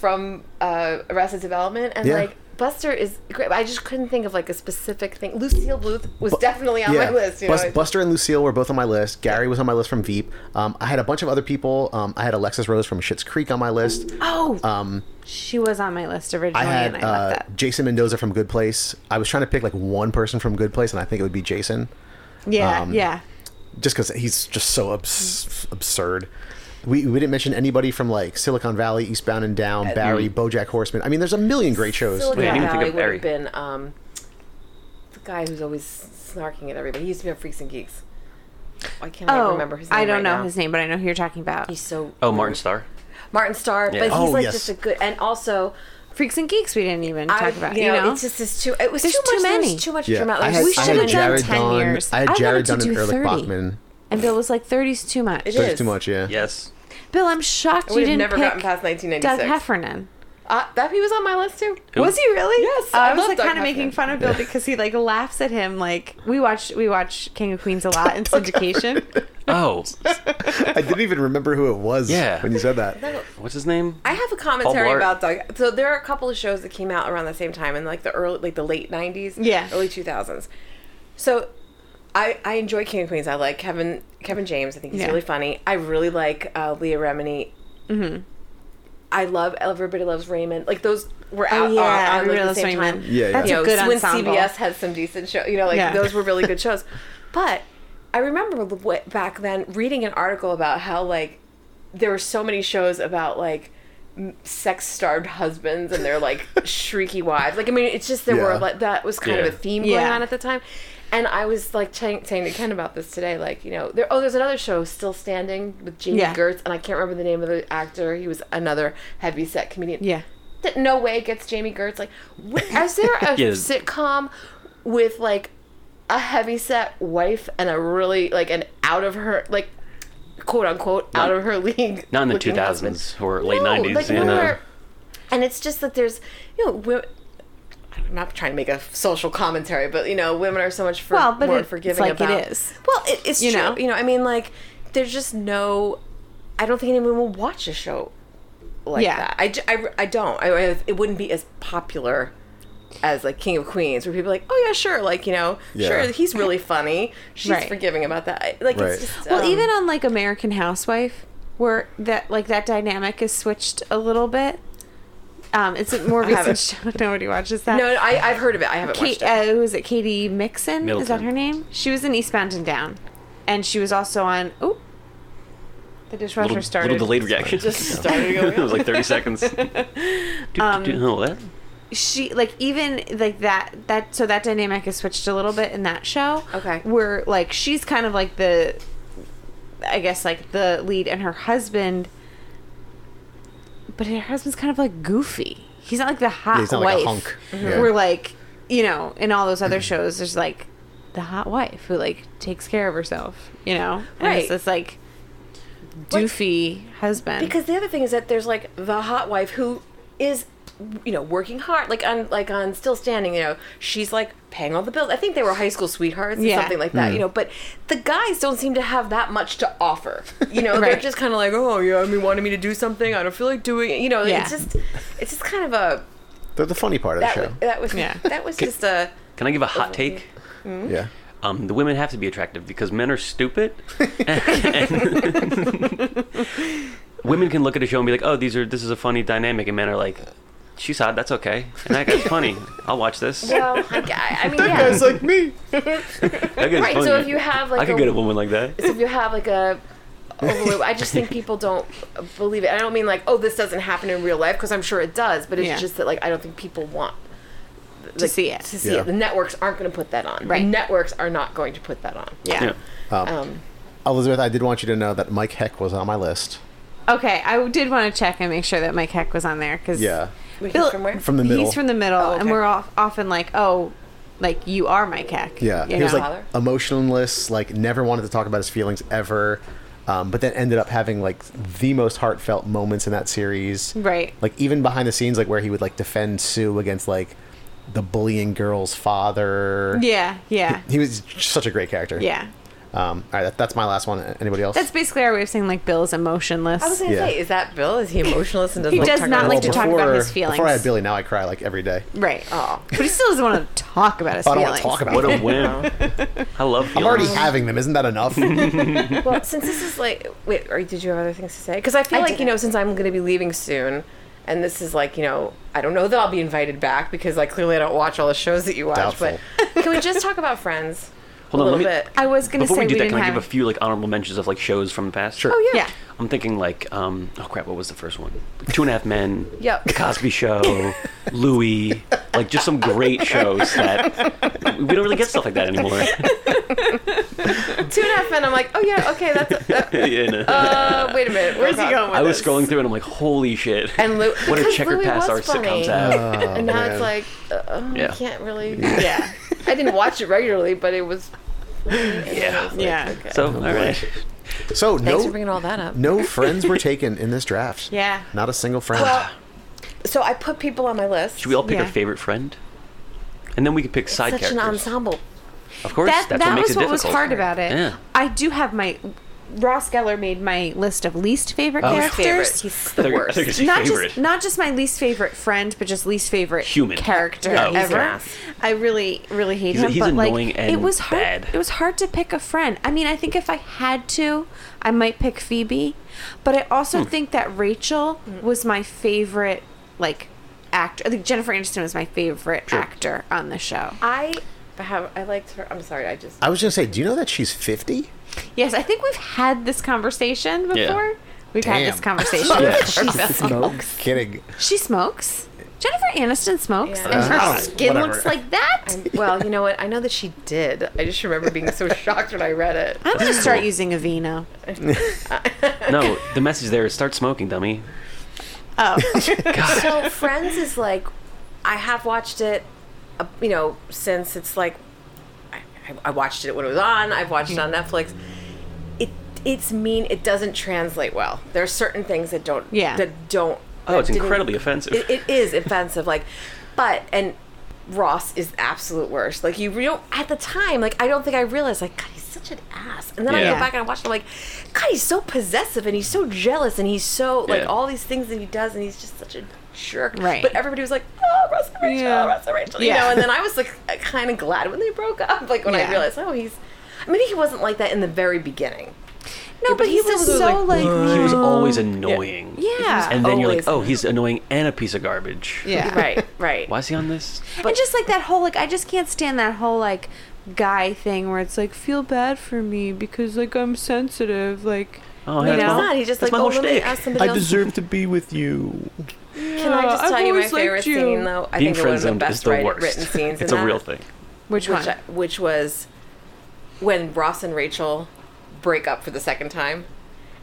[SPEAKER 6] from uh, Arrested Development, and
[SPEAKER 3] Yeah.
[SPEAKER 6] like. Buster is great. but I just couldn't think of like a specific thing. Lucille Bluth was definitely on
[SPEAKER 3] yeah,
[SPEAKER 6] my list. You
[SPEAKER 3] Bus-
[SPEAKER 6] know?
[SPEAKER 3] Buster and Lucille were both on my list. Gary was on my list from Veep. Um, I had a bunch of other people. Um, I had Alexis Rose from Schitt's Creek on my list.
[SPEAKER 4] oh,
[SPEAKER 3] Um,
[SPEAKER 4] she was on my list originally,
[SPEAKER 3] I had
[SPEAKER 4] and I
[SPEAKER 3] uh,
[SPEAKER 4] left
[SPEAKER 3] Jason Mendoza from Good Place. I was trying to pick like one person from Good Place, and I think it would be Jason.
[SPEAKER 4] that. Yeah,
[SPEAKER 3] um,
[SPEAKER 4] yeah.
[SPEAKER 3] just because he's just so abs- absurd. We, we didn't mention anybody from like Silicon Valley, Eastbound and Down, Barry, BoJack Horseman. I mean, there's a million great shows.
[SPEAKER 7] Wait, I
[SPEAKER 6] Silicon
[SPEAKER 7] didn't even think
[SPEAKER 6] Valley
[SPEAKER 7] of
[SPEAKER 6] would have
[SPEAKER 7] Barry.
[SPEAKER 6] been um, the guy who's always snarking at everybody. He used to be on Freaks and Geeks. Why can't I remember his name?
[SPEAKER 4] Oh, I don't
[SPEAKER 6] right
[SPEAKER 4] know
[SPEAKER 6] now?
[SPEAKER 4] his name, but I know who you're talking about.
[SPEAKER 6] He's so
[SPEAKER 7] Oh, Martin Starr.
[SPEAKER 6] Martin Starr,
[SPEAKER 7] Yeah.
[SPEAKER 6] but he's
[SPEAKER 3] Oh,
[SPEAKER 6] like
[SPEAKER 3] yes.
[SPEAKER 6] just a good and also
[SPEAKER 4] Freaks and Geeks. We didn't even
[SPEAKER 6] I
[SPEAKER 4] talk about.
[SPEAKER 6] you,
[SPEAKER 4] You know,
[SPEAKER 6] it's just it's too it was
[SPEAKER 4] There's
[SPEAKER 6] too,
[SPEAKER 4] too
[SPEAKER 6] much there was
[SPEAKER 4] many.
[SPEAKER 6] too much
[SPEAKER 3] Yeah,
[SPEAKER 6] drama.
[SPEAKER 3] I
[SPEAKER 6] Like,
[SPEAKER 3] had,
[SPEAKER 4] We
[SPEAKER 3] I
[SPEAKER 4] should
[SPEAKER 3] had
[SPEAKER 4] have done
[SPEAKER 3] Jared
[SPEAKER 4] 10
[SPEAKER 3] Dunn.
[SPEAKER 4] years.
[SPEAKER 3] I had
[SPEAKER 4] I wanted
[SPEAKER 3] Jared
[SPEAKER 4] to
[SPEAKER 3] Dunn and
[SPEAKER 4] do
[SPEAKER 3] Erlich
[SPEAKER 4] 30.
[SPEAKER 3] Bachman.
[SPEAKER 4] and Bill was like, "30's too much."
[SPEAKER 6] It
[SPEAKER 3] There's
[SPEAKER 6] is.
[SPEAKER 3] too much, yeah.
[SPEAKER 7] Yes.
[SPEAKER 4] Bill, I'm shocked
[SPEAKER 6] I would
[SPEAKER 4] you didn't
[SPEAKER 6] have never
[SPEAKER 4] pick
[SPEAKER 6] gotten past
[SPEAKER 4] Doug
[SPEAKER 6] 1996.
[SPEAKER 4] Heffernan.
[SPEAKER 6] Uh, that he was on my list too.
[SPEAKER 7] Who?
[SPEAKER 4] Was he really?
[SPEAKER 6] Yes,
[SPEAKER 4] Oh,
[SPEAKER 6] I
[SPEAKER 4] I, was
[SPEAKER 6] love
[SPEAKER 4] like
[SPEAKER 6] Doug
[SPEAKER 4] kind of making
[SPEAKER 6] Heffernan.
[SPEAKER 4] fun of Bill because he like laughs at him. Like we watch we watch King of Queens a lot in
[SPEAKER 6] <laughs>
[SPEAKER 4] syndication.
[SPEAKER 7] Oh,
[SPEAKER 3] I didn't even remember who it was
[SPEAKER 7] Yeah.
[SPEAKER 3] when you said that.
[SPEAKER 7] what's his name?
[SPEAKER 6] I have a commentary
[SPEAKER 7] Blart.
[SPEAKER 6] about Doug. So there are a couple of shows that came out around the same time in like the early, like the late '90s,
[SPEAKER 4] Yeah.
[SPEAKER 6] early 2000s. So I I enjoy King of Queens. I like Kevin Kevin James. I think he's
[SPEAKER 4] Yeah.
[SPEAKER 6] really funny. I really like uh, Leah Remini.
[SPEAKER 4] Mm-hmm.
[SPEAKER 6] I love Everybody Loves Raymond. Like those were out
[SPEAKER 4] Oh,
[SPEAKER 6] uh,
[SPEAKER 4] yeah,
[SPEAKER 6] on, on like,
[SPEAKER 4] Everybody
[SPEAKER 6] the
[SPEAKER 4] Loves
[SPEAKER 6] same
[SPEAKER 4] Raymond.
[SPEAKER 6] time.
[SPEAKER 3] Yeah, yeah.
[SPEAKER 4] That's
[SPEAKER 6] You
[SPEAKER 4] a
[SPEAKER 6] know,
[SPEAKER 4] good
[SPEAKER 6] when
[SPEAKER 4] ensemble.
[SPEAKER 6] CBS had some decent show. You know, like
[SPEAKER 4] Yeah.
[SPEAKER 6] those were really
[SPEAKER 4] <laughs>
[SPEAKER 6] good shows. But I remember the way- back then reading an article about how like there were so many shows about like sex starved husbands and
[SPEAKER 7] <laughs>
[SPEAKER 6] their like shrieky wives. Like I mean, it's just there
[SPEAKER 3] Yeah.
[SPEAKER 6] were like that was kind
[SPEAKER 7] Yeah.
[SPEAKER 6] of a theme going
[SPEAKER 4] Yeah.
[SPEAKER 6] on at the time. And I was like ch- saying to Ken about this today, like you know, there. Oh, there's another show still standing with Jamie
[SPEAKER 4] Yeah.
[SPEAKER 6] Gertz, and I can't remember the name of the actor. He was another heavy set comedian
[SPEAKER 4] yeah,
[SPEAKER 6] that no way gets Jamie Gertz. Like, wh- is there
[SPEAKER 7] <laughs>
[SPEAKER 6] a
[SPEAKER 7] Yeah.
[SPEAKER 6] sitcom with like a heavyset wife and a really like an out of her like quote unquote out of her league?
[SPEAKER 7] Not in the
[SPEAKER 6] looking
[SPEAKER 7] 2000s
[SPEAKER 6] husband?
[SPEAKER 7] or late
[SPEAKER 6] No,
[SPEAKER 7] 90s.
[SPEAKER 6] like,
[SPEAKER 7] you know?
[SPEAKER 6] nowhere- and it's just that there's you know wo- I'm not trying to make a social commentary, but you know, women are so much for,
[SPEAKER 4] Well, but
[SPEAKER 6] more
[SPEAKER 4] it-
[SPEAKER 6] forgiving
[SPEAKER 4] it's like it
[SPEAKER 6] about.
[SPEAKER 4] is.
[SPEAKER 6] Well, it, it's
[SPEAKER 4] You
[SPEAKER 6] true.
[SPEAKER 4] know?
[SPEAKER 6] you know, I mean, like, there's just no. I don't think anyone will watch a show like
[SPEAKER 4] Yeah.
[SPEAKER 6] that. I, j- I, I don't. I, I- it wouldn't be as popular as like King of Queens, where people are like, oh yeah, sure, like you know,
[SPEAKER 3] Yeah.
[SPEAKER 6] sure, he's really funny. She's
[SPEAKER 4] Right.
[SPEAKER 6] forgiving about that. I- Like,
[SPEAKER 3] Right.
[SPEAKER 6] it's just
[SPEAKER 4] Well,
[SPEAKER 6] um,
[SPEAKER 4] even on like American Housewife, where that like that dynamic is switched a little bit. Um, it's a more recent
[SPEAKER 6] haven't.
[SPEAKER 4] show. <laughs> Nobody watches that.
[SPEAKER 6] no, I, I've heard of it. I haven't
[SPEAKER 4] Kate,
[SPEAKER 6] watched it.
[SPEAKER 4] uh, who is it? Katie Mixon? Is that
[SPEAKER 7] Middleton.
[SPEAKER 4] her name? She was in Eastbound and Down, and she was also on. Oh, the dishwasher
[SPEAKER 7] Little,
[SPEAKER 4] started.
[SPEAKER 7] little delayed reaction.
[SPEAKER 6] Just
[SPEAKER 7] <laughs>
[SPEAKER 6] started
[SPEAKER 7] it
[SPEAKER 6] going. Um,
[SPEAKER 7] was like 30
[SPEAKER 6] <laughs>
[SPEAKER 7] seconds. Do, do, do, oh, that?
[SPEAKER 4] she like even like that that so that dynamic is switched a little bit in that show.
[SPEAKER 6] Okay.
[SPEAKER 4] Where like she's kind of like the I guess like the lead and her husband but her husband's kind of like goofy. He's not like the hot
[SPEAKER 3] he's not like
[SPEAKER 4] wife.
[SPEAKER 3] a hunk.
[SPEAKER 6] Mm-hmm.
[SPEAKER 3] Yeah. Mm-hmm.
[SPEAKER 4] We're like, you know, in all those other shows, there's like the hot wife who like takes care of herself, you know, and
[SPEAKER 6] Right.
[SPEAKER 4] it's this like doofy husband.
[SPEAKER 6] Because the other thing is that there's like the hot wife who is, you know, working hard. Like on like on Still Standing, you know, she's like paying all the bills. I think they were high school sweethearts or
[SPEAKER 4] Yeah.
[SPEAKER 6] something like that, you know. But the guys don't seem to have that much to offer. You <laughs> know, they're
[SPEAKER 4] Right.
[SPEAKER 6] just kind of like, oh yeah, I mean, wanted me to do something. I don't feel like doing it. You know,
[SPEAKER 4] Yeah.
[SPEAKER 6] it's just it's just kind of a
[SPEAKER 3] They're the funny part of the
[SPEAKER 6] that
[SPEAKER 3] show.
[SPEAKER 6] was, that was
[SPEAKER 4] Yeah.
[SPEAKER 6] that was just a
[SPEAKER 7] Can I give a hot take?
[SPEAKER 3] yeah.
[SPEAKER 7] Um, the women have to be attractive because men are stupid. <laughs> women can look at a show and be like, "Oh, these are this is a funny dynamic," and men are like, "She's hot, that's okay," and that guy's funny. I'll watch this.
[SPEAKER 6] well, I, I mean, yeah.
[SPEAKER 3] Guys like me.
[SPEAKER 7] That guy's
[SPEAKER 6] Right,
[SPEAKER 7] funny.
[SPEAKER 6] so if you have like
[SPEAKER 7] I could
[SPEAKER 6] a-
[SPEAKER 7] get a woman like that.
[SPEAKER 6] if you have like a overweight, I just think people don't believe it. I don't mean like, oh, this doesn't happen in real life because I'm sure it does, but it's
[SPEAKER 4] Yeah.
[SPEAKER 6] just that like I don't think people want
[SPEAKER 4] to see it.
[SPEAKER 6] to see
[SPEAKER 3] Yeah.
[SPEAKER 6] it. The networks aren't going to put that on.
[SPEAKER 4] Right.
[SPEAKER 6] The networks are not going to put that on.
[SPEAKER 4] yeah.
[SPEAKER 7] Yeah.
[SPEAKER 6] Um,
[SPEAKER 3] Elizabeth, I did want you to know that Mike Heck was on my list.
[SPEAKER 4] Okay, I did want to check and make sure that Mike Heck was on there because
[SPEAKER 3] Yeah.
[SPEAKER 6] wait,
[SPEAKER 4] Bill-
[SPEAKER 6] from where?
[SPEAKER 3] From the middle.
[SPEAKER 4] he's from the middle,
[SPEAKER 6] Oh, okay.
[SPEAKER 4] and we're all, often like, oh, like you are Mike Heck.
[SPEAKER 3] Yeah,
[SPEAKER 4] you
[SPEAKER 3] he was
[SPEAKER 4] know?
[SPEAKER 3] like
[SPEAKER 6] Father?
[SPEAKER 3] emotionless, like never wanted to talk about his feelings ever, um, but then ended up having like the most heartfelt moments in that series.
[SPEAKER 4] Right.
[SPEAKER 3] Like even behind the scenes, like where he would like defend Sue against like the bullying girl's father.
[SPEAKER 4] yeah,
[SPEAKER 3] <laughs>
[SPEAKER 4] yeah,
[SPEAKER 3] He was such a great character.
[SPEAKER 4] yeah.
[SPEAKER 3] Um, all right, that, that's my last one. Anybody else?
[SPEAKER 4] That's basically our way of saying like Bill's emotionless.
[SPEAKER 6] I was going to
[SPEAKER 3] Yeah.
[SPEAKER 6] say, is that Bill? Is he emotionless and doesn't
[SPEAKER 4] He
[SPEAKER 6] like
[SPEAKER 4] does
[SPEAKER 6] talk
[SPEAKER 4] not
[SPEAKER 6] about
[SPEAKER 4] like
[SPEAKER 6] himself?
[SPEAKER 4] to talk about his feelings.
[SPEAKER 3] Before I had Billy, now I cry like every day.
[SPEAKER 4] right.
[SPEAKER 6] Oh.
[SPEAKER 4] But he still doesn't want to talk about his
[SPEAKER 3] I don't
[SPEAKER 4] feelings.
[SPEAKER 3] want to talk about
[SPEAKER 7] What
[SPEAKER 3] it.
[SPEAKER 7] a wimp. I love.
[SPEAKER 3] I'm already
[SPEAKER 7] feelings.
[SPEAKER 3] having them. Isn't that
[SPEAKER 4] <laughs>
[SPEAKER 3] enough? yeah,
[SPEAKER 6] <laughs> Well, since this is like, wait, or did you have other things to say? Because I feel
[SPEAKER 4] I
[SPEAKER 6] like you
[SPEAKER 4] didn't.
[SPEAKER 6] know, since I'm going to be leaving soon, and this is like you know, I don't know that I'll be invited back because like clearly I don't watch all the shows that you watch.
[SPEAKER 3] Doubtful.
[SPEAKER 6] But <laughs> can we just talk about Friends
[SPEAKER 7] Hold
[SPEAKER 6] a
[SPEAKER 7] on, let
[SPEAKER 6] little
[SPEAKER 7] me-
[SPEAKER 6] bit?
[SPEAKER 4] I was gonna
[SPEAKER 7] Before
[SPEAKER 4] say
[SPEAKER 7] we do that,
[SPEAKER 4] didn't
[SPEAKER 7] can I
[SPEAKER 4] have.
[SPEAKER 7] give a few like honorable mentions of like shows from the past? Sure.
[SPEAKER 6] Oh
[SPEAKER 4] yeah.
[SPEAKER 7] I'm thinking like, um, oh crap, what was the first one? Two and a Half Men.
[SPEAKER 6] Yep.
[SPEAKER 7] The Cosby Show. Louis. Like just some great shows that we don't really get stuff like that anymore.
[SPEAKER 6] Two and a half men. I'm like, oh yeah, okay,
[SPEAKER 7] <laughs>
[SPEAKER 6] that's. A, that-
[SPEAKER 7] You know?
[SPEAKER 6] uh, wait a minute, where's he going?
[SPEAKER 7] I was scrolling through and I'm like, holy shit.
[SPEAKER 6] And Lou,
[SPEAKER 7] what a
[SPEAKER 6] because
[SPEAKER 7] checkered
[SPEAKER 6] Louis
[SPEAKER 7] past our
[SPEAKER 6] was funny.
[SPEAKER 7] sitcoms have.
[SPEAKER 6] and now it's
[SPEAKER 3] man.
[SPEAKER 6] like, uh, oh,
[SPEAKER 7] Yeah.
[SPEAKER 6] I
[SPEAKER 7] <laughs>
[SPEAKER 6] can't really.
[SPEAKER 4] yeah,
[SPEAKER 6] I didn't watch it regularly, but it was.
[SPEAKER 7] yeah.
[SPEAKER 4] yeah,
[SPEAKER 7] So, all right.
[SPEAKER 3] So
[SPEAKER 6] Thanks for
[SPEAKER 3] no,
[SPEAKER 6] bringing all that up.
[SPEAKER 3] no friends were taken in this draft.
[SPEAKER 4] <laughs> Yeah.
[SPEAKER 3] Not a single friend.
[SPEAKER 6] So I put people on my list.
[SPEAKER 7] Should we all pick
[SPEAKER 4] Yeah.
[SPEAKER 7] our favorite friend? And then we could pick side
[SPEAKER 6] Such an
[SPEAKER 7] characters.
[SPEAKER 6] ensemble.
[SPEAKER 7] Of course,
[SPEAKER 4] that,
[SPEAKER 7] that's
[SPEAKER 4] that
[SPEAKER 7] what makes
[SPEAKER 4] was
[SPEAKER 7] it
[SPEAKER 4] what was
[SPEAKER 7] difficult.
[SPEAKER 4] hard about it.
[SPEAKER 7] Yeah.
[SPEAKER 4] I do have my Ross Geller made my list of least favorite
[SPEAKER 7] Oh.
[SPEAKER 4] characters.
[SPEAKER 6] Favorite. He's the
[SPEAKER 7] I
[SPEAKER 6] worst.
[SPEAKER 7] think it's
[SPEAKER 4] not
[SPEAKER 7] favorite.
[SPEAKER 4] just not just my least favorite friend, but just least favorite
[SPEAKER 7] Human.
[SPEAKER 4] character
[SPEAKER 7] Yeah, he's
[SPEAKER 6] an
[SPEAKER 4] ever.
[SPEAKER 6] ass.
[SPEAKER 4] I really, really hate
[SPEAKER 7] He's-
[SPEAKER 4] him.
[SPEAKER 7] he's
[SPEAKER 4] but
[SPEAKER 7] annoying
[SPEAKER 4] like,
[SPEAKER 7] and
[SPEAKER 4] it was hard.
[SPEAKER 7] bad.
[SPEAKER 4] It was hard to pick a friend. I mean, I think if I had to, I might pick Phoebe, but I also
[SPEAKER 7] Hmm.
[SPEAKER 4] think that Rachel
[SPEAKER 6] Hmm.
[SPEAKER 4] was my favorite, like. Actor. I think Jennifer Aniston was my favorite actor on the show.
[SPEAKER 6] I have. I liked her. I'm sorry. I just.
[SPEAKER 3] I was gonna say, do you know that she's fifty?
[SPEAKER 4] Yes, I think we've had this conversation before.
[SPEAKER 7] Yeah.
[SPEAKER 4] We've had this
[SPEAKER 3] Damn.
[SPEAKER 7] <laughs>
[SPEAKER 4] conversation.
[SPEAKER 3] smokes. Kidding.
[SPEAKER 4] She smokes. Jennifer Aniston smokes,
[SPEAKER 6] Yeah.
[SPEAKER 4] and her
[SPEAKER 3] Uh,
[SPEAKER 4] skin
[SPEAKER 3] whatever.
[SPEAKER 4] looks like that.
[SPEAKER 6] Well, you know what? I know that she did. I just remember being <laughs> so shocked when I read it.
[SPEAKER 4] I'm gonna start using Aveeno.
[SPEAKER 7] No, the message there is start smoking, dummy.
[SPEAKER 4] Oh,
[SPEAKER 6] <laughs> So Friends is like, I have watched it, uh, you know, since it's like, I, I- I watched it when it was on. I've watched it on Netflix. It it's mean. It doesn't translate well. There are certain things that don't.
[SPEAKER 4] Yeah.
[SPEAKER 6] That don't.
[SPEAKER 7] Oh, it's
[SPEAKER 6] that didn't-
[SPEAKER 7] incredibly offensive.
[SPEAKER 6] It, it is offensive. Like, but and. Ross is the absolute worst. Like you, you don't at the time. Like I don't think I realized. Like God, he's such an ass. And then I
[SPEAKER 7] Yeah.
[SPEAKER 6] go back and I watch. it, I'm like, God, he's so possessive and he's so jealous and he's so like
[SPEAKER 7] Yeah.
[SPEAKER 6] all these things that he does and he's just such a jerk.
[SPEAKER 4] Right.
[SPEAKER 6] But everybody was like, oh, Ross and Rachel,
[SPEAKER 4] Yeah.
[SPEAKER 6] Ross and Rachel. You
[SPEAKER 4] Yeah.
[SPEAKER 6] know. And then I was like, kind of glad when they broke up. Like when
[SPEAKER 4] Yeah.
[SPEAKER 6] I realized, oh, he's. I mean, he wasn't like that in the very beginning.
[SPEAKER 4] no, but
[SPEAKER 6] he
[SPEAKER 4] he
[SPEAKER 6] was
[SPEAKER 4] was
[SPEAKER 6] always
[SPEAKER 4] so
[SPEAKER 6] like,
[SPEAKER 4] like.
[SPEAKER 7] he was always annoying.
[SPEAKER 4] Yeah.
[SPEAKER 7] And then you're like,
[SPEAKER 6] Always.
[SPEAKER 7] oh, he's annoying and a piece of garbage.
[SPEAKER 6] <laughs>
[SPEAKER 4] yeah.
[SPEAKER 6] Right. Right.
[SPEAKER 7] Why is he on this?
[SPEAKER 4] and just like that whole like, I just can't stand that whole like guy thing where it's like feel bad for me because like I'm sensitive like.
[SPEAKER 7] Oh,
[SPEAKER 4] You
[SPEAKER 7] that's
[SPEAKER 6] He's
[SPEAKER 4] know?
[SPEAKER 7] my,
[SPEAKER 6] not. He just
[SPEAKER 7] that's
[SPEAKER 6] like
[SPEAKER 7] my
[SPEAKER 6] oh,
[SPEAKER 7] whole
[SPEAKER 6] let me
[SPEAKER 7] shtick.
[SPEAKER 6] ask somebody else.
[SPEAKER 3] to be with you.
[SPEAKER 6] Can I just
[SPEAKER 4] I've
[SPEAKER 6] tell you my
[SPEAKER 4] always liked
[SPEAKER 6] favorite
[SPEAKER 4] you.
[SPEAKER 6] scene though? I
[SPEAKER 7] Being
[SPEAKER 6] think it was one of
[SPEAKER 7] friend-zoned
[SPEAKER 6] the
[SPEAKER 7] is
[SPEAKER 6] best
[SPEAKER 7] the
[SPEAKER 6] write-
[SPEAKER 7] worst.
[SPEAKER 6] written scenes.
[SPEAKER 7] it's
[SPEAKER 6] in
[SPEAKER 7] a
[SPEAKER 6] that.
[SPEAKER 7] real thing.
[SPEAKER 4] Which one?
[SPEAKER 6] which, I- which was when Ross and Rachel break up for the second time,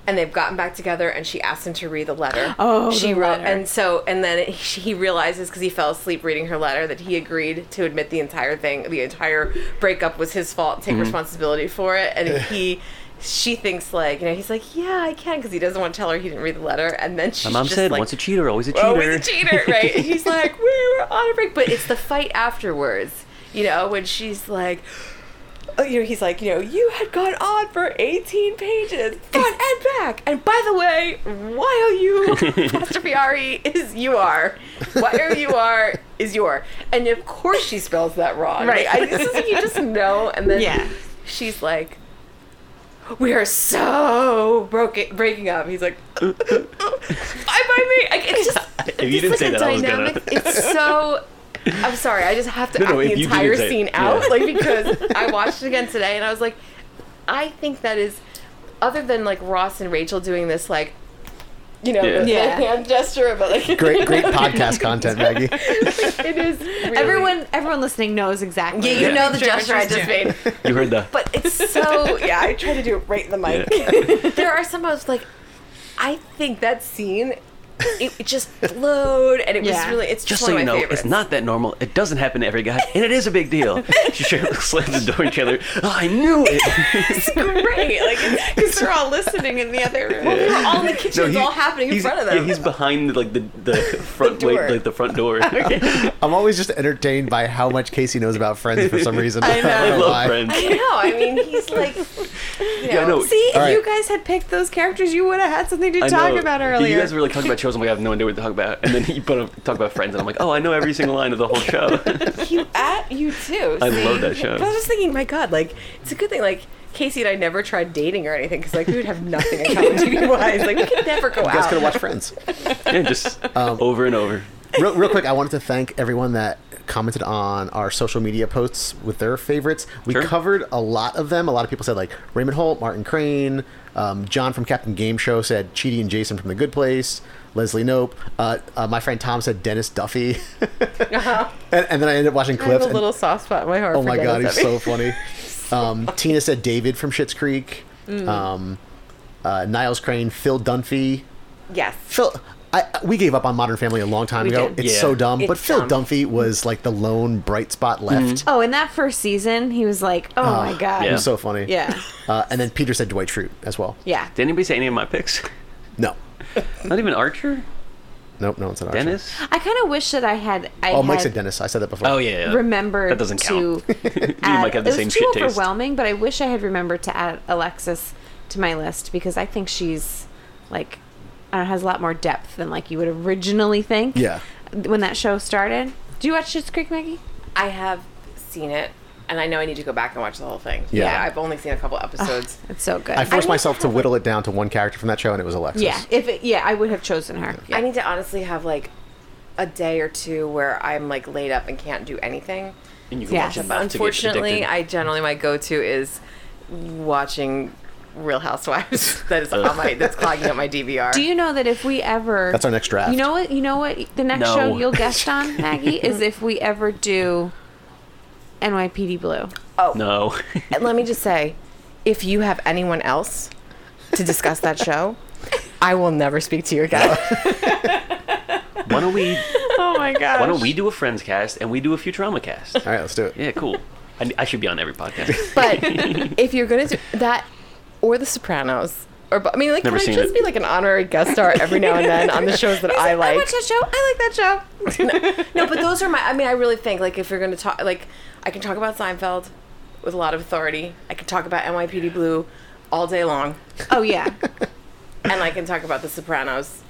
[SPEAKER 6] and they've gotten back together and she asked him to read the letter.
[SPEAKER 4] Oh,
[SPEAKER 6] she
[SPEAKER 4] the
[SPEAKER 6] wrote
[SPEAKER 4] letter.
[SPEAKER 6] and so and then he- he realizes because he fell asleep reading her letter that he agreed to admit the entire thing, the entire breakup was his fault,
[SPEAKER 7] Mm-hmm.
[SPEAKER 6] take responsibility for it, and
[SPEAKER 7] <laughs>
[SPEAKER 6] he. She thinks like you know he's like yeah I can because he doesn't want to tell her he didn't read the letter and then she's
[SPEAKER 7] My mom
[SPEAKER 6] just
[SPEAKER 7] said,
[SPEAKER 6] like,
[SPEAKER 7] once a cheater, always a cheater.
[SPEAKER 6] Oh, he's a cheater, right? And he's like, we were on a break, but it's the fight afterwards, you know, when she's like, oh, you know, he's like, you know, you had gone on for 18 pages, front and back, and by the way, why are you apostrophe R-E is you are, why are you are is your, and of course she spells that wrong,
[SPEAKER 4] Right.
[SPEAKER 6] Like, I, this is you just know, and then
[SPEAKER 4] Yeah.
[SPEAKER 6] she's like. We are so broken, breaking up. He's like, <laughs> I by me. Like, it's just
[SPEAKER 7] <laughs> If you didn't
[SPEAKER 6] it's
[SPEAKER 7] say
[SPEAKER 6] like a
[SPEAKER 7] that, I was gonna-
[SPEAKER 6] dynamic.
[SPEAKER 7] <laughs>
[SPEAKER 6] It's so. I'm sorry. I just have to
[SPEAKER 7] No, no,
[SPEAKER 6] act
[SPEAKER 7] if
[SPEAKER 6] the
[SPEAKER 7] you
[SPEAKER 6] entire
[SPEAKER 7] didn't say it,
[SPEAKER 6] scene
[SPEAKER 7] yeah. <laughs>
[SPEAKER 6] out, like because I watched it again today and I was like, I think that is, other than like Ross and Rachel doing this like, you know,
[SPEAKER 7] Yeah.
[SPEAKER 6] the, the
[SPEAKER 4] Yeah.
[SPEAKER 6] hand gesture, but like
[SPEAKER 3] Great, great podcast content,
[SPEAKER 4] <laughs>
[SPEAKER 3] Maggie.
[SPEAKER 6] it is really-
[SPEAKER 4] Everyone, everyone listening knows exactly.
[SPEAKER 6] Yeah, you <laughs>
[SPEAKER 7] Yeah.
[SPEAKER 6] know the
[SPEAKER 4] Sure,
[SPEAKER 6] gesture I
[SPEAKER 4] sure,
[SPEAKER 6] just
[SPEAKER 4] sure.
[SPEAKER 6] made.
[SPEAKER 7] You heard the.
[SPEAKER 6] But <laughs> it's so yeah. I try to do it right in the mic. <laughs> there are some I was like, I think that scene, it, it just flowed, and it
[SPEAKER 4] Yeah.
[SPEAKER 6] was really. It's
[SPEAKER 7] Just
[SPEAKER 6] one
[SPEAKER 7] so
[SPEAKER 6] of
[SPEAKER 7] you
[SPEAKER 6] my
[SPEAKER 7] know,
[SPEAKER 6] favorites.
[SPEAKER 7] it's not that normal. It doesn't happen to every guy, and it is a big deal. She sure slams the door each other. Oh, I knew
[SPEAKER 6] <laughs>
[SPEAKER 7] it.
[SPEAKER 6] It's great, like because they're all listening in the other room. We were all in the kitchen. it's
[SPEAKER 7] he-
[SPEAKER 6] all happening in
[SPEAKER 7] he's-
[SPEAKER 6] front of
[SPEAKER 7] Yeah,
[SPEAKER 6] them.
[SPEAKER 7] he's behind like the the front
[SPEAKER 6] The door.
[SPEAKER 7] like, like the front door.
[SPEAKER 3] I'm always just entertained by how much Casey knows about Friends for some reason. <laughs> I,
[SPEAKER 7] I
[SPEAKER 6] Oh
[SPEAKER 3] don't know
[SPEAKER 7] love
[SPEAKER 3] why.
[SPEAKER 7] friends.
[SPEAKER 6] <laughs> I know. I mean, he's like, you know,
[SPEAKER 7] Yeah, I know.
[SPEAKER 4] See, if
[SPEAKER 3] All right.
[SPEAKER 4] you guys had picked those characters, you would have had something to
[SPEAKER 7] I
[SPEAKER 4] talk
[SPEAKER 7] know.
[SPEAKER 4] about
[SPEAKER 7] You-
[SPEAKER 4] earlier.
[SPEAKER 7] You guys were like talking about shows. I'm like, I have no idea what to talk about. And then you put up, talk about friends, and I'm like, oh, I know every single line of the whole show. <laughs>
[SPEAKER 6] you at you too.
[SPEAKER 7] I
[SPEAKER 6] see?
[SPEAKER 7] love that show.
[SPEAKER 6] But I was just thinking, my God, like it's a good thing, like. Casey and I never tried dating or anything because like we would have nothing in common <laughs> TV wise. Like we could never go
[SPEAKER 3] You guys
[SPEAKER 6] out.
[SPEAKER 3] gotta watch Friends.
[SPEAKER 7] yeah, just
[SPEAKER 3] Um,
[SPEAKER 7] over and over.
[SPEAKER 3] real, real quick, I wanted to thank everyone that commented on our social media posts with their favorites. We
[SPEAKER 7] Sure.
[SPEAKER 3] covered a lot of them. A lot of people said like Raymond Holt, Martin Crane, um, John from Captain Game Show said Cheaty and Jason from The Good Place. Leslie Nope. Uh, uh, my friend Tom said Dennis Duffy. <laughs> and, and then I ended up watching
[SPEAKER 6] I have
[SPEAKER 3] clips.
[SPEAKER 6] a
[SPEAKER 3] and-
[SPEAKER 6] little soft spot in my heart.
[SPEAKER 3] oh
[SPEAKER 6] for
[SPEAKER 3] my god,
[SPEAKER 6] Dennis
[SPEAKER 3] he's so funny. Um, Tina said David from Schitt's Creek.
[SPEAKER 6] Mm.
[SPEAKER 3] Um, uh, Niles Crane, Phil Dunphy,
[SPEAKER 6] Evans. <laughs> yes,
[SPEAKER 3] Phil, I, we gave up on Modern Family a long time
[SPEAKER 6] We
[SPEAKER 3] ago.
[SPEAKER 6] did.
[SPEAKER 3] It's
[SPEAKER 7] Yeah.
[SPEAKER 3] so dumb. but
[SPEAKER 6] It's
[SPEAKER 3] Phil
[SPEAKER 6] dumb.
[SPEAKER 3] Dunphy was like the lone bright spot left.
[SPEAKER 4] oh, in that first season, he was like, "Oh my god,
[SPEAKER 3] It
[SPEAKER 7] Mm-hmm. Yeah.
[SPEAKER 3] was so funny.
[SPEAKER 4] Yeah.
[SPEAKER 3] Uh, and then Peter said Dwight Schrute as well.
[SPEAKER 4] yeah."
[SPEAKER 7] Did anybody say any of my picks?
[SPEAKER 3] No.
[SPEAKER 7] Not even Archer,
[SPEAKER 3] Nope, no one said Archer.
[SPEAKER 7] Dennis.
[SPEAKER 4] I kind of wish that I had. I
[SPEAKER 3] Oh,
[SPEAKER 4] had
[SPEAKER 3] Mike said Dennis. I said that before.
[SPEAKER 7] Oh yeah, yeah.
[SPEAKER 4] Remembered
[SPEAKER 7] That doesn't count. <laughs>
[SPEAKER 4] to <laughs>
[SPEAKER 7] you
[SPEAKER 4] add-
[SPEAKER 7] might have the
[SPEAKER 4] it
[SPEAKER 7] same
[SPEAKER 4] was
[SPEAKER 7] shit
[SPEAKER 4] too
[SPEAKER 7] taste.
[SPEAKER 4] overwhelming, but I wish I had remembered to add Alexis to my list because I think she's like uh, has a lot more depth than like you would originally think.
[SPEAKER 3] Yeah.
[SPEAKER 4] When that show started, do you watch Schitt's Creek, Maggie?
[SPEAKER 6] I have seen it, and I know I need to go back and watch the whole thing.
[SPEAKER 3] Yeah.
[SPEAKER 6] I've only seen a couple episodes.
[SPEAKER 4] It's so good.
[SPEAKER 3] I forced
[SPEAKER 6] I
[SPEAKER 3] myself to whittle it down to one character from that show, and it was Alexis.
[SPEAKER 4] yeah, if it, yeah, I would have chosen her. Yeah.
[SPEAKER 6] <sighs> I need to honestly have like a day or two where I'm like laid up and can't do anything.
[SPEAKER 7] And you can
[SPEAKER 4] Yeah.
[SPEAKER 7] watch them both to get
[SPEAKER 6] Unfortunately,
[SPEAKER 7] addicted.
[SPEAKER 6] I generally my go-to is watching Real Housewives. <laughs> that is on my that's clogging up my DVR.
[SPEAKER 4] Do you know that if we ever
[SPEAKER 3] That's our next draft.
[SPEAKER 4] You know what? You know what? The next
[SPEAKER 7] No.
[SPEAKER 4] show you'll guest on Maggie is if we ever do NYPD Blue.
[SPEAKER 7] no. <laughs>
[SPEAKER 6] And <laughs> let me just say, if you have anyone else to discuss that show, I will never speak to you again.
[SPEAKER 7] why
[SPEAKER 4] <laughs>
[SPEAKER 7] don't we?
[SPEAKER 4] Oh my god!
[SPEAKER 7] Why don't we do a Friends cast and we do a Futurama cast?
[SPEAKER 3] All right, let's do it.
[SPEAKER 7] Yeah, cool. I, I should be on every podcast.
[SPEAKER 4] <laughs>
[SPEAKER 6] But if you're gonna do that, or The Sopranos, or bu- I mean, like,
[SPEAKER 7] Never
[SPEAKER 6] can I
[SPEAKER 7] seen
[SPEAKER 6] just
[SPEAKER 7] it.
[SPEAKER 6] be like an honorary guest star every now and then on the shows that I
[SPEAKER 4] I
[SPEAKER 6] like?
[SPEAKER 4] watch that show. I like that show.
[SPEAKER 6] No, but those are my. I mean, I really think like if you're gonna talk, like I can talk about Seinfeld with a lot of authority. I can talk about NYPD Blue all day long,
[SPEAKER 4] Oh yeah,
[SPEAKER 6] and I can talk about The Sopranos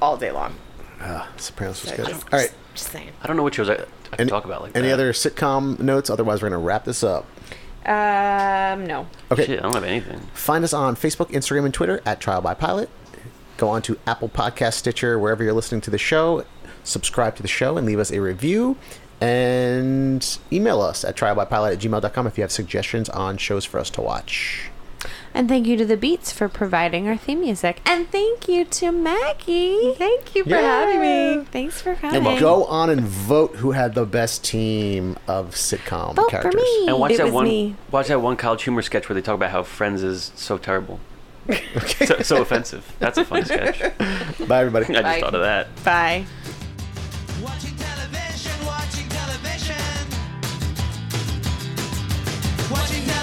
[SPEAKER 6] all day long.
[SPEAKER 3] Sopranos was
[SPEAKER 6] I
[SPEAKER 3] good. All
[SPEAKER 6] just-
[SPEAKER 3] right.
[SPEAKER 6] just saying.
[SPEAKER 7] I don't know what shows I, I can talk about like
[SPEAKER 3] Any
[SPEAKER 7] that.
[SPEAKER 3] other sitcom notes? Otherwise, we're going to wrap this up.
[SPEAKER 4] um, no.
[SPEAKER 3] Okay.
[SPEAKER 7] Shit, I don't have anything.
[SPEAKER 3] Find us on Facebook, Instagram, and Twitter at Trial by Pilot. Go on to Apple Podcast, Stitcher, wherever you're listening to the show. Subscribe to the show and leave us a review. And email us at trialbypilot at gmail.com if you have suggestions on shows for us to watch.
[SPEAKER 4] And thank you to the Beats for providing our theme music, and thank you to Maggie. Thank you for having me. Thanks for coming.
[SPEAKER 3] Go on and vote who had the best team of sitcom
[SPEAKER 4] Vote for
[SPEAKER 3] characters.
[SPEAKER 4] me.
[SPEAKER 7] And watch
[SPEAKER 4] It
[SPEAKER 7] that
[SPEAKER 4] was
[SPEAKER 7] one.
[SPEAKER 4] me. <laughs>
[SPEAKER 7] Watch that one College Humor sketch where they talk about how Friends is so terrible. so, so offensive. That's a funny sketch. I
[SPEAKER 3] Bye,
[SPEAKER 7] <laughs>
[SPEAKER 3] everybody.
[SPEAKER 7] just
[SPEAKER 6] Bye.
[SPEAKER 7] thought of that.
[SPEAKER 4] Bye.
[SPEAKER 2] Watching television, watching television. Watching television.